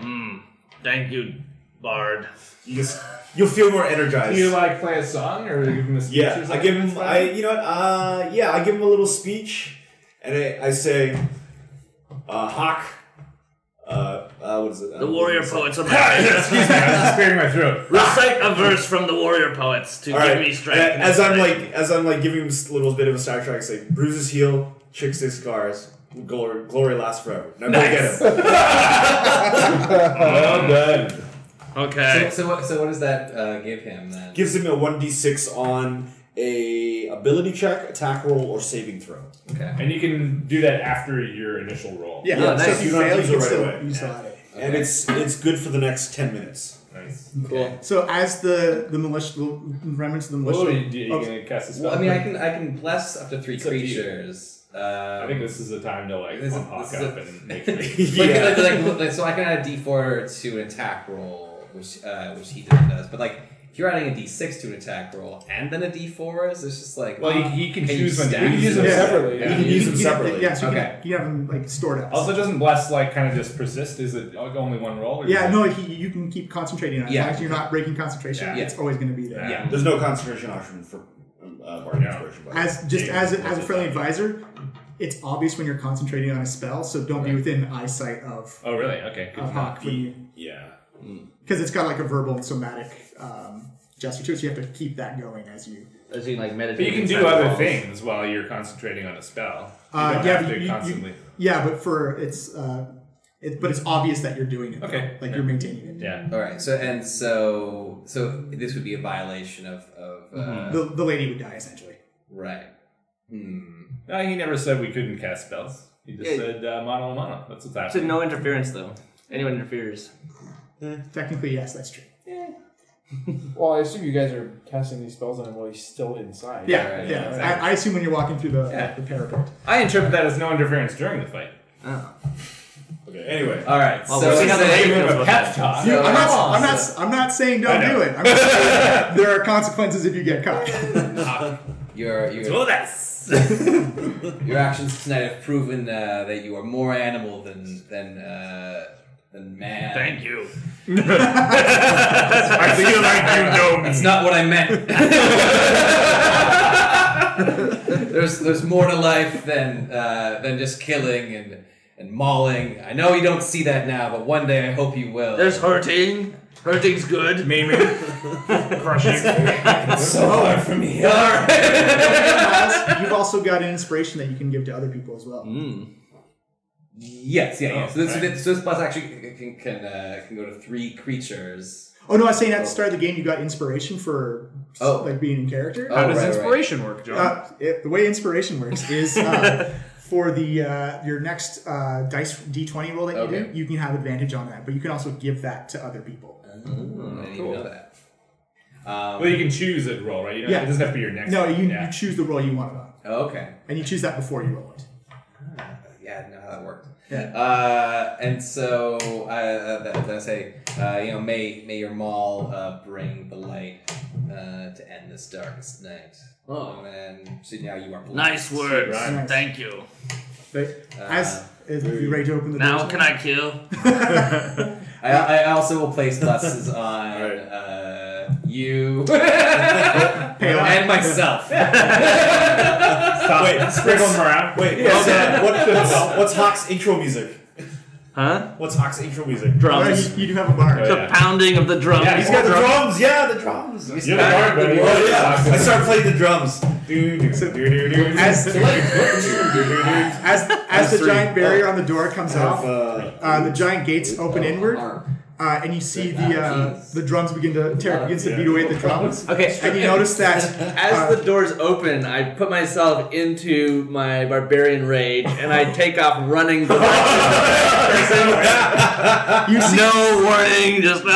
Mm, thank you, bard.
You just you'll feel more energized.
Do you like play a song or you give him a speech? or
Yeah, I
something?
give him. I you know what? Uh, yeah, I give him a little speech, and I, I say, uh, "Hawk, uh, uh, what is it?
The warrior poets of my
Excuse me, I was clearing my throat.
Recite a verse from the warrior poets to
All
give
right.
me strength.
And
and
as I'm
inspiration.
like, as I'm like giving him a little bit of a sidetrack, say, "Bruises heal, chicks his scars, glory, glory lasts forever." Now go get him.
Um,
well done.
Okay.
So, so what? So what does that uh, give him then?
Gives him a one d six on a ability check, attack roll, or saving throw.
Okay.
And you can do that after your initial roll.
Yeah, so if you fail, you can still use
that.
And it's it's good for the next ten minutes.
Nice.
Cool.
So as the the militia, the remnants of the militia.
Oh, you- you- you're
Oh,
gonna cast a spell.
Well, I mean, I can I can bless up to three
up to you.
creatures. Um,
I think this is the time to like
this is-
hawk
this is
up
a-
and make sure.
Like, like, like, look, like, so I can add a D four to an attack roll, which uh, which he didn't does. But like, if you're adding a D six to an attack roll and then a D four is, it's just like
Well, he- he can
you
choose when-
stack
we can use them
those?
separately, yeah.
You
you
can
can-
use
you
them
can-
separately.
Yeah, so you,
okay.
can, you have them like stored up.
Also, doesn't bless like kind of just persist? Is it like, only one roll? Or
yeah, no, he, you can keep concentrating on it.
Yeah.
As long as you're not breaking concentration,
Yeah.
it's always going to be there.
There's no concentration option for um, uh, bardic inspiration. by the way.
As just
Yeah,
as a,
yeah,
as a
yeah.
friendly advisor, it's obvious when you're concentrating on a spell, so don't be within eyesight of.
Oh, really? Okay.
Of Hawk when you
Yeah.
because it's got like a verbal and somatic um, gesture to it, so you have to keep that going as you.
As in, like
But you can do other things while you're concentrating on a spell. You
Uh,
don't
yeah,
have
but
to
you- you-
constantly.
yeah, but for it's, uh, it, but it's obvious that you're doing it. though.
Okay,
like
yeah.
you're maintaining it.
Yeah.
All right. So and so so this would be a violation of of uh,
Mm-hmm.
The, the lady would die essentially.
right. Hmm.
No, Uh, he never said we couldn't cast spells. He just
Yeah.
said uh, mono a mono. That's what's
So
happening.
no interference though. Anyone interferes. Oh,
Technically, yes, that's true.
Well, I assume you guys are casting these spells on him while he's still inside.
Yeah, yeah. I, I assume when you're walking through the,
Yeah.
the parapet.
I interpret that as no interference during the fight.
Oh.
Okay. Anyway.
All right.
Well,
so
we'll see how the lady
Give
feels
him a
about
pep
that.
talk.
You- I'm, not,
come on.
I'm, not, I'm not saying don't
I know.
do it. I'm just saying there are consequences if you get caught.
Your your your actions tonight have proven uh, that you are more animal than than uh, than man.
Thank you.
I feel like you know me.
That's not what I meant. there's there's more to life than uh, than just killing and and mauling. I know you don't see that now, but one day I hope you will.
There's hurting. Hurting's good.
Maiming.
It's so hard for me. All right.
You've also got an inspiration that you can give to other people as well.
Mm.
Yes, yeah, yeah.
Oh,
So this,
alright.
so this plus actually can can, uh, can go to three creatures.
Oh no, I was saying at the start of the game you got inspiration for
Oh.
like being in character.
Oh,
How does
right, right.
inspiration work, John?
Uh, it, the way inspiration works is uh, for the uh, your next uh, dice d20 roll that you
Okay.
do, you can have advantage on that, but you can also give that to other people.
Uh,
Oh,
I didn't even know that. Um,
Well, you can choose a roll, right? You don't,
Yeah.
It doesn't have to be your next.
No,
one.
you,
Yeah.
you choose the roll you want it on,
okay.
and you choose that before you roll it.
Yeah, I didn't know how that worked.
Yeah.
Uh, and so I, uh, that, that I say, uh, you know, may may your maul uh, bring the light uh, to end this darkest night.
Oh.
And so now you are blessed.
Nice words.
Right.
Thank you.
But
Uh,
as if you ready to open the
Now
doors
can I kill?
I, I also will place blesses on uh, you
uh,
and myself.
Wait, sprinkle them around. Wait, what's, uh, what- what's, what's Hawk's intro music?
Huh?
What's Hawk's intro music?
Alright,
Drums.
you, you do have a bar.
Oh,
The
yeah.
pounding of the drum.
Yeah, he's
Oh, the drums! Yeah, the drums.
You
You're the
start
bard,
the
buddy.
war-
Oh, yeah. I started playing the drums. Do, do, do, do, do.
As, as, as the
three.
giant barrier on the door comes off,
Uh,
uh, the giant gates open inward, uh, and you see the uh, the drums begin to tear begins to beat away at the drums.
Okay.
And you notice that
As the doors open, I put myself into my barbarian rage and I take off running.
you see
no warning, just ah.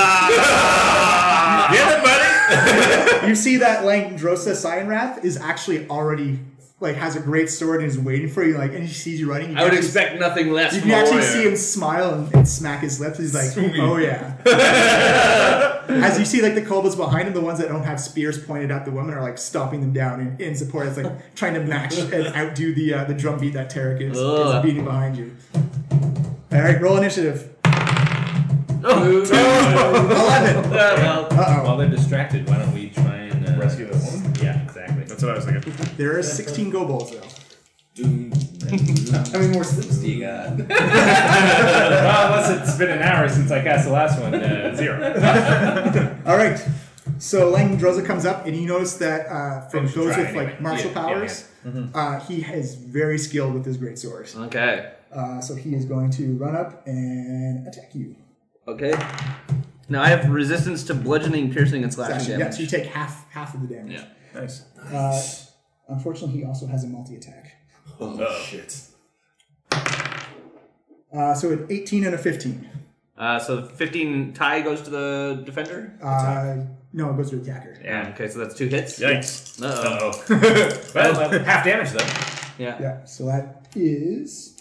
You see that Langdrosa Sirenrath is actually already like has a great sword and is waiting for you. Like, and she sees you running. You
I would
can actually-
expect nothing less.
You
from
can
a
actually
warrior.
see him smile and, and smack his lips. He's like, "Oh yeah." As you see, like the kobolds behind him, the ones that don't have spears pointed at the women are like stomping them down in, in support. It's like trying to match and outdo the uh, the drum beat that Tarek is, is
Ugh.
beating behind you. All right, roll initiative.
Oh,
Eleven.
well,
While they're distracted, why don't we try and uh, rescue the woman? Yeah, exactly. That's what I was thinking.
There are 16 go balls, though.
How
many more slips do you
got?
well, unless it's been an hour since I cast the last one, uh, zero.
All right. So Lang Droza comes up, and you notice that uh, from
should
those with
try anyway.
like martial
Yeah, yeah,
powers,
yeah.
Mm-hmm.
Mhm.
uh, he is very skilled with his great swords.
Uh-huh. Okay.
Uh, so he is going to run up and attack you.
Okay. Now I have resistance to bludgeoning, piercing, and slashing
Slashing. Yeah,
damage.
so you take half half of the damage.
Yeah.
Nice. Uh, unfortunately, he also has a multi attack.
Oh, shit.
Uh, so an 18 and a 15.
Uh, so 15 tie goes to the defender.
Uh-huh.
Uh, no, it goes to attacker.
Yeah. Okay, so that's two hits.
Yikes.
Uh
Uh-oh.
oh.
Well, uh, half damage, though.
Yeah.
Yeah, so that is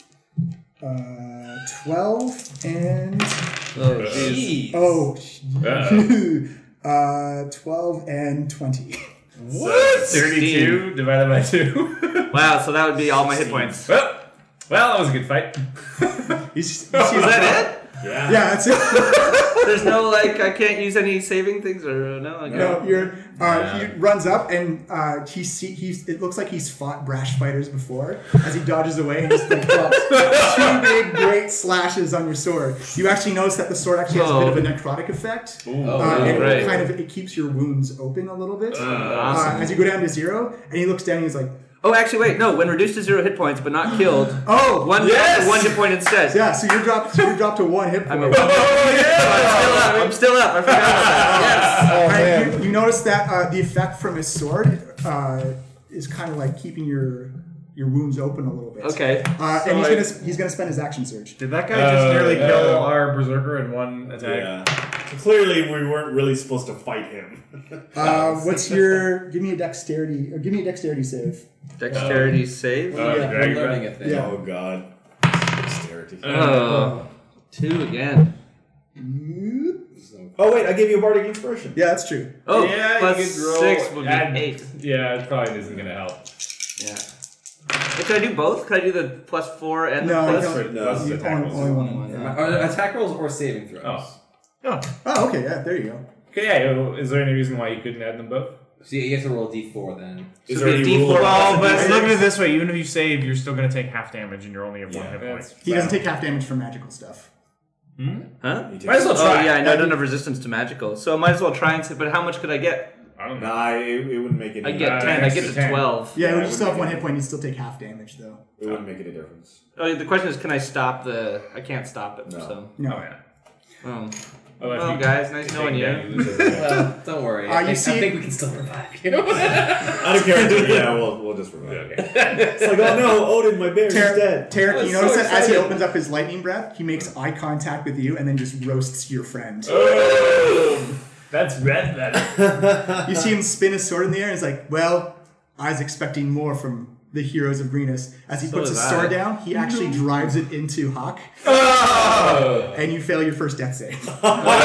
uh, 12 and.
Oh,
Uh,
jeez.
Oh, sh-
Uh-oh.
uh, 12 and 20.
What? 32 divided by 2.
wow, so that would be all my hit points.
Well, well that was a good fight.
Is
that
it? Yeah.
Yeah, that's it.
There's no like I can't use any saving things or no. Okay.
No, you're. Uh, He runs up and uh, he see he's. It looks like he's fought brash fighters before. As he dodges away and just like, drops two big great slashes on your sword. You actually notice that the sword actually has a bit of a necrotic effect.
Oh,
uh, and
right.
it kind of it keeps your wounds open a little bit.
Uh, awesome.
as you go down to zero, and he looks down and he's like,
Oh, actually, wait. No, when reduced to zero hit points but not killed.
Oh,
one
yes!
one hit point instead.
"Yeah, so you're dropped. So you're dropped to one hit
Oh,
point."
I'm still up. I forgot about that. Yes.
All right, you, you notice that uh, the effect from his sword uh, is kind of like keeping your your wounds open a little bit.
Okay.
Uh,
So
and he's
I-
gonna s- he's gonna spend his action surge. Uh,
Did that guy
Uh,
just nearly kill
no.
our berserker in one attack?
Yeah. Clearly, we weren't really supposed to fight him.
Uh, what's your? Give me a dexterity. Or give me a dexterity save.
Um,
Dexterity save.
Oh, Yeah. dragon breath. Yeah.
Oh god. Dexterity.
Uh,
Oh, two again.
Oh wait, I gave you a bardic inspiration.
Yeah, that's true.
Oh,
yeah, you
plus
could roll.
six would be
Add-
eight.
Yeah, it probably isn't going to help.
Yeah. Can I do both? Can I do the plus four and
No,
the
you
plus?
don't- No. you only- only one and one, yeah.
Are there attack rolls or saving throws?
Oh.
Oh, okay. Yeah, there you go.
Okay, yeah, is there any reason why you couldn't add them both?
So you have to roll d4 then.
Is there any rule?
Oh,
Well, Oh, but look at it
this.
this way: even if you save, you're still going to take half damage, and you're only at one hit point.
He doesn't take half damage from magical stuff.
Huh?
Might as well
Oh,
try.
yeah, I know I don't have resistance to magical, so I might as well try and see. But how much could I get?
I don't
know. Nah, it, it wouldn't make any.
I get
uh,
ten. I get
extra
to
10.
twelve.
Yeah,
it
we you
wouldn't
still have
make
one
any-
hit point. You still take half damage though.
It wouldn't make any difference.
Oh, the question is, can I stop the? I can't stop it. So.
No.
Oh, yeah.
Um,
Oh, if
well,
you-
guys, nice knowing you.
Yeah, you lose it.
well, don't worry.
Uh,
I,
you
think-
see-
I think we can still revive you.
I don't care. yeah, we'll, we'll just revive. It's like, oh no, Odin, my bear is
Tarek,
dead.
Tarek,
I was
you notice
so
that as he
excited.
opens up his lightning breath, he makes eye contact with you and then just roasts your friend.
Oh,
That's red metal.
you see him spin his sword in the air and he's like, Well, I was expecting more from the heroes of Renus. As he
So
puts
was
his
I.
sword down, he actually drives it into Hawk. And you fail your first death save.
Oh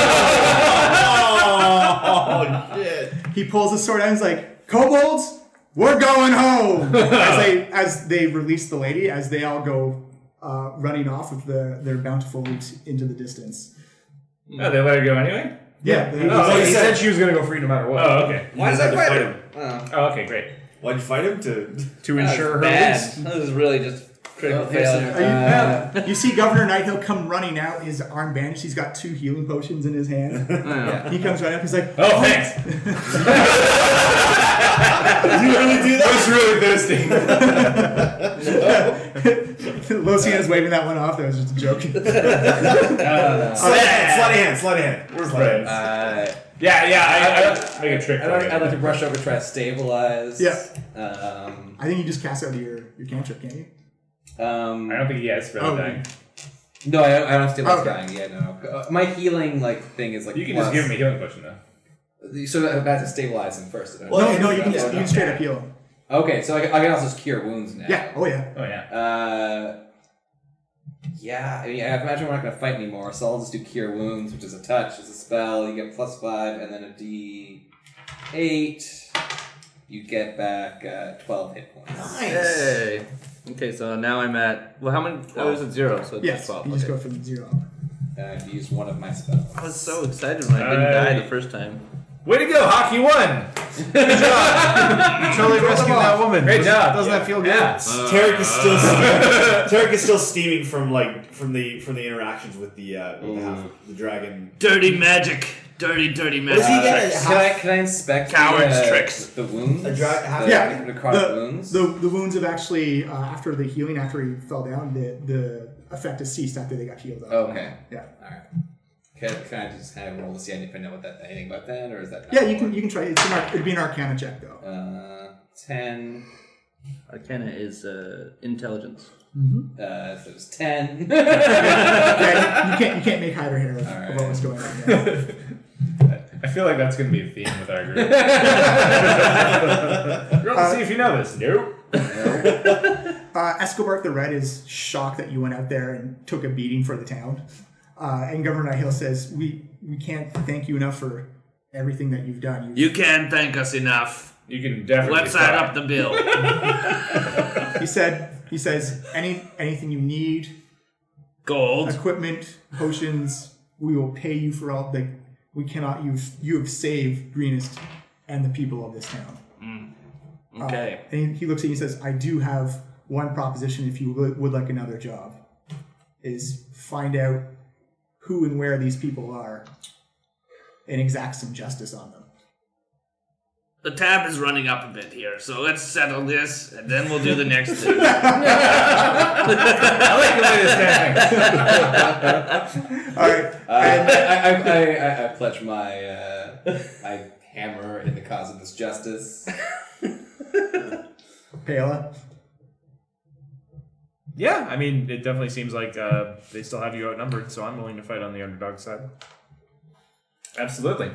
shit!
he pulls his sword out and he's like, Kobolds, we're going home! as, they, as they release the lady, as they all go uh, running off with the, their bountiful leaps into the distance.
Oh, they let her go anyway?
Yeah. they-
Oh,
he said
she was going to go free no matter what.
Oh, okay.
Why does that fight him?
Oh, okay, great.
Why'd you fight him to?
To
That was
ensure her
bad.
release.
That was really just critical
Well, here's
failure.
Are you,
Uh,
you see Governor Nighthill come running out, his arm bandaged. He's got two healing potions in his hand.
Yeah.
He comes right up. He's like,
Oh, thanks.
Did you really do that?
That's really thirsty.
Losian is waving that one off. That was just a joke.
Slide hand, slide hand, slide hand.
We're
Slide hand.
friends.
Uh,
Yeah, yeah, I, I make a trick.
I'd, like-
play.
I'd like to rush over, try to stabilize.
Yeah.
Um,
I think you just cast out your, your cantrip, can't you?
um,
I don't think he has spell
Oh.
dying.
no, I don't, I don't stabilize
Okay.
dying. Yeah, no. Uh, My healing like thing is like
You can
plus.
just give him a healing potion, though.
So I have to stabilize him first. don't
No,
I?
no, you can, just,
Okay.
you can straight up heal him.
Okay, so I, I can also just cure wounds now.
Yeah, oh yeah.
Oh, yeah.
Uh, yeah, I mean, I imagine we're not going to fight anymore, so I'll just do Cure Wounds, which is a touch, it's a spell. You get plus five, and then a d8. You get back uh, 12 hit points.
Yay. Okay, so now I'm at well, how many? I was at zero, so
Yes,
just twelve.
you just
okay.
go from zero up.
and I've used one of my spells.
I was so excited when I didn't die the first time.
Way to go, Hockey One!
You totally rescued that woman.
Great
Doesn't-
job.
Doesn't that feel good?
Tarek is still Tarek is still steaming from like from the from the interactions with the uh, with the, half, the dragon.
Dirty magic. Dirty, dirty magic. tricks.
Can I, can I inspect
Coward's
the, uh,
tricks.
The wounds. the,
yeah,
necrotic wounds.
Uh, The, the wounds have actually, uh, after the healing, after he fell down, the, the effect has ceased after they got healed up.
Okay.
Yeah.
All right. Can, can I just kind of roll to see if I know what that anything about that, or is that? Not
Yeah, you can you can try. It's an, arc- it'd be an Arcana check though.
Uh, ten.
Arcana is uh, intelligence.
Mm-hmm.
Uh, so it's ten.
yeah, you can't you can't make hide or hair of, of what was going on. Yeah.
I feel like that's going to be a theme with our group. Roll to see if you know this. Nope.
Uh, Escobar the Red is shocked that you went out there and took a beating for the town. Uh, and Governor Hill says, "We we can't thank you enough for everything that you've done. You,
You can't thank us enough.
You can definitely.
Let's add
try.
up the bill.
he said. He says, any anything you need,
Gold.
equipment, potions, we will pay you for all. Like we cannot. You you have saved Greenest and the people of this town." Uh,
Okay.
and he, he looks at you and says, I do have one proposition if you would, would like another job. Is find out who and where these people are and exact some justice on them.
The tab is running up a bit here, so let's settle this, and then we'll do the next thing.
I like the way this guy thinks.
All right.
Uh, I, I, I, I, I pledge my uh, my hammer in the cause of this justice.
Paola?
Yeah, I mean, it definitely seems like uh, they still have you outnumbered, so I'm willing to fight on the underdog side.
Absolutely.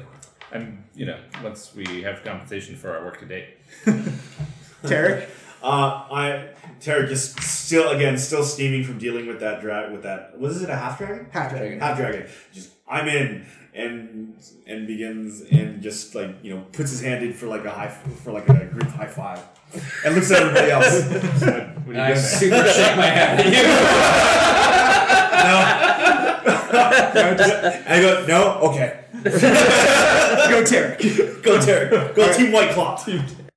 And you know, once we have compensation for our work to date.
Tarek?
Uh, I Tarek is still again still steaming from dealing with that dra- with that was it a half dragon
Half dragon.
half dragon just I'm in and and begins and just like you know puts his hand in for like a high for like a group high five and looks at everybody else.
What
And I super shake my hand at
No, just- I go no okay
Go Tarek.
go Tarek go team White Claw.